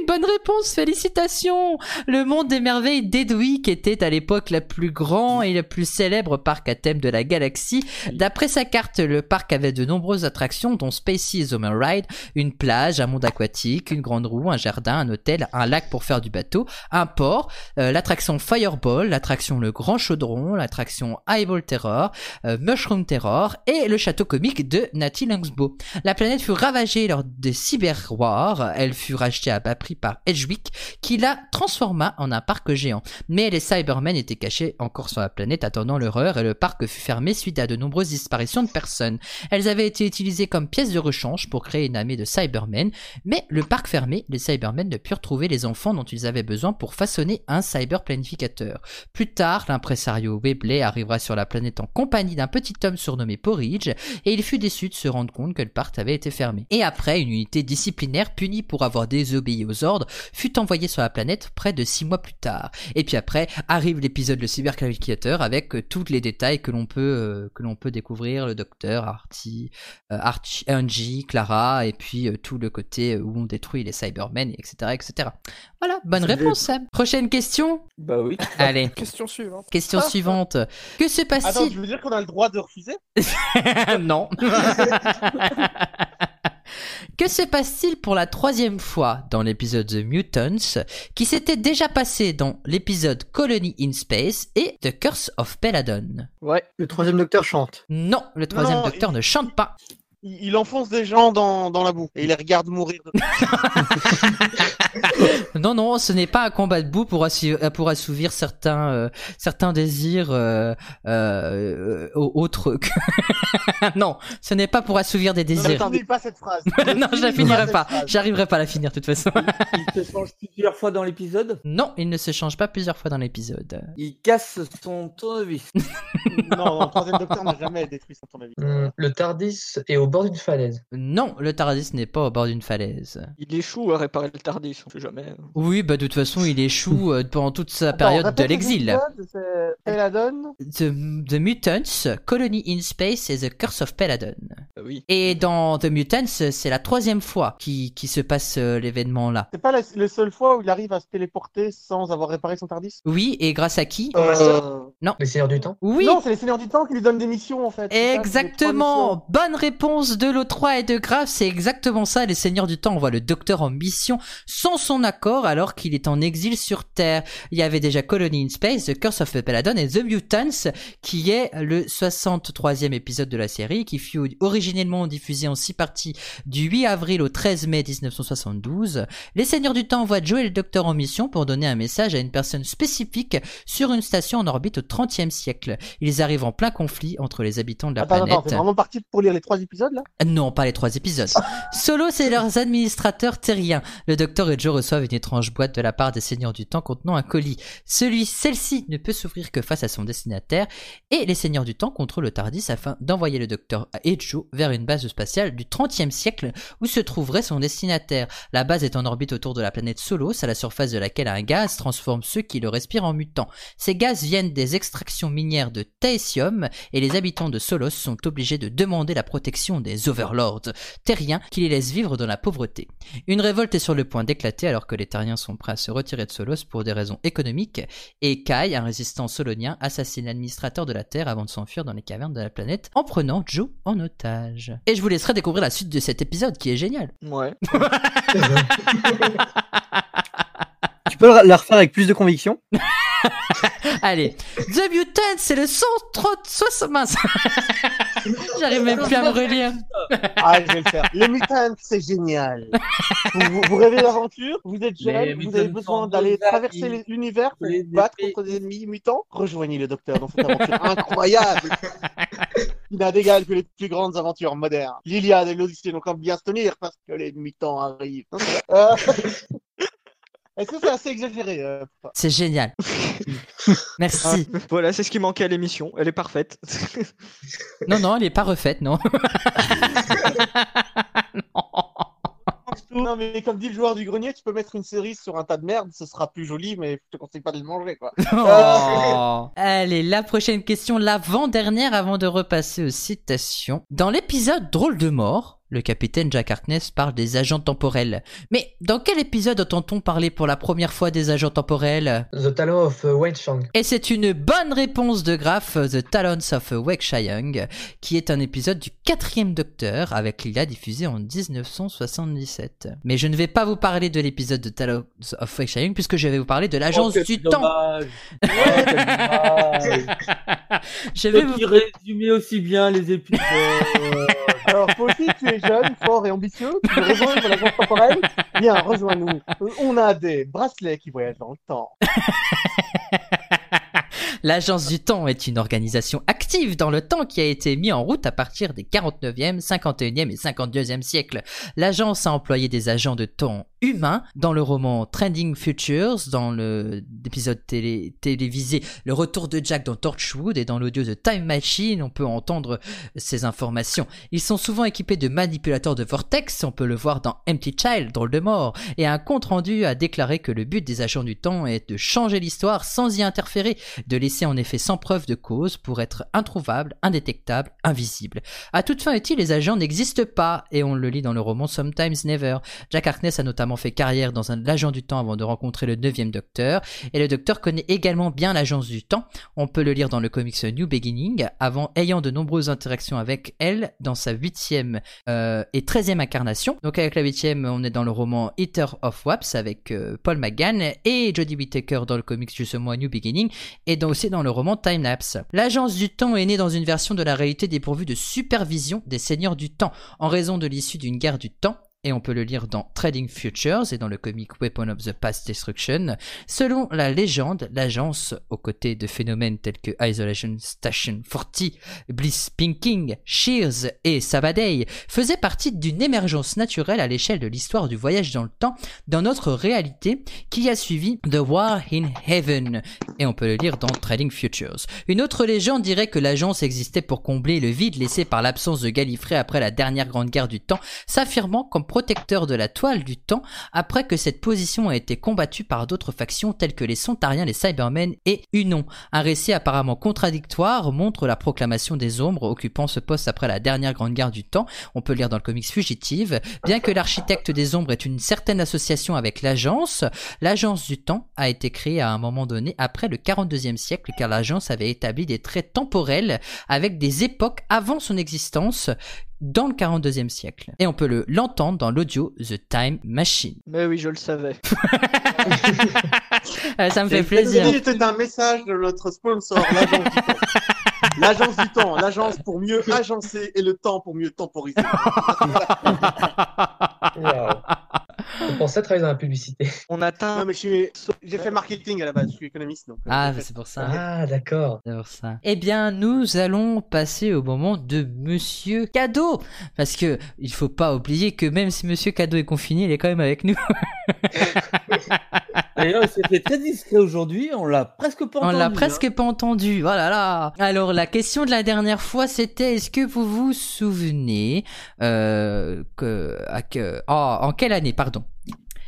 B: Une bonne réponse, félicitations Le monde des merveilles d'Edwick était à l'époque la plus grand et la plus célèbre parc à thème de la galaxie. D'après sa carte, le parc avait de nombreuses attractions dont Spacey's Homer Ride, une plage, un monde aquatique, une grande roue, un jardin, un hôtel, un lac pour faire du bateau, un port, euh, l'attraction Fireball, l'attraction Le Grand Chaudron, l'attraction Highball Terror, euh, Mushroom Terror et le château comique de Natty Langsbo. La planète fut ravagée lors des cyberwars. Elle fut rachetée à bas prix par Edgewick, qui la transforma en un parc géant. Mais les Cybermen étaient cachés encore sur la planète, attendant l'horreur, et le parc fut fermé suite à de nombreuses disparitions de personnes. Elles avaient été utilisées comme pièces de rechange pour créer une armée de Cybermen, mais le parc fermé, les Cybermen ne purent trouver les enfants dont ils avaient besoin pour façonner un cyberplanificateur. Plus tard, l'impresario Webley arrivera sur la planète en compagnie d'un petit homme surnommé Porridge, et il fut déçu de se rendre compte que le parc avait été fermé. Et après, une unité disciplinaire punie pour avoir désobéi aux ordres fut envoyée sur la planète près de six mois plus tard. Et puis après arrive l'épisode Le cybercalculateur avec euh, tous les détails que l'on peut euh, que l'on peut découvrir le docteur Artie, euh, Archie, Angie, Clara et puis euh, tout le côté euh, où on détruit les Cybermen, etc., etc. Voilà, bonne
I: C'est
B: réponse. Sam. Prochaine question.
I: Bah oui.
B: Allez,
F: *laughs* Question suivante.
B: question suivante. Que se
H: Attends,
B: passe-t-il
H: tu veux dire qu'on a le droit de refuser
B: *laughs* non. que se passe-t-il pour la troisième fois dans l'épisode The Mutants, qui s'était déjà passé dans l'épisode Colony in Space et The Curse of Peladon
C: Ouais.
D: Le troisième docteur chante.
B: Non, le troisième
H: Non,
B: docteur
H: il-
B: ne chante pas.
H: il, il enfonce des gens dans, dans la boue et il les regarde mourir. de-
B: Non, non, ce n'est pas un combat de boue pour, assu- euh, pour assouvir certains, euh, certains désirs euh, euh, euh, au- autres que... *laughs* non, ce n'est pas pour assouvir des
H: Non, mais
B: désirs.
H: attends, finis pas cette phrase.
B: *laughs* non, je la
H: finis
B: finirai pas.
H: cette phrase.
B: J'arriverai pas à la finir de toute façon.
I: *laughs* Il se change plusieurs fois dans l'épisode.
B: Non, il ne se change pas plusieurs fois dans l'épisode.
I: Il casse son tournevis.
H: Non, non, le troisième docteur n'a jamais détruit son tournevis.
A: Hum, le Tardis est au bord d'une falaise.
B: Non, le Tardis n'est pas au bord d'une falaise.
C: Il échoue à réparer le tardif, on sait jamais. hein.
B: Oui, bah de toute façon, il échoue euh, pendant toute sa
H: Attends,
B: période de
H: répète les
B: l'exil.
H: épisodes, c'est Peladon.
B: The, The Mutants, Colony in Space et The Curse of Peladon.
C: Bah oui.
B: Et dans The Mutants, c'est la troisième fois qui, qui se passe euh, l'événement là.
H: C'est pas la, la seule fois où il arrive à se téléporter sans avoir réparé son tardis
B: Oui, et grâce à qui
H: Euh,
A: Les Seigneurs
B: *laughs*
A: du Temps.
B: Oui,
H: Non, c'est les seigneurs du temps qui lui donnent des missions en fait. C'est ça, c'est les trois missions.
B: Exactement, bonne réponse de l'O3 et de Graf, c'est exactement ça, les seigneurs du temps envoient le docteur en mission sans son accord alors qu'il est en exil sur Terre. Il y avait déjà Colony in Space, The Curse of Peladon et The Mutants qui est le 63e épisode de la série qui fut originellement diffusé en six parties du 8 avril au 13 mai 1972. Les seigneurs du temps envoient Joe et le docteur en mission pour donner un message à une personne spécifique sur une station en orbite au 30e siècle. Ils arrivent en plein conflit entre les habitants de la
H: Attends, attends,
B: planète.
H: t'es vraiment parti pour lire les trois épisodes là
B: Non, pas les trois épisodes. Solo, c'est leurs administrateurs terriens. Le docteur et Joe reçoivent une étrange boîte de la part des seigneurs du temps contenant un colis. Celui, celle-ci ne peut s'ouvrir que face à son destinataire et les seigneurs du temps contrôlent le Tardis afin d'envoyer le docteur et Joe vers une base spatiale du 30e siècle où se trouverait son destinataire. La base est en orbite autour de la planète Solos à la surface de laquelle un gaz transforme ceux qui le respirent en mutants. Ces gaz viennent des extractions minières de Thaesium et les habitants de Solos sont obligés de demander la protection des overlords terriens qui les laissent vivre dans la pauvreté. Une révolte est sur le point d'éclater alors que les terriens sont prêts à se retirer de Solos pour des raisons économiques et Kai, un résistant solonien, assassine l'administrateur de la Terre avant de s'enfuir dans les cavernes de la planète en prenant Joe en otage. Et je vous laisserai découvrir la suite de cet épisode qui est génial.
C: Ouais.
D: Tu peux la refaire avec plus de conviction
B: Allez, The Mutant, c'est le 130... mince. *laughs* J'arrive même plus à me relire.
H: Ah, je vais le faire. Les mutants, c'est génial. vous, vous- vous rêvez d'aventure, vous êtes
I: Les
H: jeune, vous avez
I: mutants
H: besoin
I: sont
H: d'aller
I: deux amis.
H: traverser les- l'univers pour
I: Les
H: battre
I: épées.
H: contre des ennemis mutants. Rejoignez le docteur dans cette aventure *laughs* incroyable. Il n'a d'égal que les plus grandes aventures modernes. L'Iliade et l'Odyssée n'ont qu'à bien se tenir parce que les mutants arrivent. Non, c'est vrai. Euh, *laughs* Est-ce que c'est assez exagéré euh, pour toi
B: C'est génial. Merci.
C: *laughs* Voilà, c'est ce qui manquait à l'émission. Elle est parfaite. *laughs*
B: Non, non, elle est pas refaite, non.
H: Non, mais comme dit le joueur du grenier, tu peux mettre une cerise sur un tas de merde, ce sera plus joli, mais je te conseille pas de le manger, quoi.
B: Oh. Allez, la prochaine question, l'avant-dernière avant de repasser aux citations. Dans l'épisode Drôle de mort, le capitaine Jack Harkness parle des agents temporels. Mais dans quel épisode entend-on parler pour la première fois des agents temporels
A: The Talent of euh, Wang Chang.
B: Et c'est une bonne réponse de Graf, euh, The Talents of Young, qui est un épisode du quatrième Docteur avec Lila diffusé en 1977. Mais je ne vais pas vous parler de l'épisode de Talents of Young puisque je vais vous parler de l'agence
I: Oh,
B: du
I: quel
B: temps.
I: dommage. Oh, quel dommage.
B: *laughs* Je vais
I: Toi
B: vous...
I: qui résumais aussi bien les épisodes.
H: Euh, Alors, toi aussi, tu es jeune, fort et ambitieux, tu veux rejoindre l'agence temporelle Viens, rejoins-nous. Euh, On a des bracelets qui voyagent dans le temps.
B: L'Agence du Temps est une organisation active dans le temps qui a été mise en route à partir des 49e, 51e et 52e siècles. L'agence a employé des agents de temps humains dans le roman Trending Futures, dans le- l'épisode télé- télévisé Le Retour de Jack dans Torchwood et dans l'audio de Time Machine. On peut entendre ces informations. Ils sont souvent équipés de manipulateurs de vortex, on peut le voir dans Empty Child, Drôle de mort, et un compte-rendu a déclaré que le but des agents du temps est de changer l'histoire sans y interférer de laisser en effet sans preuve de cause pour être introuvable, indétectable, invisible. À toute fin utile, les agents n'existent pas, et on le lit dans le roman Sometimes Never. Jack Harkness a notamment fait carrière dans un l'agent du temps avant de rencontrer le 9 docteur, et le docteur connaît également bien l'agence du temps. On peut le lire dans le comics New Beginning, avant ayant de nombreuses interactions avec elle dans sa huitième euh, et 13e incarnation. Donc avec la 8e, on est dans le roman Eater of Waps avec euh, Paul McGann et Jodie Whittaker dans le comics justement New Beginning et dans- aussi dans le roman Time Lapse. L'agence du temps est née dans une version de la réalité dépourvue de supervision des seigneurs du temps en raison de l'issue d'une guerre du temps. Et on peut le lire dans Trading Futures et dans le comic Weapon of the Past Destruction. Selon la légende, l'agence, aux côtés de phénomènes tels que Isolation Station 40, Bliss Pinking, Shears et Sabadell, faisait partie d'une émergence naturelle à l'échelle de l'histoire du voyage dans le temps dans notre réalité qui a suivi The War in Heaven, et on peut le lire dans Trading Futures. Une autre légende dirait que l'agence existait pour combler le vide laissé par l'absence de Gallifrey après la dernière grande guerre du temps, s'affirmant comme protecteur de la toile du temps après que cette position a été combattue par d'autres factions telles que les Sontariens, les Cybermen et Unon. Un récit apparemment contradictoire montre la proclamation des ombres occupant ce poste après la dernière grande guerre du temps, on peut le lire dans le comics Fugitive, bien que l'architecte des ombres ait une certaine association avec l'agence, L'agence du temps a été créée à un moment donné après le 42e siècle car l'agence avait établi des traits temporels avec des époques avant son existence dans le 42e siècle. Et on peut le- l'entendre dans l'audio The Time Machine.
C: Mais oui, je
B: *laughs*
C: le savais.
B: Ah, Ça me fait
H: Il
B: plaisir.
H: était un message de notre sponsor, l'agence du temps. L'agence du temps, l'agence pour mieux agencer et le temps pour mieux temporiser.
A: On pensait travailler dans la publicité.
C: On atteint
H: Non, mais je suis- j'ai fait marketing à la base, je suis économiste donc. euh,
B: Ah,
H: j'ai fait-
B: c'est pour ça.
A: Ah, d'accord. *laughs*
B: J'adore ça. Eh bien, nous allons passer au moment de Monsieur Cadeau. Parce que il faut pas oublier que même si Monsieur Cadeau est confiné, il est quand même avec nous.
I: D'ailleurs, il s'est fait très discret aujourd'hui. On l'a presque pas
B: On
I: entendu.
B: l'a
I: hein.
B: presque pas entendu. Oh là là. Alors la question de la dernière fois, c'était est-ce que vous vous souvenez euh, que, à que oh, en quelle année pardon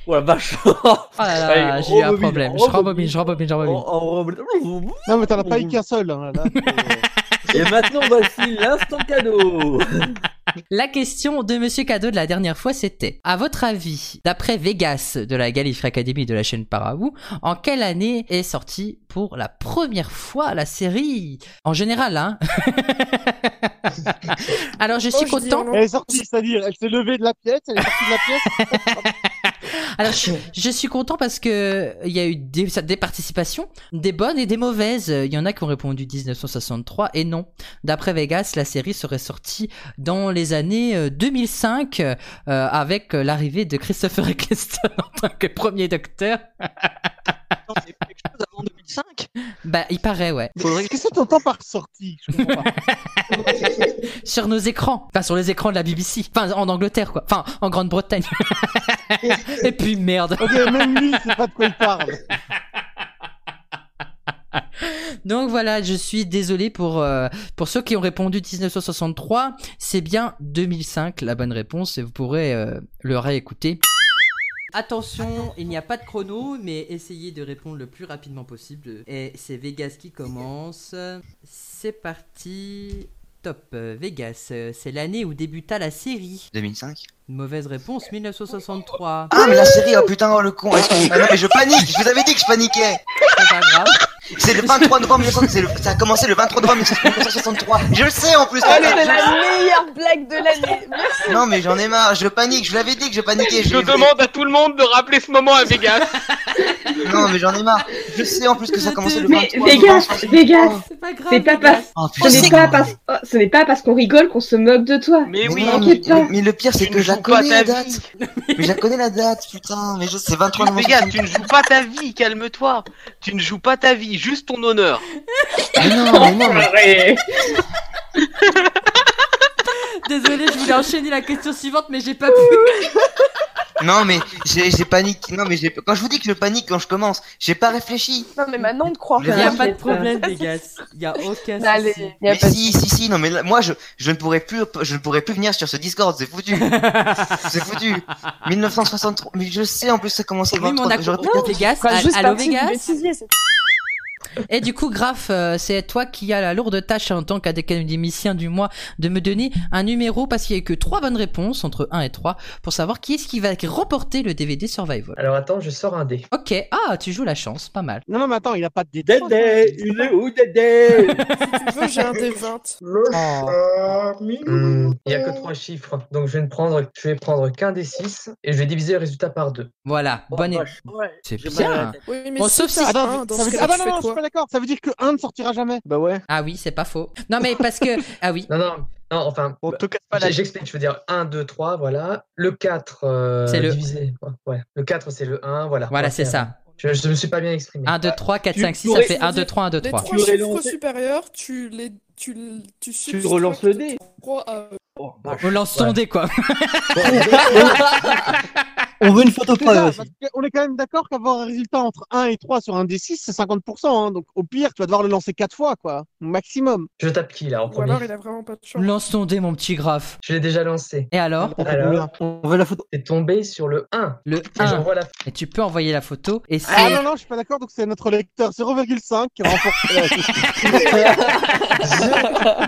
I: Oh la vache.
B: Oh là là,
I: Allez,
B: j'ai eu un
I: rebobine,
B: problème. Je rembobine, je rembobine, je rembobine.
I: On- on rebobine.
H: Non, mais t'en as pas eu qu'un seul. hein, là, c'est-
I: Et maintenant, voici l'instant cadeau.
B: La question de Monsieur Cadeau de la dernière fois, c'était à votre avis, d'après Vegas de la Gallifrey Academy de la chaîne Paraou, en quelle année est sortie pour la première fois la série En général, hein. *laughs* Alors je suis
F: Oh, je dis
B: content.
F: en
H: Elle est sortie, c'est-à-dire, elle s'est levée de la pièce, elle est sortie de la pièce.
C: Ah,
B: Alors, je, je suis content parce que euh, il y a eu des, des participations, des bonnes et des mauvaises. Il y en a qui ont répondu 1963 et non. D'après Vegas, la série serait sortie dans les années euh, 2005 euh, avec euh, l'arrivée de Christopher *laughs* Eccleston en tant que premier docteur.
C: Non, c'est quelque chose avant 2005.
B: Bah, il paraît, ouais.
H: Qu'est-ce que t'entends par sortie Je comprends pas.
B: sur nos écrans, enfin sur les écrans de la BBC, enfin en Angleterre quoi, enfin en Grande-Bretagne. *laughs* Et puis merde.
H: Ok, même lui, il sait pas de quoi il parle.
B: Donc voilà, je suis désolé pour euh, pour ceux qui ont répondu 1963, c'est bien 2005 la bonne réponse et vous pourrez euh, le réécouter. Attention, il n'y a pas de chrono, mais essayez de répondre le plus rapidement possible. Et c'est Vegas qui commence. C'est parti. Top. Euh, Vegas, euh, c'est l'année où débuta la série.
J: 2005
B: Une mauvaise réponse, 1963.
J: Ah, mais la série, oh putain, oh le con. Excuse-moi, non, mais je panique, je vous avais dit que je paniquais.
B: C'est pas grave.
J: C'est le 23 novembre 1963, c'est le- ça a commencé le 23 novembre 1963. Je le sais en plus.
K: Oh, c'est la meilleure blague de l'année. Merci.
J: non, mais j'en ai marre, je panique, je l'avais dit que je paniquais.
L: Je
J: l'ai-
L: demande à tout le monde de rappeler ce moment à Vegas.
J: *laughs* Non, mais j'en ai marre. Je sais en plus que ça a commencé le
K: Mais
J: 23
K: Vegas,
J: novembre.
K: Vegas,
B: Oh. C'est pas grave.
K: c'est pas
B: Vegas.
K: parce,
J: Oh,
K: ce
J: putain,
K: n'est pas parce, oh, ce n'est pas parce qu'on rigole qu'on se moque de toi.
L: Mais
J: Mais
L: oui,
J: non,
K: t'inquiète
J: mais-
K: pas.
J: mais le pire, c'est
L: Tu
J: que
L: ne
J: je la
L: joues pas
J: connais
L: ta
J: la
L: vie.
J: date. Mais je la connais la date, putain. Mais je sais, 23 novembre.
L: Vegas, tu ne joues pas ta vie, calme-toi. Tu ne joues pas ta vie, juste ton honneur.
J: Mais non, mais non, mais
B: Désolé, je voulais enchaîner la question suivante, mais j'ai pas pu.
J: Non mais j'ai j'ai paniqué. Non mais j'ai quand je vous dis que je panique quand je commence, j'ai pas réfléchi.
K: Non, mais maintenant, on ne croit
J: Il
B: Il
J: y
K: rien.
B: n'y a
J: Ah,
B: pas de
K: t'inquiète
B: problème, Vegas. Il n'y a aucun
K: pas. Allez,
B: souci.
K: y a
J: mais
K: pas de-
J: si si si non mais là, moi je je ne pourrais plus je ne pourrais plus venir sur ce Discord, c'est foutu. c'est foutu. 1963 mais je sais en plus ça commence le
B: Oui, mais on
J: 23.
B: a
J: j'aurais
B: compris
J: pu-
B: Vegas.
K: Enfin, juste
B: Allô,
K: parti du
B: Vegas.
K: bêtisier, c'est-
B: Et du coup, Graf, euh, c'est toi qui as la lourde tâche hein, en tant qu'académicien du mois de me donner un numéro parce qu'il n'y a eu que trois bonnes réponses entre 1 et 3 pour savoir qui est-ce qui va remporter le DVD Survival.
A: Alors attends, je sors un dé.
B: Ok, ah, tu joues la chance, pas mal.
H: Non, non, mais attends, il a pas de détail.
I: Dédé, il est où Dédé
F: Si tu veux, j'ai un des 20.
E: Le
H: Oh.
F: Ah,
H: Ah,
A: Hmm, Il y a que trois chiffres, donc je vais ne prendre, je vais prendre qu'un des six et je vais diviser le résultat par deux.
B: Voilà, bonne
I: Oh,
B: é-
I: vache. Ouais,
B: C'est
I: j'ai mal à la
B: bien.
I: tête.
F: Oui, mais
B: Bon,
F: si
B: sauf
F: t'as
B: si-
H: Attends,
F: un, dans
H: ça
F: ce
H: veut dire...
F: cas,
H: Ah bah
F: tu
H: non,
F: fais
H: non, je
F: quoi
H: suis pas d'accord, ça veut dire que un ne sortira jamais.
C: Bah ouais.
B: Ah oui, c'est pas faux. Non, mais parce que. Ah
K: *laughs*
B: oui,
A: Non, non, non, enfin,
C: On te casse pas la
A: j'- j'explique, je veux dire 1, 2, 3, voilà. Le 4 euh,
B: C'est le-
A: divisé. ouais, Ouais, le 4 c'est le 1, voilà.
B: voilà,
A: Ok,
B: c'est ça.
A: Je, je me suis pas bien exprimé.
B: 1, 2, 3, 4,
I: Tu
B: 5, 6, ça
I: pourrais-
B: fait 1, 2, 3, 1, 2,
F: Les
B: 3.
F: trois
I: Tu
F: chiffres
I: relances-
F: supérieurs, tu les. Tu, l- tu, substitues
I: relances le dé.
F: trois euh, à-
I: Oh, vache.
B: On lance son
A: Ouais.
B: dé, quoi. *laughs*
D: On veut une photo
H: C'est
D: preuve
H: ça,
D: aussi.
H: parce que on est quand même d'accord qu'avoir un résultat entre 1 et 3 sur un D6, c'est 50%. hein. donc au pire, tu vas devoir le lancer 4 fois, quoi. Maximum.
A: Je tape qui là en
F: Ou
A: premier
F: alors, il a vraiment pas de chance.
B: Lance ton dé, mon petit graphe.
A: Je l'ai déjà lancé.
B: Et alors
A: Alors,
D: On veut la photo.
A: c'est tombé sur le 1.
B: Le
A: Et
B: 1.
A: j'envoie la
B: Et tu peux envoyer la photo. Et c'est.
H: Ah non, non, je suis pas d'accord, donc c'est notre lecteur 0,5 qui remporte. euh,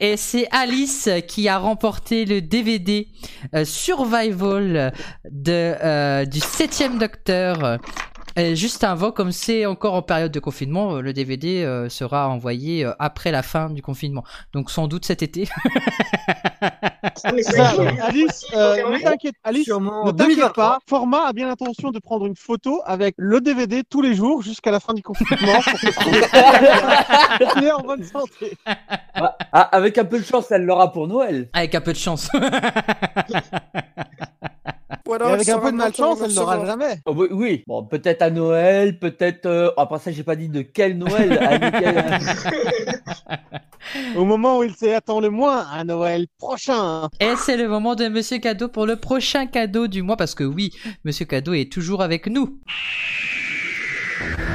B: Et c'est Alice qui a remporté le DVD euh, Survival de, euh, du 7ème Docteur. Et juste avant, comme c'est encore en période de confinement, euh, le DVD euh, sera envoyé euh, après la fin du confinement. Donc sans doute cet été. *laughs*
E: mais
H: C'est
E: c'est
H: ça,
E: vrai qu'il y a-
H: Bah, Alice, euh, ne t'inquiète, Alice,
D: Sûrement
H: ne
D: en
H: t'inquiète
D: 2023.
H: pas. Format a bien l'intention de prendre une photo avec le DVD tous les jours jusqu'à la fin du confinement pour te prouver *laughs* qu'il est en bonne santé.
I: Ah, ah, avec un peu de chance, elle l'aura pour Noël.
B: Avec un peu de chance.
F: Ou
H: Et
F: alors,
H: avec
F: il
H: un peu
F: sera
H: de
F: maintenant
H: malchance,
F: dans le
H: elle l'aura
F: savoir.
H: jamais.
I: Oh, oui, oui. Bon, peut-être à Noël, peut-être. euh, Après ça, j'ai pas dit de quel
D: *laughs*
I: Noël. à quel-
H: Au moment où il s'y attend le moins, à Noël prochain.
B: Et c'est le moment de Monsieur Cadeau pour le prochain cadeau du mois, parce que oui, Monsieur Cadeau est toujours avec nous.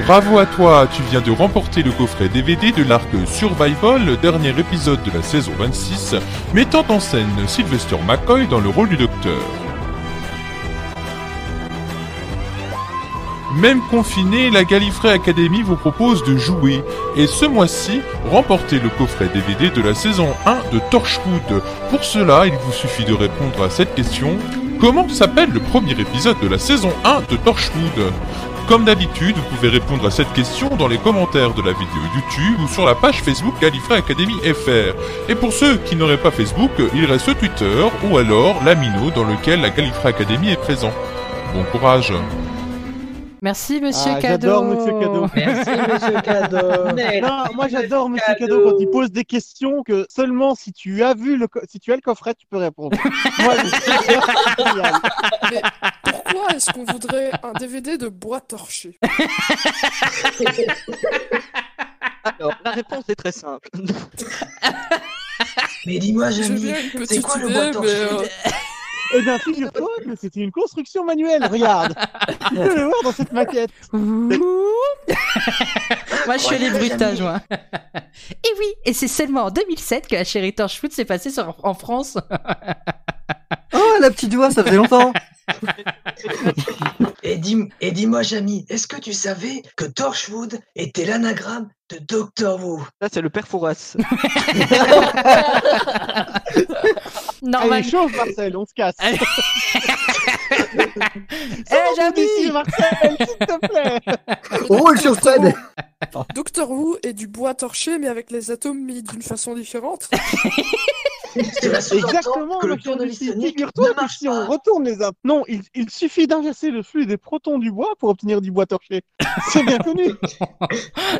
G: Bravo à toi, tu viens de remporter le coffret DVD de l'arc Survival, le dernier épisode de la saison 26, mettant en scène Sylvester McCoy dans le rôle du docteur. Même confiné, la Gallifrey Academy vous propose de jouer, et ce mois-ci, remportez le coffret DVD de la saison 1 de Torchwood. Pour cela, il vous suffit de répondre à cette question. Comment s'appelle le premier épisode de la saison 1 de Torchwood comme d'habitude, vous pouvez répondre à cette question dans les commentaires de la vidéo YouTube ou sur la page Facebook Gallifrey Academy FR. Et pour ceux qui n'auraient pas Facebook, il reste Twitter ou alors l'Amino dans lequel la Gallifrey Academy est présent. Bon courage
B: Merci Monsieur
H: Ah,
B: Cadeau.
H: j'adore Monsieur *laughs* Cadeau.
A: Merci,
H: *laughs*
A: monsieur Cadeau.
H: Non, moi j'adore Monsieur Cadeau quand il pose des questions que seulement si tu as vu le co- si tu as le coffret tu peux répondre. moi, *laughs* je- Génial.
F: Pourquoi est-ce qu'on
B: *laughs*
F: voudrait un DVD de bois torché
C: Alors, la réponse est très simple.
E: Mais dis-moi,
F: Je
E: Jérémy,
F: viens une
E: c'est
F: petite
E: quoi le
F: idée,
E: boîte en
F: mais, euh,
H: Eh bien, figure-toi que c'était une construction manuelle,
F: *laughs*
H: regarde. Tu peux le voir dans cette maquette.
B: *laughs* Moi, je fais les
H: Ouais,
B: bruitages, moi. et oui, et c'est seulement en 2007 que la chérie Torchwood s'est passée sur- en France.
D: Oh, la petite voix, ça faisait *laughs* longtemps.
E: Et dis- et dis-moi, Jamie, est-ce que tu savais que Torchwood était l'anagramme de Doctor Who
C: Là, c'est le père Fouras.
B: Normal.
H: Allez, chauffe, Marcel, on se
F: *laughs*
H: casse.
B: Allez. Eh,
H: Ici, Marcel, s'il te
E: *laughs*
H: plaît.
D: Oh, le scène
F: Doctor Who est du bois torché, mais avec les atomes mis d'une façon
H: *laughs*
F: différente.
H: Ah,
E: Cela sous-entend
H: Exactement,
E: que le
H: Marcel
E: tournevis
H: Lucie.
E: ionique
H: Figure-toi
E: ne
H: que
E: marche
H: si on
E: pas.
H: retourne les imp... Non, il, il suffit d'inverser le flux des protons du bois pour obtenir du
F: *laughs*
H: bois torché. C'est bien connu.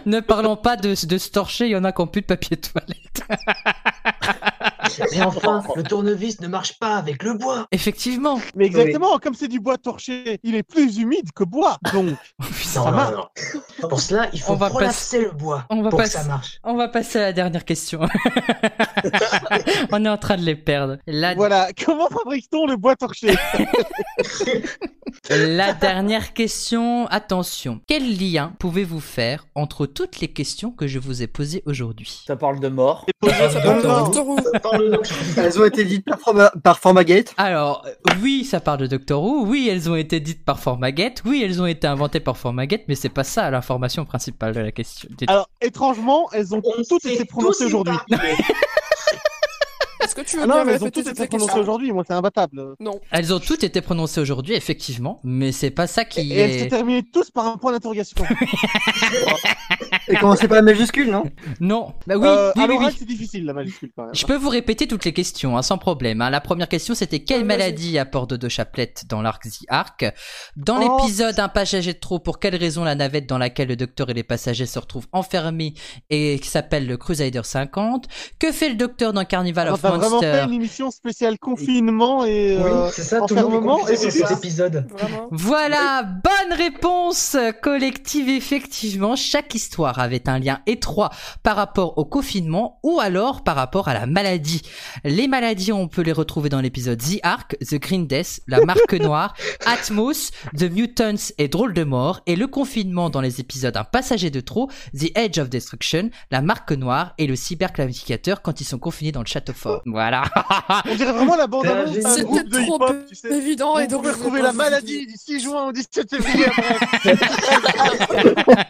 B: ne parlons pas de, de se torcher, il y en a qui ont plus de papier toilette.
E: Mais enfin, le tournevis ne marche pas avec le bois.
B: Effectivement.
H: Mais exactement, comme c'est du bois torché, il est plus humide que bois. Donc,
E: Non,
H: ça
E: non,
H: marche.
E: non. Pour cela, il faut
B: On va
E: relapser le bois
B: On va
E: pour que
B: passer-
E: ça
L: *laughs*
E: marche.
B: On va passer à la dernière question. *laughs* On est en train de les perdre.
F: Ah,
B: La,
H: Voilà, comment fabrique-t-on le bois torché
B: la dernière question, attention. Quel lien pouvez-vous faire entre toutes les questions que je vous ai posées aujourd'hui
I: Ça parle de mort.
F: Ça parle de
H: non.
F: Doctor Who.
D: Elles ont été dites par, Forma- par Formagate.
B: Alors, euh, oui, ça parle de Doctor Who, oui, elles ont été dites par Formagate, oui, elles ont été inventées par Formagate, mais c'est pas ça l'information principale de la question. Du-
H: Alors, étrangement, elles ont
E: On
H: toutes
E: s'est
H: été
E: tous
H: prononcées aujourd'hui.
E: éparpillés.
F: Est-ce que tu veux
H: Ah
F: bien
H: non, mais elles ont
F: répéter
H: toutes
F: toutes
H: été
F: les
H: prononcées
F: questions
H: aujourd'hui, moi c'est imbattable.
F: Non.
B: Elles ont toutes été prononcées aujourd'hui, effectivement, mais c'est pas ça qui
H: Et elles se
B: est.
H: terminent tous par un point d'interrogation.
D: Et commencez par la majuscule, non
B: Non, bah oui,
H: Euh,
B: oui,
H: à
B: oui,
H: l'oral,
B: oui.
H: c'est difficile la majuscule quand même.
B: Je peux vous répéter toutes les questions, hein, sans problème. hein. La première question, c'était quelle
F: Euh, vas-y.
B: maladie apporte de Chaplette dans l'arc The Ark Dans
H: Oh.
B: l'épisode Un passager de trop, pour quelle raison la navette dans laquelle le docteur et les passagers se retrouvent enfermés et qui s'appelle le Crusader 50 Que fait le docteur dans Carnival
H: On
B: of
H: va vraiment
B: Monsters
H: faire une émission spéciale confinement et euh,
E: Oui, c'est ça, toujours les
H: enfermement. Et c'est
E: confusions, ces
H: ça.
E: épisodes.
F: Vraiment.
B: Voilà, bonne réponse collective. Effectivement, chaque histoire avait un lien étroit par rapport au confinement ou alors par rapport à la maladie. Les maladies, on peut les retrouver dans l'épisode The Ark, The Green Death, La Marque Noire, Atmos, The Mutants et Drôle de Mort, et le confinement dans les épisodes Un Passager de trop, The Edge of Destruction, La Marque Noire et le cyberclamificateur quand ils sont confinés dans le château fort. Voilà.
H: On dirait vraiment la bande annonce d'un groupe de
E: C'était
F: C'était trop
H: hip-hop, tu sais.
F: évident et
H: Vous
F: donc
H: pouvez
F: je
H: retrouver
F: vais
H: la
F: pas vous
H: maladie
F: aider.
H: du 6 juin au 17 février. *laughs* bref.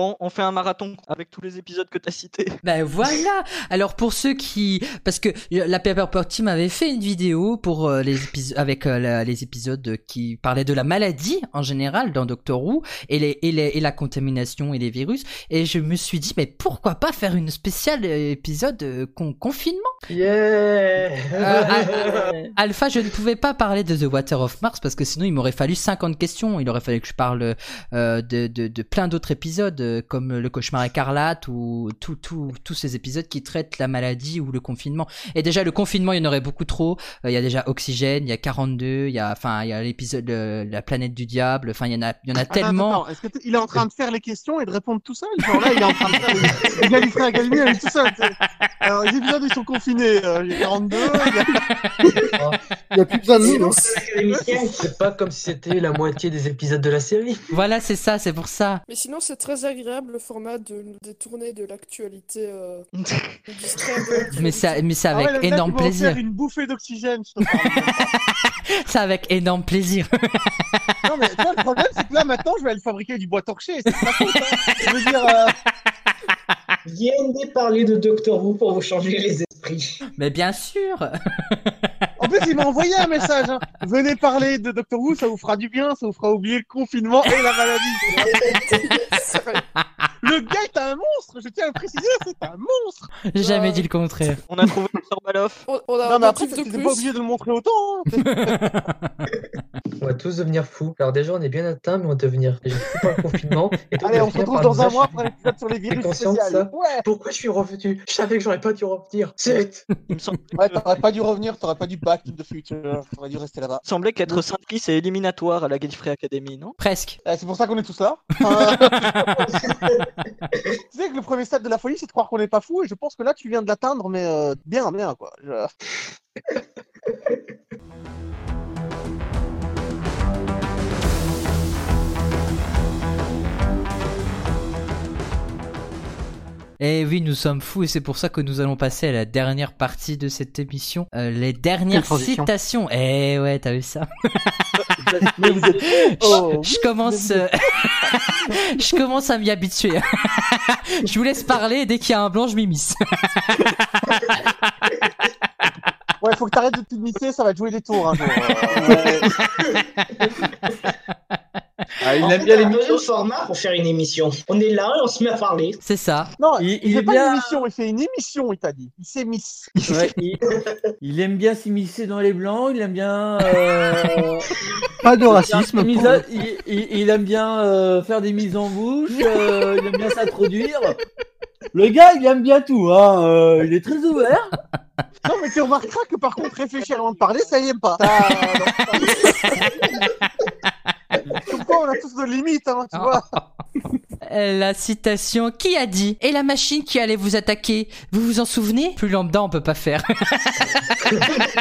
C: On, on fait un marathon avec tous les épisodes que t'as cités.
B: Ben voilà. Alors pour ceux qui, parce que euh, la Paperpot Team avait fait une vidéo pour euh, les épisodes avec euh, la- les épisodes qui parlaient de la maladie en général dans Doctor Who et les, et les- et la contamination et les virus et je me suis dit mais pourquoi pas faire une spéciale euh, épisode euh, con- confinement.
H: Eh.
E: Yeah
B: Euh, Alpha, je ne pouvais pas parler de The Water of Mars parce que sinon il m'aurait fallu 50 questions. Il aurait fallu que je parle euh, de, de, de plein d'autres épisodes euh, comme Le Cauchemar écarlate ou tout, tout, tous ces épisodes qui traitent la maladie ou le confinement. Et déjà le confinement, il y en aurait beaucoup trop. Euh, Il y a déjà Oxygène, il y a 42, il y a enfin il y a l'épisode euh, La planète du diable. Enfin il y en a, il y en a
H: Attends,
B: tellement.
H: Ah, bah, attends, Est-ce que t'es- il est en train de faire les questions et de répondre tout seul Genre là, il est en train de faire les Galifrey Academy, elle est tout seul. tu sais. Alors les épisodes ils sont confinés. euh, Il y a 42. il y a-
D: Il n'y a plus besoin de nous,
E: Sinon,
D: non
E: c'est l'académicien, C'est pas comme si c'était la moitié des épisodes de la série.
B: Voilà c'est ça, c'est pour ça.
F: Mais sinon, c'est très agréable le format de nous détourner de l'actualité. euh, nous
H: *laughs*
F: distraire de l'actualité.
B: Mais ça, mais ça
H: Ah ouais,
B: avec
H: là, tu
B: énorme
H: vas en faire
B: plaisir.
H: une bouffée d'oxygène. je te parle.
B: *laughs* Ça avec énorme plaisir. *laughs*
H: Non, mais toi, le problème, c'est que là, maintenant, je vais aller fabriquer du bois torché. C'est pas cool, hein. Je veux dire, euh,
E: Viennez parler de Doctor Who pour vous changer les esprits.
B: Mais bien sûr.
H: en plus, il m'a envoyé un message. hein. Venez parler de Doctor Who, ça vous fera du bien, ça vous fera oublier le confinement et la maladie.
F: C'est vrai.
H: Le gars est un monstre, je tiens à le préciser, c'est un monstre.
B: J'ai jamais dit le contraire.
C: On a trouvé le Sorbaloff.
F: Bah, On, on a
H: Non,
F: un
H: mais après,
F: motif de
H: t'es
F: plus. *laughs*
H: pas obligé de le montrer autant. hein.
A: On va tous devenir fous. Alors déjà, on est bien atteints, mais on va devenir déjà fous par le confinement. Et toi,
H: Allez,
A: tu vas
H: on se
A: finir
H: retrouve
A: par
H: dans
A: nous
H: un mois
A: achever.
H: pour l'épisode sur les
A: T'es
H: virus
A: conscient de
H: spécial.
A: ça
H: Ouais.
A: Pourquoi je suis revenu Je savais que j'aurais pas dû revenir. Zut
H: Ouais, t'aurais pas dû revenir, t'aurais pas dû back to the future, t'aurais dû rester là-bas.
C: Il semblait qu'être syndiqué, c'est éliminatoire à la Gallifrey Academy, non
B: Presque.
H: Eh, c'est pour ça qu'on est tous là. Euh, *laughs* tu sais que le premier stade de la folie, c'est de croire qu'on n'est pas fou, et je pense que là, tu viens de l'atteindre, mais euh, bien, bien, quoi.
I: *laughs*
H: Je-
B: Et Eh oui, nous sommes fous et c'est pour ça que nous allons passer à la dernière partie de cette émission, euh, les dernières
I: Quelle transition.
B: citations. Eh ouais, t'as vu ça
H: Oh,
B: Je commence, euh, *laughs* je commence à m'y habituer. *laughs* je vous laisse parler et dès qu'il y a un blanc, je m'immisce.
H: Ouais, faut que t'arrêtes de t'immiscer, ça va te jouer des tours un jour. Euh,
I: il
E: En
I: aime
E: fait,
I: bien
E: on a
I: les
E: un
I: micros.
E: nouveau format pour faire une émission. On est là et on se met à parler.
B: C'est ça.
H: Non,
I: Il-
H: il,
I: il
H: fait
I: est
H: pas
I: bien-
H: une émission, il fait une émission, il t'a dit. Il s'est mis.
I: Ouais, il, il aime bien s'immiscer dans les blancs, Oh, il aime bien. euh,
D: *laughs* Pas de
I: il,
D: racisme.
I: mise
D: pour-
I: à- il- il- il aime bien euh, faire des mises en bouche, euh, il aime bien s'introduire. Le gars, il aime bien tout, hein, euh, il est très ouvert.
H: *laughs* Non, mais tu remarqueras que par contre, réfléchir avant de parler, ça y est pas. Ah, non, ça- Comme quoi, on a tous nos limites, hein,
I: Ah.
H: tu vois.
B: *laughs* Euh, La citation qui a dit Et la machine qui allait vous attaquer, vous vous en souvenez Plus lambda, on peut pas faire.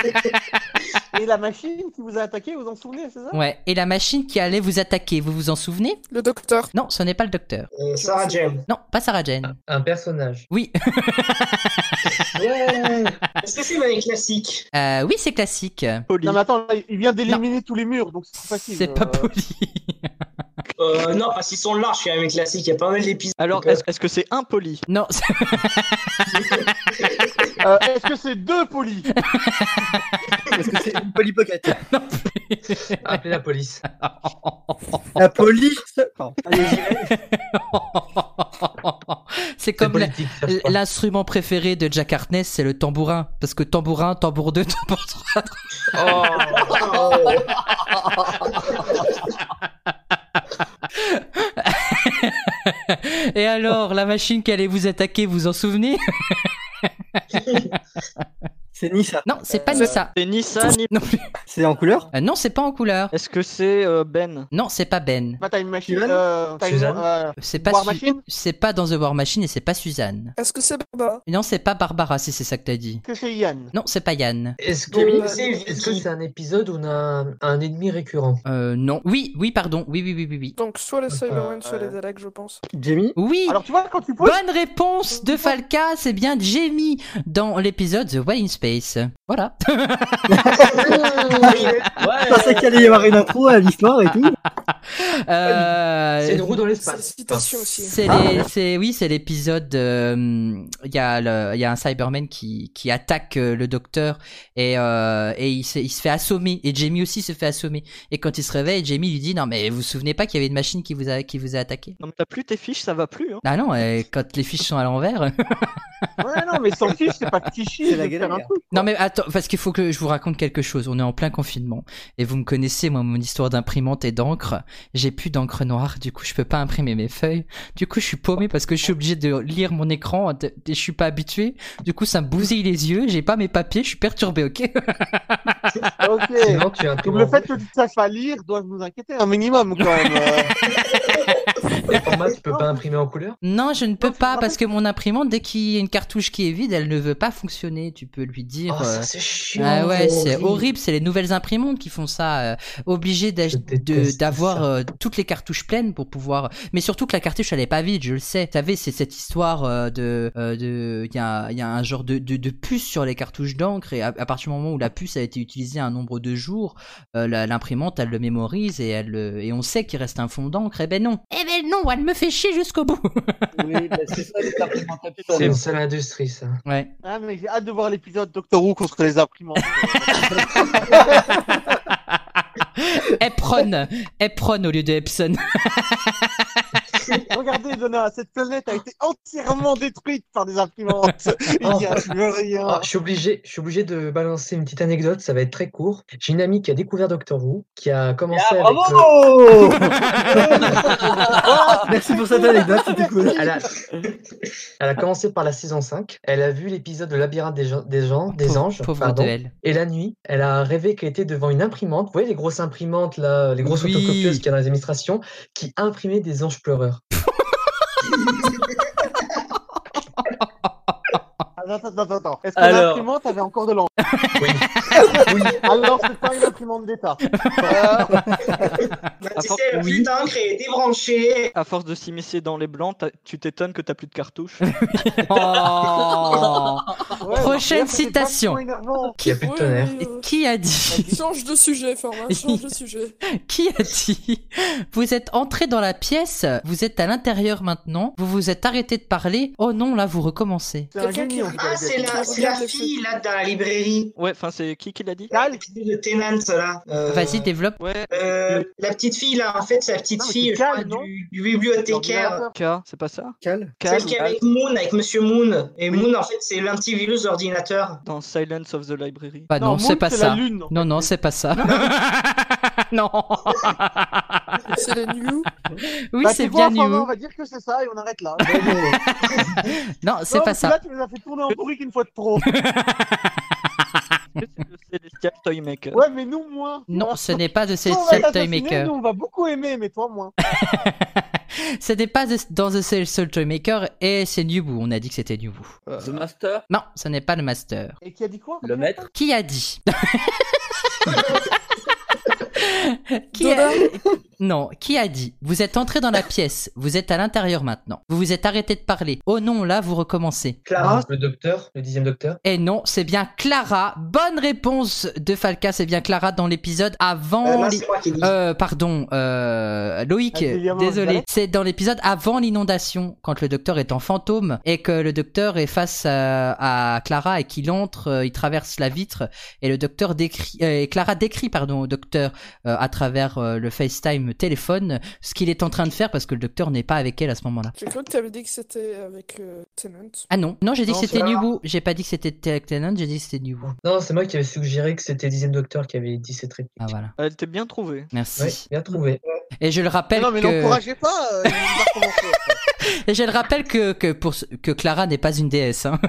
B: *laughs*
H: Et la machine qui vous a attaqué, vous vous en souvenez, c'est ça
B: ouais. Et la machine qui allait vous attaquer, vous vous en souvenez
F: Le docteur.
B: Non, ce n'est pas le docteur.
E: Euh, Sarah Jane.
B: Non, pas Sarah Jane.
A: Un personnage.
B: Oui.
E: Ouais. Est-ce que c'est dans les classiques
B: Euh, oui, c'est classique.
H: Non, mais attends, là, il vient d'éliminer tous les murs, donc c'est facile.
B: C'est pas
H: euh.
B: poli.
E: euh, Non, parce qu'ils sont larges quand même les classiques. Il y a pas mal d'épisodes.
C: Alors, est-ce est-ce que c'est impoli
B: Non, c'est- *laughs*
H: Euh, Est-ce que c'est
B: *laughs*
H: deux polis
D: Parce que c'est une polypocket.
A: Appelez la police.
D: La police. Pardon.
B: c'est *laughs*
A: C'est
B: comme la-
A: politique. ça, je crois.
B: l'instrument préféré de Jack Hartness, c'est le tambourin. Parce que tambourin, tambour 2, tambour *laughs* 3. Et alors, la machine qui allait vous attaquer, vous en souvenez
D: C'est ni ça.
B: Non, c'est pas Nissa.
C: C'est ni ça, ni.
B: Non, plus.
D: C'est en couleur
B: Euh, non, c'est pas en couleur.
C: Est-ce que c'est euh, Ben
B: Non, c'est pas Ben.
H: Pas Time Bah, Machine.
D: Suzanne
H: Euh, time,
A: Suzanne
H: euh,
B: C'est pas
H: War
B: Su-
H: Machine
B: C'est pas dans The War Machine et c'est pas Suzanne.
F: Est-ce que c'est Barbara
B: Non, c'est pas Barbara si c'est ça que t'as dit.
H: que c'est Yann.
B: Non, c'est pas Yann.
A: Est-ce que
E: Kevin,
A: est-ce
E: c'est
A: que c'est un épisode où on a un, un ennemi *laughs* récurrent
B: Euh, non. Oui, oui, pardon. Oui, oui, oui, oui, oui.
F: Donc, soit les Cybermen,
H: Euh,
F: soit
H: euh.
F: les Daleks, je pense.
D: Jamie
B: Oui.
H: Alors tu vois, quand tu poses.
B: Bonne réponse de Falca, c'est bien Jamie dans l'épisode The Way in Space.
A: *laughs*
B: Voilà.
D: Je pensais qu'il allait y avoir une intro à l'histoire et tout.
B: Euh,
A: C'est une roue Ah. dans
F: C'est la
A: l'espace.
F: citation aussi.
B: C'est les- c'est- oui, c'est l'épisode. euh, Il y a le- il y a un Cyberman qui qui attaque euh, le docteur et euh, et il se il se fait assommer et Jamie aussi se fait assommer et quand il se réveille, Jamie lui dit non mais vous vous souvenez pas qu'il y avait une machine qui vous a qui vous a attaqué
C: Non, mais t'as plus tes fiches, ça va plus. Hein.
B: Ah non, euh, quand les fiches sont à l'envers.
H: Ouais, non, mais sans fiche, c'est pas cliché.
D: C'est la galère.
B: non mais attends, parce qu'il faut que je vous raconte quelque chose. On est en plein confinement et vous me connaissez moi mon histoire d'imprimante et d'encre. J'ai plus d'encre noire, du coup je peux pas imprimer mes feuilles. Du coup je suis paumé parce que je suis obligé de lire mon écran de- et je suis pas habitué. Du coup ça me bousille les yeux, j'ai pas mes papiers, je suis perturbé, OK *laughs*
H: Ok.
A: Sinon, tu as un
H: Donc le fait que tu ne saches pas lire doit nous inquiéter un minimum quand même.
B: *laughs*
H: euh.
A: le format, tu peux pas imprimer en couleur
B: Non, je ne peux
H: Non, tu
B: pas
H: te
B: parce que mon imprimante dès qu'il y a une cartouche qui est vide, elle ne veut pas fonctionner. Tu peux lui dire
A: Oh,
B: euh,
A: ça, c'est chiant.
B: Ah ouais, c'est horrible, c'est les nouvelles imprimantes qui font ça, euh, obligé d'ach-
A: euh,
B: de-
A: Je déteste
B: d'avoir
A: ça.
B: euh, toutes les cartouches pleines pour pouvoir mais surtout que la cartouche elle est pas vide, je le sais. Tu savez, c'est cette histoire euh, de euh, de il y a, il y a un genre de, de, de puce sur les cartouches d'encre et à, à partir du moment où la puce a été utilisée un nombre de jours, euh, la- l'imprimante elle le mémorise et elle le- et on sait qu'il reste un fond d'encre. Eh ben non. Eh ben non, elle me fait chier jusqu'au bout.
I: Oui, bah, c'est ça, les imprimantes à
A: C'est
I: puce.
A: une seule industrie, ça.
B: ouais.
H: Ah, mais j'ai hâte de voir l'épisode Doctor Who contre les
B: *laughs*
H: imprimantes.
B: Epron, Epron au lieu de Epson.
H: Regardez, donnée à cette planète a été entièrement détruite par
B: *laughs*
H: des imprimantes. Il n'y a plus rien.
D: Oh,
A: Ah, je suis obligé, je suis obligé de balancer une petite anecdote, ça va être très court. J'ai une amie qui a découvert Doctor Who, qui a commencé
D: Ah,
A: avec
I: Oh
D: bravo
H: *laughs* Oh,
A: le-
D: Merci pour cette anecdote, c'était cool.
A: Elle a, elle a commencé par la saison 5, elle a vu l'épisode de Labyrinthe des, gens- des gens, des anges,
B: pauvre
A: pardon,
B: de elle.
A: et la nuit, elle a rêvé qu'elle était devant une imprimante, vous voyez les grosses imprimantes là, les grosses
B: Oui.
A: photocopieuses qu'il y a dans les administrations, qui imprimaient des anges pleureurs.
H: Attends, attends, attends, attends. Est-ce que
A: Alors-
H: l'imprimante avait encore de l'encre *laughs* oui. Alors, c'est pas une imprimante d'État. Euh,
B: Ah,
C: À force-
E: c'est
C: oui.
E: plus d'encre et débranché.
C: À force de s'immiscer dans les blancs, t'as- tu t'étonnes que t'as plus de
H: *laughs*
C: cartouches.
A: *laughs*
B: Oh.
H: Ouais,
B: Prochaine
H: alors, c'est
B: citation.
H: vachement énervant.
B: Qui
A: a plus de
F: Ouais,
A: tonnerre.
F: mais, euh,
B: Qui a dit
F: Change de sujet, Format, change de sujet.
B: *laughs* Qui a dit Vous êtes entré dans la pièce, vous êtes à l'intérieur maintenant, vous vous êtes arrêté de parler. Oh non, là vous recommencez.
H: C'est un génie. en fait.
E: Ah, c'est la, c'est la fille là dans la librairie.
C: Ouais, enfin, c'est qui qui l'a dit
E: Là, qui fait de Tenant là. Euh,
B: Vas-y, développe.
C: Ouais,
E: euh, la petite fille là, en fait, c'est la petite
H: Non, mais
E: fille
H: c'est
E: je crois,
H: Cal, non
E: du, du bibliothécaire.
C: K, c'est pas ça
D: Cal
C: Cal,
E: Celle qui est avec Moon, avec Monsieur Moon. Et Moon, en fait, c'est l'antivirus d'ordinateur.
C: dans Silence of the Library.
H: *laughs*
B: Bah non,
H: Non,
B: c'est
H: Moon,
B: pas
H: c'est
B: ça.
H: la lune, en
B: non, non, c'est pas ça. *laughs* non.
F: C'est la New.
B: Oui,
H: Bah, tu
B: c'est
H: vois,
B: bien
H: enfin, On
B: New.
H: va dire que c'est ça et on arrête là.
B: Non, *laughs* c'est
H: Non,
B: pas
H: parce que Là,
B: ça.
H: tu nous as fait tourner en bourrique une fois de
B: *laughs*
H: trop.
C: C'est le Celestial Toymaker.
H: Ouais, mais nous, moins.
B: Non, ce n'est pas de ces
H: Toi, on
B: Toymaker.
H: va t'assassiner, Nous, on va beaucoup aimer, mais toi, moins.
B: Ce n'est pas de- dans The Soul Toymaker et c'est Newboo. On a dit que c'était Newboo.
I: The Master
B: Non, ce n'est pas le Master.
H: Et qui a dit quoi
I: Le maître
B: Qui a dit Qui a...
F: Dodin.
B: Non, qui a dit Vous êtes entré dans la pièce, vous êtes à l'intérieur maintenant. Vous vous êtes arrêté de parler. Oh non, là vous recommencez.
A: Clara, Ah, le docteur, le dixième docteur.
B: Et non, c'est bien Clara. Bonne réponse de Falca, c'est bien Clara dans l'épisode
E: Euh,
B: avant.
E: là,
B: Oh, les-
E: c'est moi qui dis.
B: Euh, pardon, euh, Loïc,
H: Ah, c'est Guillermo
B: désolé.
H: Angelet.
B: C'est dans l'épisode avant l'inondation, quand le docteur est en fantôme et que le docteur est face euh, à, à Clara et qu'il entre, euh, il traverse la vitre et le docteur décrit, euh, et Clara décrit, pardon, au docteur euh, à travers euh, le FaceTime téléphone ce qu'il est en train de faire parce que le docteur n'est pas avec elle à ce moment-là.
F: J'ai cru que t'avais dit que c'était avec euh, Tenant.
B: Ah non, non, j'ai dit
E: Non,
B: que
E: c'est
B: c'était
E: Clara.
B: Newboo. J'ai pas dit que c'était Terek Tennant, j'ai dit que c'était Newboo.
A: Non, c'est moi qui avais suggéré que c'était le dixième docteur qui avait dit cette réplique.
B: Ah voilà,
C: Elle était bien trouvée.
B: merci.
A: Ouais, bien trouvé.
B: Et je le rappelle
H: Non, mais
B: que.
H: n'encouragez pas. euh, il va *laughs* recommencer, après.
B: Et je le rappelle que, que, pour, ce- que Clara n'est pas une déesse. Hein.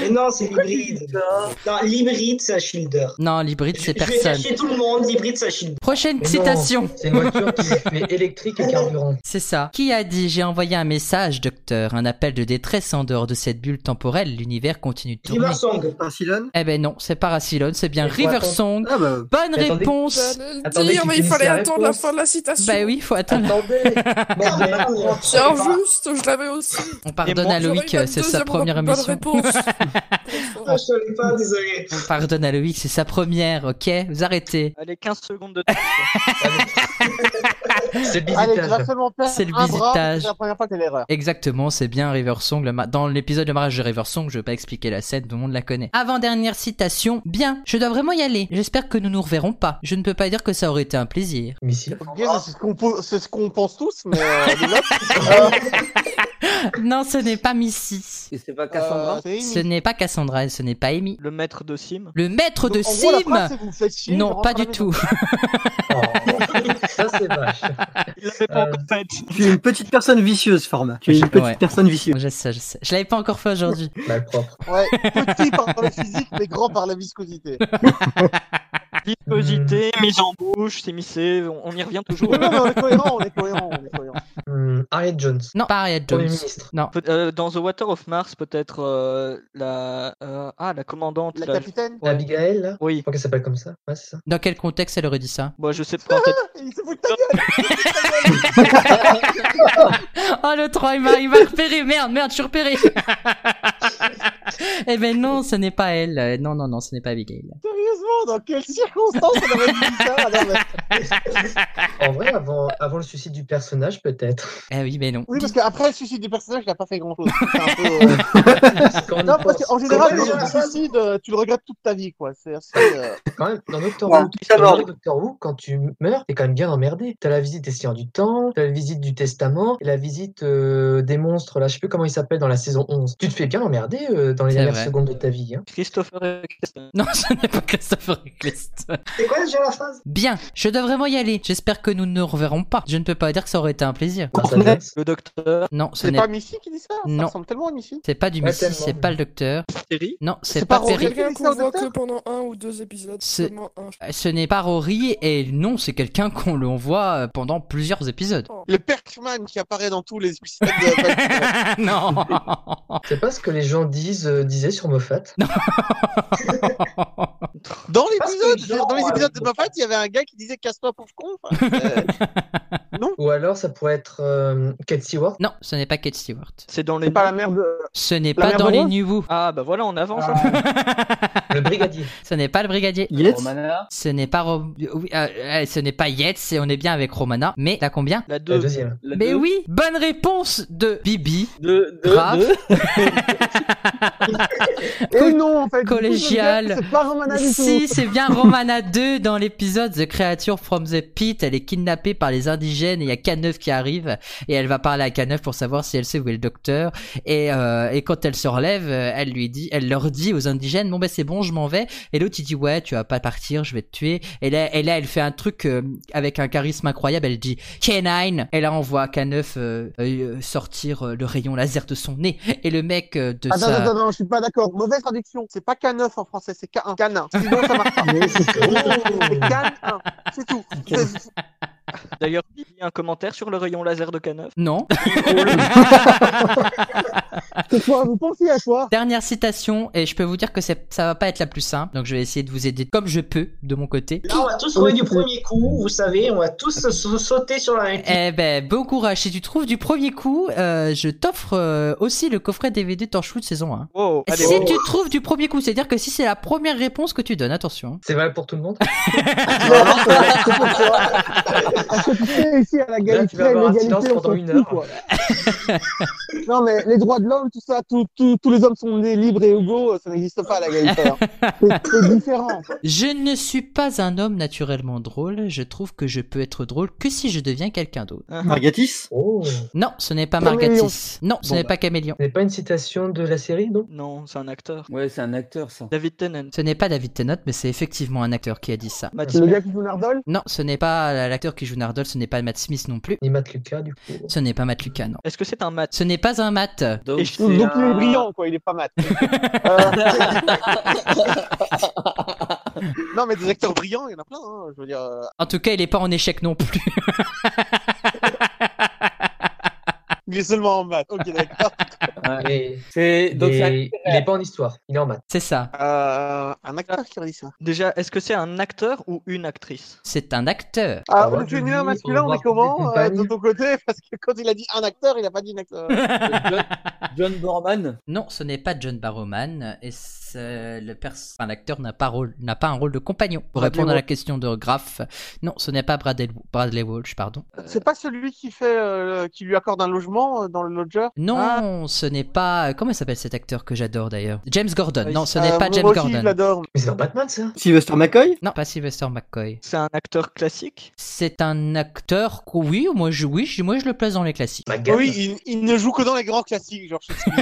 E: Mais non, c'est l'hybride. Non, l'hybride, c'est la Shielder.
B: non, l'hybride, c'est
E: Je vais
B: personne.
E: cacher tout le monde, l'hybride, c'est la Shielder.
B: Prochaine
A: Mais non,
B: citation.
A: C'est une voiture qui fait électrique et carburant.
B: C'est ça. Qui a dit J'ai envoyé un message, docteur, un appel de détresse en dehors de cette bulle temporelle. L'univers continue de tourner.
E: River Song.
D: Un Cylon
B: Eh ben non, c'est pas Racylon, c'est bien
A: Mais faut attendre.
B: Riversong.
D: Ah bah.
B: Bonne
A: Mais attendez.
B: réponse.
F: J'allais le
A: Attendez
F: dire,
A: qu'il
F: mais il
A: finisse
F: fallait
A: la
F: attendre la
A: réponse.
F: fin de la citation.
B: Bah oui, faut attendre.
A: Attendez bordel.
F: C'est injuste, je l'avais aussi.
B: On pardonne
C: moi,
B: à Loïc, euh,
F: J'aurais eu
B: c'est sa
F: 22,
B: première
F: bonne
B: émission.
F: réponse.
B: *laughs*
E: Non, je savais pas, désolé.
B: On pardonne à Loïc, c'est sa première, ok Vous arrêtez.
C: Allez, 15 secondes de temps.
A: C'est le
H: Allez, tu vas
A: visitage.
H: seulement perdre
B: C'est le
H: un bras,
B: visitage.
H: C'est la première fois que t'as l'erreur.
B: Exactement, c'est bien Riversong. le ma- Dans l'épisode de mariage de Riversong, je vais pas expliquer la scène, tout le monde la connaît. Avant-dernière citation. Bien, je dois vraiment y aller. J'espère que nous nous reverrons pas. Je ne peux pas dire que ça aurait été un plaisir.
A: Mais si.
H: Ok, c'est ce qu'on po- c'est ce qu'on pense tous, mais euh, les autres,
B: *laughs* non, ce n'est pas Missy.
I: Et c'est pas
H: euh,
I: Cassandra
H: c'est une-
B: Ce n'est pas Cassandra, ce n'est pas Amy.
C: Le maître de
H: *laughs*
C: Sim.
B: Le maître de
H: Donc, en gros, la
B: Sim
H: phrase, c'est vous faites chier, je
B: Non,
H: rentre
B: pas
H: à la
B: du
H: maison.
B: tout.
A: Oh, ça, c'est vache.
C: Il l'avait pas
A: Euh,
C: encore fait.
D: Tu es une petite personne vicieuse, Format. Tu es une petite
B: Ouais.
D: personne vicieuse.
B: Je sais, je sais. Je l'avais pas encore fait aujourd'hui.
A: Mal propre.
H: Ouais, petit par le physique, mais grand par la
B: *laughs*
H: viscosité.
C: Viscosité, mise en bouche, s'immiscer, on, on y revient toujours.
H: Non, Hmm. *laughs* non, mais on est cohérent, on est cohérent, on est cohérent.
A: Hum, Harriet Jones.
B: Non, pas Harriet
A: Premier
B: Jones.
A: ministre.
B: Non.
C: Peut- euh, dans The Water of Mars, peut-être euh, la euh, ah la commandante.
H: La
C: là,
H: capitaine,
A: La Abigail, là
C: je- Oui,
A: Je crois qu'elle s'appelle comme ça. Ouais, c'est ça.
B: Dans quel contexte elle aurait dit *laughs* ça
C: moi je sais pas. peut-être-
H: il se fout de ta gueule.
B: *laughs* Oh le 3, il m'a il m'a repéré. Merde, merde, je suis repéré. Eh ben non, ce n'est pas elle. Euh, Non, non, non, ce n'est pas Abigail.
H: Sérieusement, dans quelles circonstances on aurait dit ça Ah non, mais-
A: En vrai, avant, avant le suicide du
B: *laughs*
A: personnage, peut-être.
B: Eh oui, mais non.
H: Oui, parce qu'après le suicide du personnage, il n'a pas fait grand-chose. C'est un peu, euh, non, parce qu'en général,
A: Quand
H: quand
A: même,
H: tu te suicides, euh, tu le regrettes toute ta vie, quoi. C'est assez, euh,
A: Quand même, dans Doctor
H: Ouais,
A: Who,
H: tout à
A: dans
H: mort.
A: Doctor Who, quand tu meurs, t'es quand même bien emmerdé. T'as la visite des Seigneurs du Temps, t'as la visite du Testament, et la visite euh, des monstres, là, je sais plus comment ils s'appellent dans la saison 11. Tu te fais bien emmerder euh, dans les
B: C'est
A: dernières
B: vrai.
A: secondes de ta vie. Hein.
C: Christopher Eccleston.
B: Non, ce n'est pas Christopher Eccleston.
E: C'est quoi déjà la phrase
B: Bien, je dois vraiment y aller. J'espère que nous ne nous reverrons pas. Je ne peux pas dire que ça aurait été un plaisir.
C: Le docteur.
B: Non, ce
H: C'est
B: n'est
H: pas Missy qui dit ça
B: Non.
H: Ça ressemble tellement à Missy.
B: c'est pas du
H: Ouais,
B: Missy,
H: tellement,
B: c'est
H: mais-
B: pas le docteur.
C: Terry
B: Non, c'est
H: C'est
B: pas
H: pas
B: Terry.
F: Quelqu'un
H: ça
F: qu'on
H: au
F: voit
H: docteur
F: que pendant un ou deux épisodes.
B: C'est-
F: Seulement un.
B: Ce n'est pas Rory et non, c'est quelqu'un qu'on l'on voit euh, pendant plusieurs épisodes.
H: Le Perkman qui apparaît dans tous les épisodes de Batman.
B: *laughs* non.
A: C'est pas ce que les gens disent, euh, disaient sur Moffat.
H: Dans
E: Parce que
H: l'épisode,
E: les
H: je veux
E: gens,
H: dire, dans les
E: euh,
H: épisodes de Moffat, il y avait un gars qui disait casse-toi pauvre
A: *laughs*
H: con. Enfin, euh,
A: Ou alors, ça pourrait être euh, Kate Stewart.
B: Non, ce n'est pas Kate Stewart.
C: C'est dans les.
H: C'est pas la merde. de-
B: Ce n'est
H: La
B: pas
H: mère
B: dans
H: de
B: les
H: Rose
B: New Who.
C: Ah bah voilà, on avance. hein.
A: Le brigadier.
B: Ce n'est pas le brigadier.
D: Yates
H: Ah.
I: Romana.
B: Ce n'est pas Ro- oui, euh, euh, ce n'est pas Yates et on est bien avec Romana. Mais t'as combien
I: Eh,
C: La
A: La
C: 2.
A: deuxième.
I: La
B: Mais
I: deux-
B: oui, bonne réponse de Bibi.
I: deux- deux-
B: Grave.
I: deux.
H: Et non, en fait. du coup, je me disais,
B: Collégial.
H: C'est pas Romana du
B: Si,
H: tout.
B: c'est bien Romana 2 dans l'épisode The Creature from the Pit. Elle est kidnappée par les indigènes et il y a K9 qui arrive et elle va parler à K9 pour savoir si elle sait où est le docteur. Et, euh, et quand elle se relève, euh, elle lui dit, elle leur dit aux indigènes, bon ben c'est bon, je m'en vais. Et l'autre il dit ouais, tu vas pas partir, je vais te tuer. Et là, et là elle fait un truc euh, avec un charisme incroyable. Elle dit K9. Et là on voit K9 euh, euh, sortir euh, le rayon laser de son nez. Et le mec euh, de
H: Attends,
B: sa-
H: attends, attends, je suis pas d'accord. Mauvaise traduction. C'est pas K9 en français, c'est K1. Canin. Sinon, ça marche pas.
A: Oh.
H: C'est K1. C'est tout. C'est-
C: D'ailleurs, il y a un commentaire sur le rayon laser de K9.
B: non.
H: C'est quoi Vous pensez à quoi
B: Dernière citation, et je peux vous dire que c'est- ça va pas être la plus simple, donc je vais essayer de vous aider comme je peux de mon côté.
E: Là, on va tous trouver du premier coup, vous savez, on va tous se- se- sauter sur la même
B: Eh ben, bon courage. Si tu trouves du premier coup, euh, je t'offre euh, aussi le coffret DVD Torchwood saison 1.
C: Wow, allez, oh.
B: si
C: wow.
B: tu trouves du premier coup, c'est-à-dire que si c'est la première réponse que tu donnes, attention. hein.
A: C'est valable pour tout le monde.
H: Parce que tu sais, réussi à la
A: Là, tu
H: l'égalité,
A: vas avoir un silence
H: l'égalité, on
A: pendant
H: s'en
A: une
H: fout,
A: heure.
H: quoi. Non, mais les droits de l'homme, tout ça, tout, tout- tous les hommes sont nés libres et égaux, ça n'existe pas, la l'égalité. hein. C'est- C'est différent.
B: Je ne suis pas un homme naturellement drôle, je trouve que je peux être drôle que si je deviens quelqu'un d'autre.
C: Ah,
I: Ah.
D: Margatis
A: Oh. Ce
B: Non, ce n'est pas
H: Caméléon.
B: Margatis. Non, ce
D: Bon,
B: n'est
D: bah.
B: pas Caméléon.
A: n'est pas une citation de la série, non
C: Non, c'est un acteur.
I: Ouais, c'est un acteur, ça.
C: David Tennant.
B: Ce n'est pas David Tennant, mais c'est effectivement un acteur qui a dit ça.
C: Mathieu.
H: Le gars qui joue Nardol
B: Non, ce n'est pas euh, l'acteur qui joue Nardole, ce n'est pas Matt Smith non plus.
A: Ni Matt Lucas, du coup.
B: Ce n'est pas Matt Lucas, non.
C: Est-ce que c'est un match
B: Ce n'est pas un Matt.
I: Donc,
C: Et
I: c'est
H: Donc donc, il
I: un-
H: est brillant, quoi, il est pas mal. Euh, non, mais des acteurs brillants, il y en a plein, hein, je veux dire. euh,
B: En tout cas, il est pas en échec non plus. *laughs*
H: Il est seulement en maths. Ok, d'accord.
A: Mais-
I: C'est donc, c'est un-
A: mais il n'est pas en histoire, il est en maths.
B: C'est ça.
H: *laughs* Euh, un acteur qui aurait dit ça.
C: Déjà, est-ce que c'est un acteur ou une actrice
B: C'est un acteur.
H: Ah,
A: Alors,
H: le
A: je
H: féminin
A: dis,
H: masculin,
A: on
H: on
A: va
H: est comment
A: retrouver
H: euh,
A: compagnie.
H: de ton côté *laughs* Parce que quand il a dit un acteur, il a pas dit une acteur.
I: John, John Borman.
B: Non, ce n'est pas John Barrowman. Et c'est le pers- enfin, l'acteur n'a pas, rôle- n'a pas un rôle de compagnon. Pour
H: Bradley
B: répondre à la
H: Walsh.
B: question de Graff, non, ce n'est pas Bradley, Bradley Walsh, pardon.
H: C'est pas celui qui fait, euh, qui lui accorde un logement euh, dans le lodger
B: Non,
H: Ah.
B: ce n'est pas. Comment s'appelle cet acteur que j'adore d'ailleurs James Gordon.
C: Oui.
B: Non, ce n'est
H: Euh,
B: pas
H: moi
B: James
H: aussi,
B: Gordon.
H: Je l'adore.
A: Mais c'est dans Batman, ça
D: Sylvester McCoy
B: Non, pas Sylvester McCoy.
C: C'est un acteur classique
B: C'est un acteur. que- Oui, moi je, oui, je- moi je le place dans les classiques.
A: McGann.
H: Oui, il, il ne joue que dans les grands classiques, genre Shakespeare.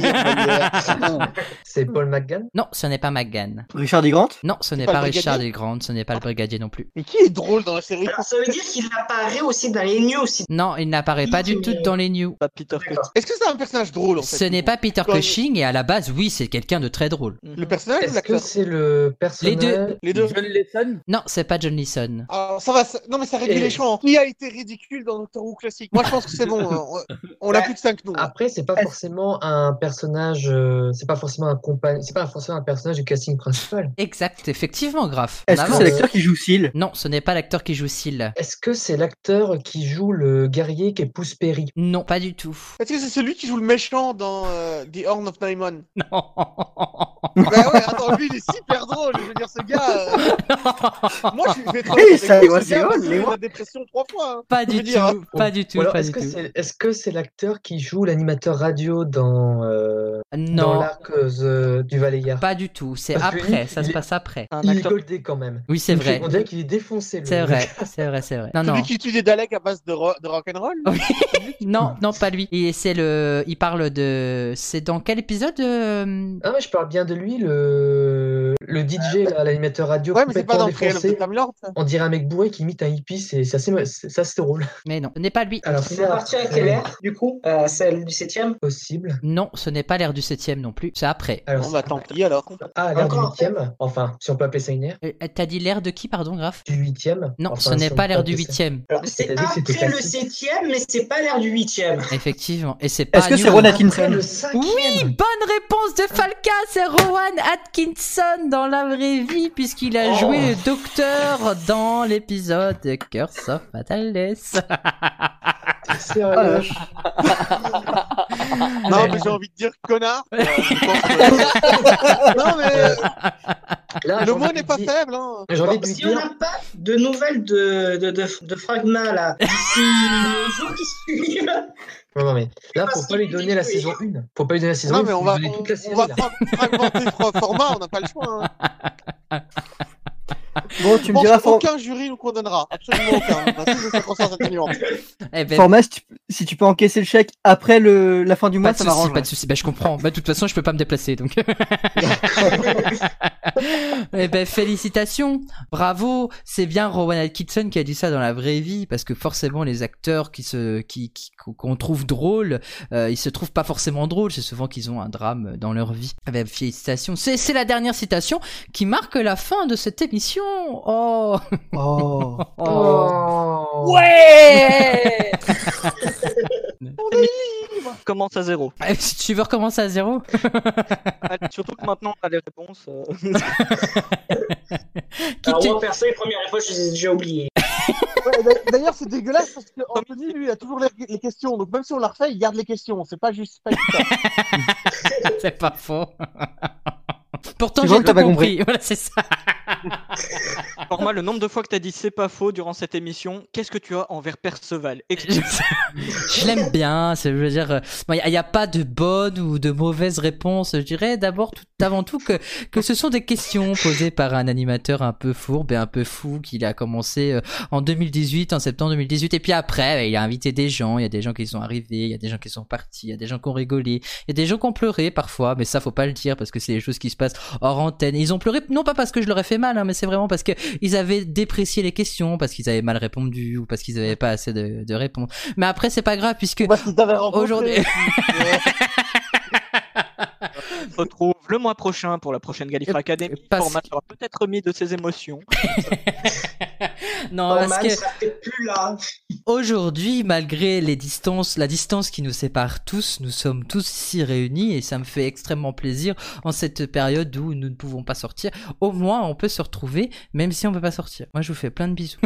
H: Molière.
A: C'est Paul McGann
B: Non, ce n'est pas McGann.
D: Richard D. Grant
B: Non, ce n'est
H: pas
B: pas,
H: le
B: Richard
H: brigadier
B: des Grandes, ce n'est pas le brigadier non plus.
H: Mais qui est drôle dans la série
E: Alors, ça veut dire qu'il apparaît aussi dans les news. si-
B: Non, il n'apparaît pas du tout dans les news.
C: Pas Peter Cushing.
H: Est-ce que c'est un personnage drôle en fait
B: Ce n'est pas Peter
H: Quand-
B: Cushing et à la base, oui, c'est quelqu'un de très drôle.
C: Mhm.
H: Le personnage ou
A: Est-ce que
H: l'acteur
A: c'est le personnage
B: deux.
H: Les deux.
I: John Lesson.
B: Non, c'est pas John Leeson.
H: Ah, ça va, ça- non mais ça réduit
A: Et-
H: les champs. Qui a été ridicule dans Doctor Who classique Moi je pense que c'est bon, hein. on, on a
E: Ouais.
H: plus de hein. 5 noms.
A: Après, c'est pas forcément un personnage, euh, c'est pas forcément un compagnon, c'est pas forcément un personnage du casting principal.
B: Exact, effectivement, Graf. On
D: Est-ce que
B: avance.
D: c'est l'acteur qui joue Seal
B: Non, ce n'est pas l'acteur qui joue Seal.
A: Est-ce que c'est l'acteur qui joue le guerrier qui épouse Perry
B: Non, pas du tout. *laughs*
H: Est-ce que c'est celui qui joue le méchant dans euh, The Horn of Naimon.
B: Non.
H: Bah ouais, attends, lui il est super drôle. Je veux dire, ce gars. euh, Moi je vais être honnête
A: Hey,
H: avec
A: ça y
H: vous,
A: va,
H: ce
A: c'est
H: gars,
A: on,
H: il a eu
A: les
H: la dépression trois fois. hein.
B: Pas
H: Je
B: du
H: veux dire,
B: tout,
H: hein.
B: pas du tout,
A: Ou alors,
B: pas
A: est-ce
B: du
A: que
B: tout.
A: c'est- Est-ce que c'est l'acteur qui joue l'animateur radio dans, euh,
B: Non.
A: dans l'arc euh, du Valeyard
B: Pas du tout, c'est
A: Parce que
B: après,
A: lui,
B: ça se
A: il-
B: passe après.
A: Il est goldé quand même.
B: Oui, c'est
A: Il fait-
B: vrai.
A: On dirait qu'il est défoncé. le-
B: C'est vrai, c'est vrai, c'est vrai. Ah, Non, non.
H: Celui qui tue des Daleks à base de, ro- de rock'n'roll
B: Non, non, pas lui. Et c'est le, il parle de, c'est dans quel épisode euh,
A: Ah, mais je parle bien de lui, le, le DJ, là, l'animateur radio.
H: Ah Ouais, mais c'est pas
A: complètement
H: dans Trial of the
A: défoncé.
H: Time Lord, ça.
A: On dirait un mec bourré qui imite un hippie, c'est c'est assez, c'est c'est assez
E: *laughs*
A: drôle.
B: Mais non, ce n'est pas lui.
A: Alors,
E: C'est parti à quelle ère, du coup Euh, Celle du 7ème
A: Possible.
B: Non, ce n'est pas l'ère du septième non plus. C'est après.
A: Alors,
H: Bon bah tant pis alors.
A: Ah, l'ère du
E: Encore.
A: 8ème Enfin, si on peut appeler ça une ère.
B: Euh, T'as dit l'ère de qui, pardon, Graf
A: Du 8ème
B: Non, ce n'est pas l'ère du huitième.
E: Alors, c'est
A: C'est-à-dire que c'était
E: après le
A: classique.
E: 7ème, mais c'est pas l'ère du 8ème.
B: Effectivement. Et c'est pas.
D: *laughs* Est-ce que c'est
B: Newman.
D: Ron
E: Après
D: Atkinson
E: le
B: Oui,
E: 5ème.
B: bonne réponse de Falca, c'est Rowan Atkinson dans la vraie vie puisqu'il a
E: Oh.
B: joué le docteur dans l'épisode de Curse of
D: *laughs*
B: Matalis.
A: Ah, Sérieux
H: Non mais j'ai envie de dire connard. Euh, je pense que- non mais euh,
A: Là, j'ai
H: le
A: envie
H: mot
A: de
H: n'est pas
A: dire-
H: faible. Hein.
A: J'ai envie de lui
E: Bah, Si on
A: dire.
E: n'a pas de nouvelles de, de, de, de Fragma là, *laughs* d'ici les jours qui suivent,
A: Non, non, mais là,
E: parce
A: faut pas
E: qu'il
A: lui
E: est
A: donner la
E: détruit.
A: saison 1. Faut pas lui donner la saison 1.
H: Non mais on va,
A: donner
H: on,
A: toute la
H: on
A: série.
H: va
A: là.
H: fra- fragmenter fra- format, on n'a pas le choix. Hein.
D: Bon, tu
H: Je
D: me
H: pense
D: diras, for-
H: qu'aucun jury nous condamnera, absolument aucun. On a tous des circonstances atténuantes.
B: Eh ben,
D: Format, si tu, si tu peux encaisser le chèque après le, la fin du mois,
B: pas de
D: ça
B: soucis,
D: m'arrange. hein.
B: pas de soucis. Bah, je comprends. Bah, de toute façon, je peux pas me déplacer, donc.
H: *laughs*
B: Eh ben, félicitations. Bravo. C'est bien Rowan Atkinson qui a dit ça dans la vraie vie, parce que forcément, les acteurs qui se, qui, qui- qu'on trouve drôles, euh, ils se trouvent pas forcément drôles. C'est souvent qu'ils ont un drame dans leur vie. Eh ben, félicitations. C'est, c'est la dernière citation qui marque la fin de cette émission. Oh. *laughs*
D: Oh.
B: Oh.
A: Oh.
B: Eh
K: Ouais
C: Commence à zéro.
B: Eh, Si tu veux recommencer à zéro.
C: Allez, surtout que maintenant on a les réponses.
B: *laughs*
C: euh,
D: Ah
B: Qui
E: alors
B: tu-
E: moi perso, les premières fois, j'ai j'ai oublié.
H: Ouais, d'a- D'ailleurs, c'est dégueulasse parce que Anthony, lui, il a toujours les, les questions. Donc, même si on la refait, il garde les questions. C'est pas juste. c'est Pas juste ça.
D: *laughs*
B: C'est pas faux. Pourtant,
D: Tu
B: j'ai
D: vois, t'as
B: tout
D: pas
B: compris. Voilà, c'est ça.
C: Normal, le nombre de fois que t'as dit c'est pas faux durant cette émission, qu'est-ce que tu as envers Perceval
B: Je,
C: *laughs* Explique.
B: je l'aime bien. c'est- Je veux dire, euh, il n'y a, pas de bonne ou de mauvaise réponse. Je dirais d'abord, tout avant tout, que, que ce sont des questions posées par un animateur un peu fourbe et un peu fou qu'il a commencé euh, en 2018, en septembre 2018. Et puis après, bah, il a invité des gens. Il y a des gens qui sont arrivés, il y a des gens qui sont partis, il y a des gens qui ont rigolé, il y a des gens qui ont pleuré parfois. Mais ça, faut pas le dire parce que c'est des choses qui se passent hors antenne. Ils ont pleuré, non pas parce que je leur ai fait mal, hein, mais c'est vraiment parce que ils avaient déprécié les questions, parce qu'ils avaient mal répondu ou parce qu'ils avaient pas assez de, de réponses. Mais après, c'est pas grave puisque
H: Parce que t'avais rencontré.
B: Aujourd'hui.
H: *laughs*
C: On se retrouve le mois prochain pour la prochaine Gallifrey Academy.
B: Parce
C: Format sera peut-être remis de ses émotions.
B: non,
E: Norman
B: Ah, parce que
E: sera peut-être plus là.
B: aujourd'hui, malgré les distances, la distance qui nous sépare tous, nous sommes tous ici réunis et ça me fait extrêmement plaisir en cette période où nous ne pouvons pas sortir. Au moins, on peut se retrouver, même si on peut pas sortir. Moi, je vous fais plein de bisous.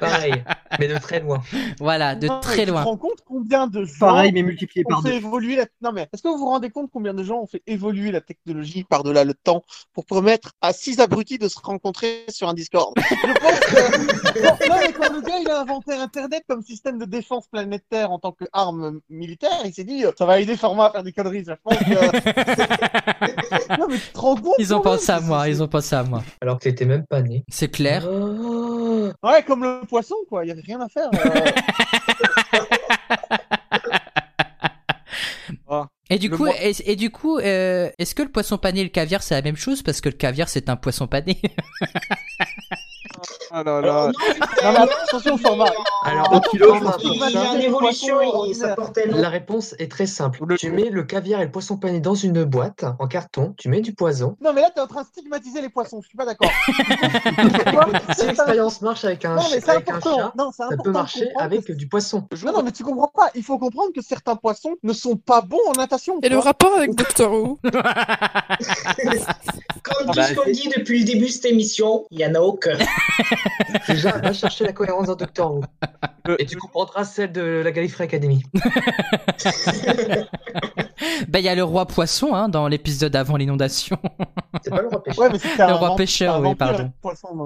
A: Pareil, mais de très loin.
B: voilà, de
H: Non, mais
B: très
H: Tu te
B: loin.
H: rends compte combien de gens
D: Pareil, mais multiplié
H: ont
D: par
H: fait
D: deux.
H: évoluer la. Non, mais est-ce que vous vous rendez compte combien de gens ont fait évoluer la technologie par-delà le temps pour permettre à six abrutis de se rencontrer sur un Discord Je pense que. Non, non, mais quand le gars, il a inventé Internet comme système de défense planétaire en tant qu'arme militaire, il s'est dit euh, ça va aider Format à faire des conneries. Je pense que.
B: *laughs*
H: non, mais tu te rends compte
B: Ils ont
H: quand même,
B: pensé à
H: c'est-
B: moi,
H: c'est-
B: ils ont pensé à moi.
A: Alors que t'étais même pas né.
B: C'est clair.
A: Oh.
H: Ouais, comme le poisson, quoi. Il n'y a rien à faire.
B: *laughs*
H: euh.
B: Et du
C: Le
B: coup,
C: mois-
B: et, et du coup, euh, est-ce que le poisson pané et le caviar c'est la même chose parce que le caviar c'est un poisson pané *laughs*
C: Ah là
A: Euh, *laughs*
C: là.
H: Non, mais attention au format.
A: Alors,
H: Un kilo,
A: on va
H: je pense.
A: pour
E: Il va y
A: ça.
E: avoir une évolution et ça porte tellement.
A: La réponse est très simple.
C: Le-
A: Tu mets le caviar et le poisson pané dans une boîte en carton, tu mets du poison.
H: Non, mais là, t'es en train de stigmatiser les poissons, je suis
B: *laughs*
H: pas d'accord.
A: *laughs* Si
H: C'est pas-
A: l'expérience marche avec un,
H: Non, mais
A: chi-
H: c'est
A: avec un
H: important.
A: chien,
H: Non, c'est
A: ça
H: important.
A: peut
H: de
A: marcher
H: comprendre
A: avec
H: que-
A: du poisson.
H: Non, non, mais tu comprends pas. Il faut comprendre que certains poissons ne sont pas bons en natation.
F: Et
H: tu
F: le
H: vois.
F: rapport avec Doctor Who
B: Bah,
E: Comme tout ce qu'on dit depuis le début de cette émission, il n'y en a aucun.
A: Déjà, va chercher la cohérence dans Doctor Who. Et tu comprendras celle de la Gallifrey Academy.
B: Ben, il y a le roi poisson hein, dans l'épisode avant l'inondation.
A: C'est pas le roi pêcheur.
B: Ouais, mais c'était Le un roi vamp- pêcheur, un oui, vampire pardon.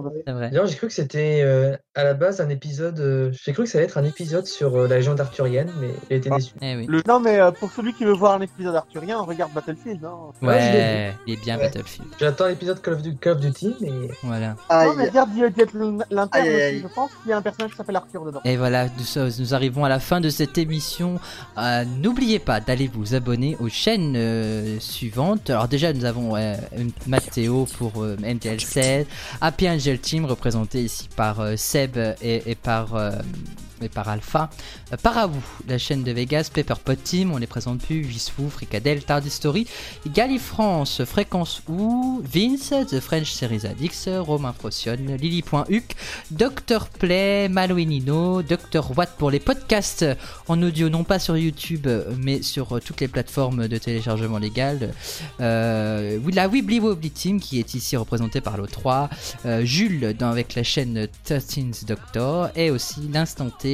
B: avec C'est vrai.
A: D'ailleurs, j'ai cru que c'était euh, à la base un épisode. euh, j'ai cru que ça allait être un épisode sur euh, la légende arthurienne, mais j'ai été déçu.
B: Eh
H: Non, mais euh, pour celui qui veut voir un épisode arthurien, regarde Battlefield. Hein.
B: Ouais, il est bien Battlefield.
A: J'attends l'épisode Call of Duty, Call of Duty, mais.
B: Voilà.
H: Non, mais regarde The Jet l'interne
B: Aïe, aïe,
H: aussi, je pense qu'il y a un personnage qui s'appelle Arthur dedans.
B: Et voilà, nous, nous arrivons à la fin de cette émission. Euh, N'oubliez pas d'aller vous abonner aux chaînes euh, suivantes. Alors déjà, nous avons euh, Mathéo pour euh, MTL16, Happy Angel Team représenté ici par euh, Seb et, et par... euh, et par Alpha, Euh, par à vous, la chaîne de Vegas, Pepperpot Team, on les présente plus, Visfou, Fricadel, Tardistory, Galifrance, Fréquence ou Vince, The French Series Addicts, Romain Frocion, Lily.huc, Dr Play, Malouinino, Dr Watt pour les podcasts en audio, non pas sur YouTube, mais sur euh, toutes les plateformes de téléchargement légal. Euh, la Wibbly Wobbly Team qui est ici représentée par l'O3, euh, Jules dans, avec la chaîne 13th Doctor et aussi l'Instant T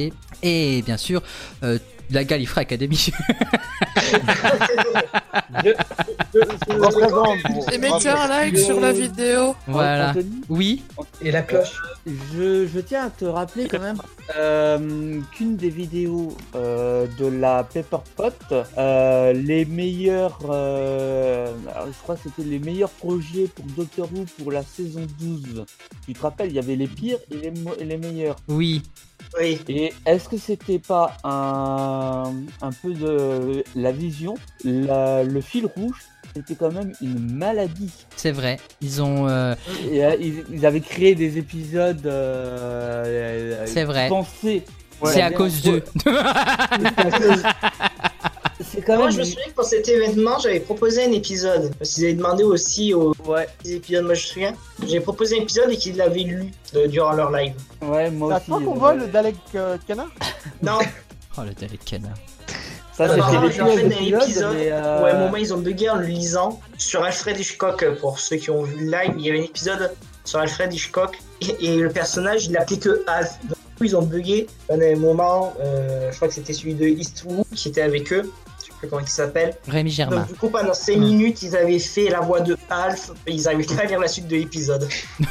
B: et bien sûr euh, la Gallifrey Academy. *laughs*
F: Et mettez un like sur la vidéo.
B: Voilà. Oui.
A: Et la cloche.
I: Je, je tiens à te rappeler quand même euh, qu'une des vidéos euh, de la Pepperpot, euh, les meilleurs,
B: *laughs*
I: euh, alors, je crois que c'était les meilleurs projets pour Doctor Who pour la saison 12. Tu te rappelles, il y avait les pires et les, mo- et les meilleurs.
B: Oui.
I: Et est-ce que c'était pas un, un peu de la vision, la- le fil rouge, c'était quand même une maladie.
B: C'est vrai, ils ont. euh,
I: Et, euh, ils, ils avaient créé des épisodes. euh, euh,
B: C'est vrai.
I: Pensés.
B: C'est à cause d'eux.
I: C'est
D: Ah
I: quand
E: Moi,
I: même-
E: je me souviens que pour cet événement, j'avais proposé un épisode. Parce qu'ils avaient demandé aussi aux aux épisodes, moi je me souviens. J'ai proposé un épisode et qu'ils l'avaient lu euh, durant leur live.
I: Ouais, moi
H: C'est à
E: aussi,
H: toi qu'on
E: euh,
H: voit le Dalek euh, Canard
B: Oh le Dalek canard.
I: Ça,
E: Non, non, j'ai fait un
I: d'épisode,
E: épisode
I: mais, euh,
E: où à un moment ils ont bugué en le lisant sur Alfred Hitchcock. euh, Pour ceux qui ont vu le live, il y avait un épisode sur Alfred Hitchcock et, et le personnage il l'appelait que Alf. Donc, du coup, ils ont bugué pendant un moment. euh, je crois que c'était celui de Eastwood qui était avec eux. Je sais plus comment il s'appelle.
B: Rémi Germain.
E: Donc, du coup, pendant 5 minutes, ils avaient fait la voix de Alf et ils n'arrivaient pas à lire la suite de l'épisode.
H: Et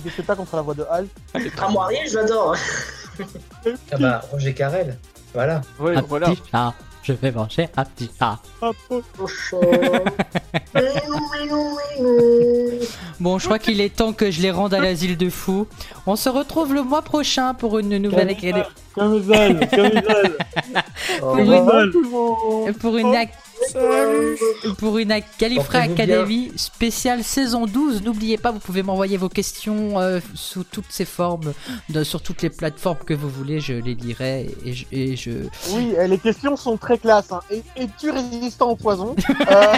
H: qu'est-ce que t'as contre la voix de Hal
E: Ah, moi rien, je l'adore.
A: Ah bah, Roger Carrel. Voilà.
B: un petit chat, je vais manger un petit chat. Bon, je crois qu'il est temps que je les rende à l'asile de fous. On se retrouve le mois prochain pour une nouvelle.
I: Camisole,
H: *laughs*
I: camisole.
B: Pour
I: Au revoir,
B: une,
I: tout Oh.
B: pour une, ac- pour une ac- Gallifrey
I: Portez-vous bien.
B: Academy spéciale saison 12. N'oubliez pas, vous pouvez m'envoyer vos questions euh, sous toutes ces formes, de- sur toutes les plateformes que vous voulez. Je les lirai et je. et je-
H: Oui, euh, les questions sont très classes. Hein. Et, tu résistant au poison Euh,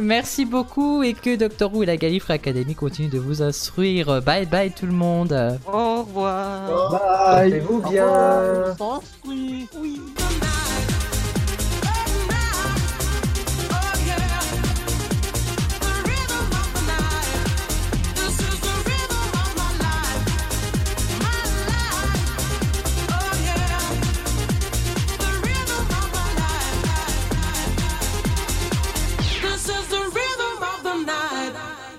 B: Merci beaucoup et que Doctor Who et la Gallifrey Academy continuent de vous instruire. Bye bye tout le monde.
L: Au revoir.
A: Bye. Portez-vous bien.
H: Sans- oui, oui.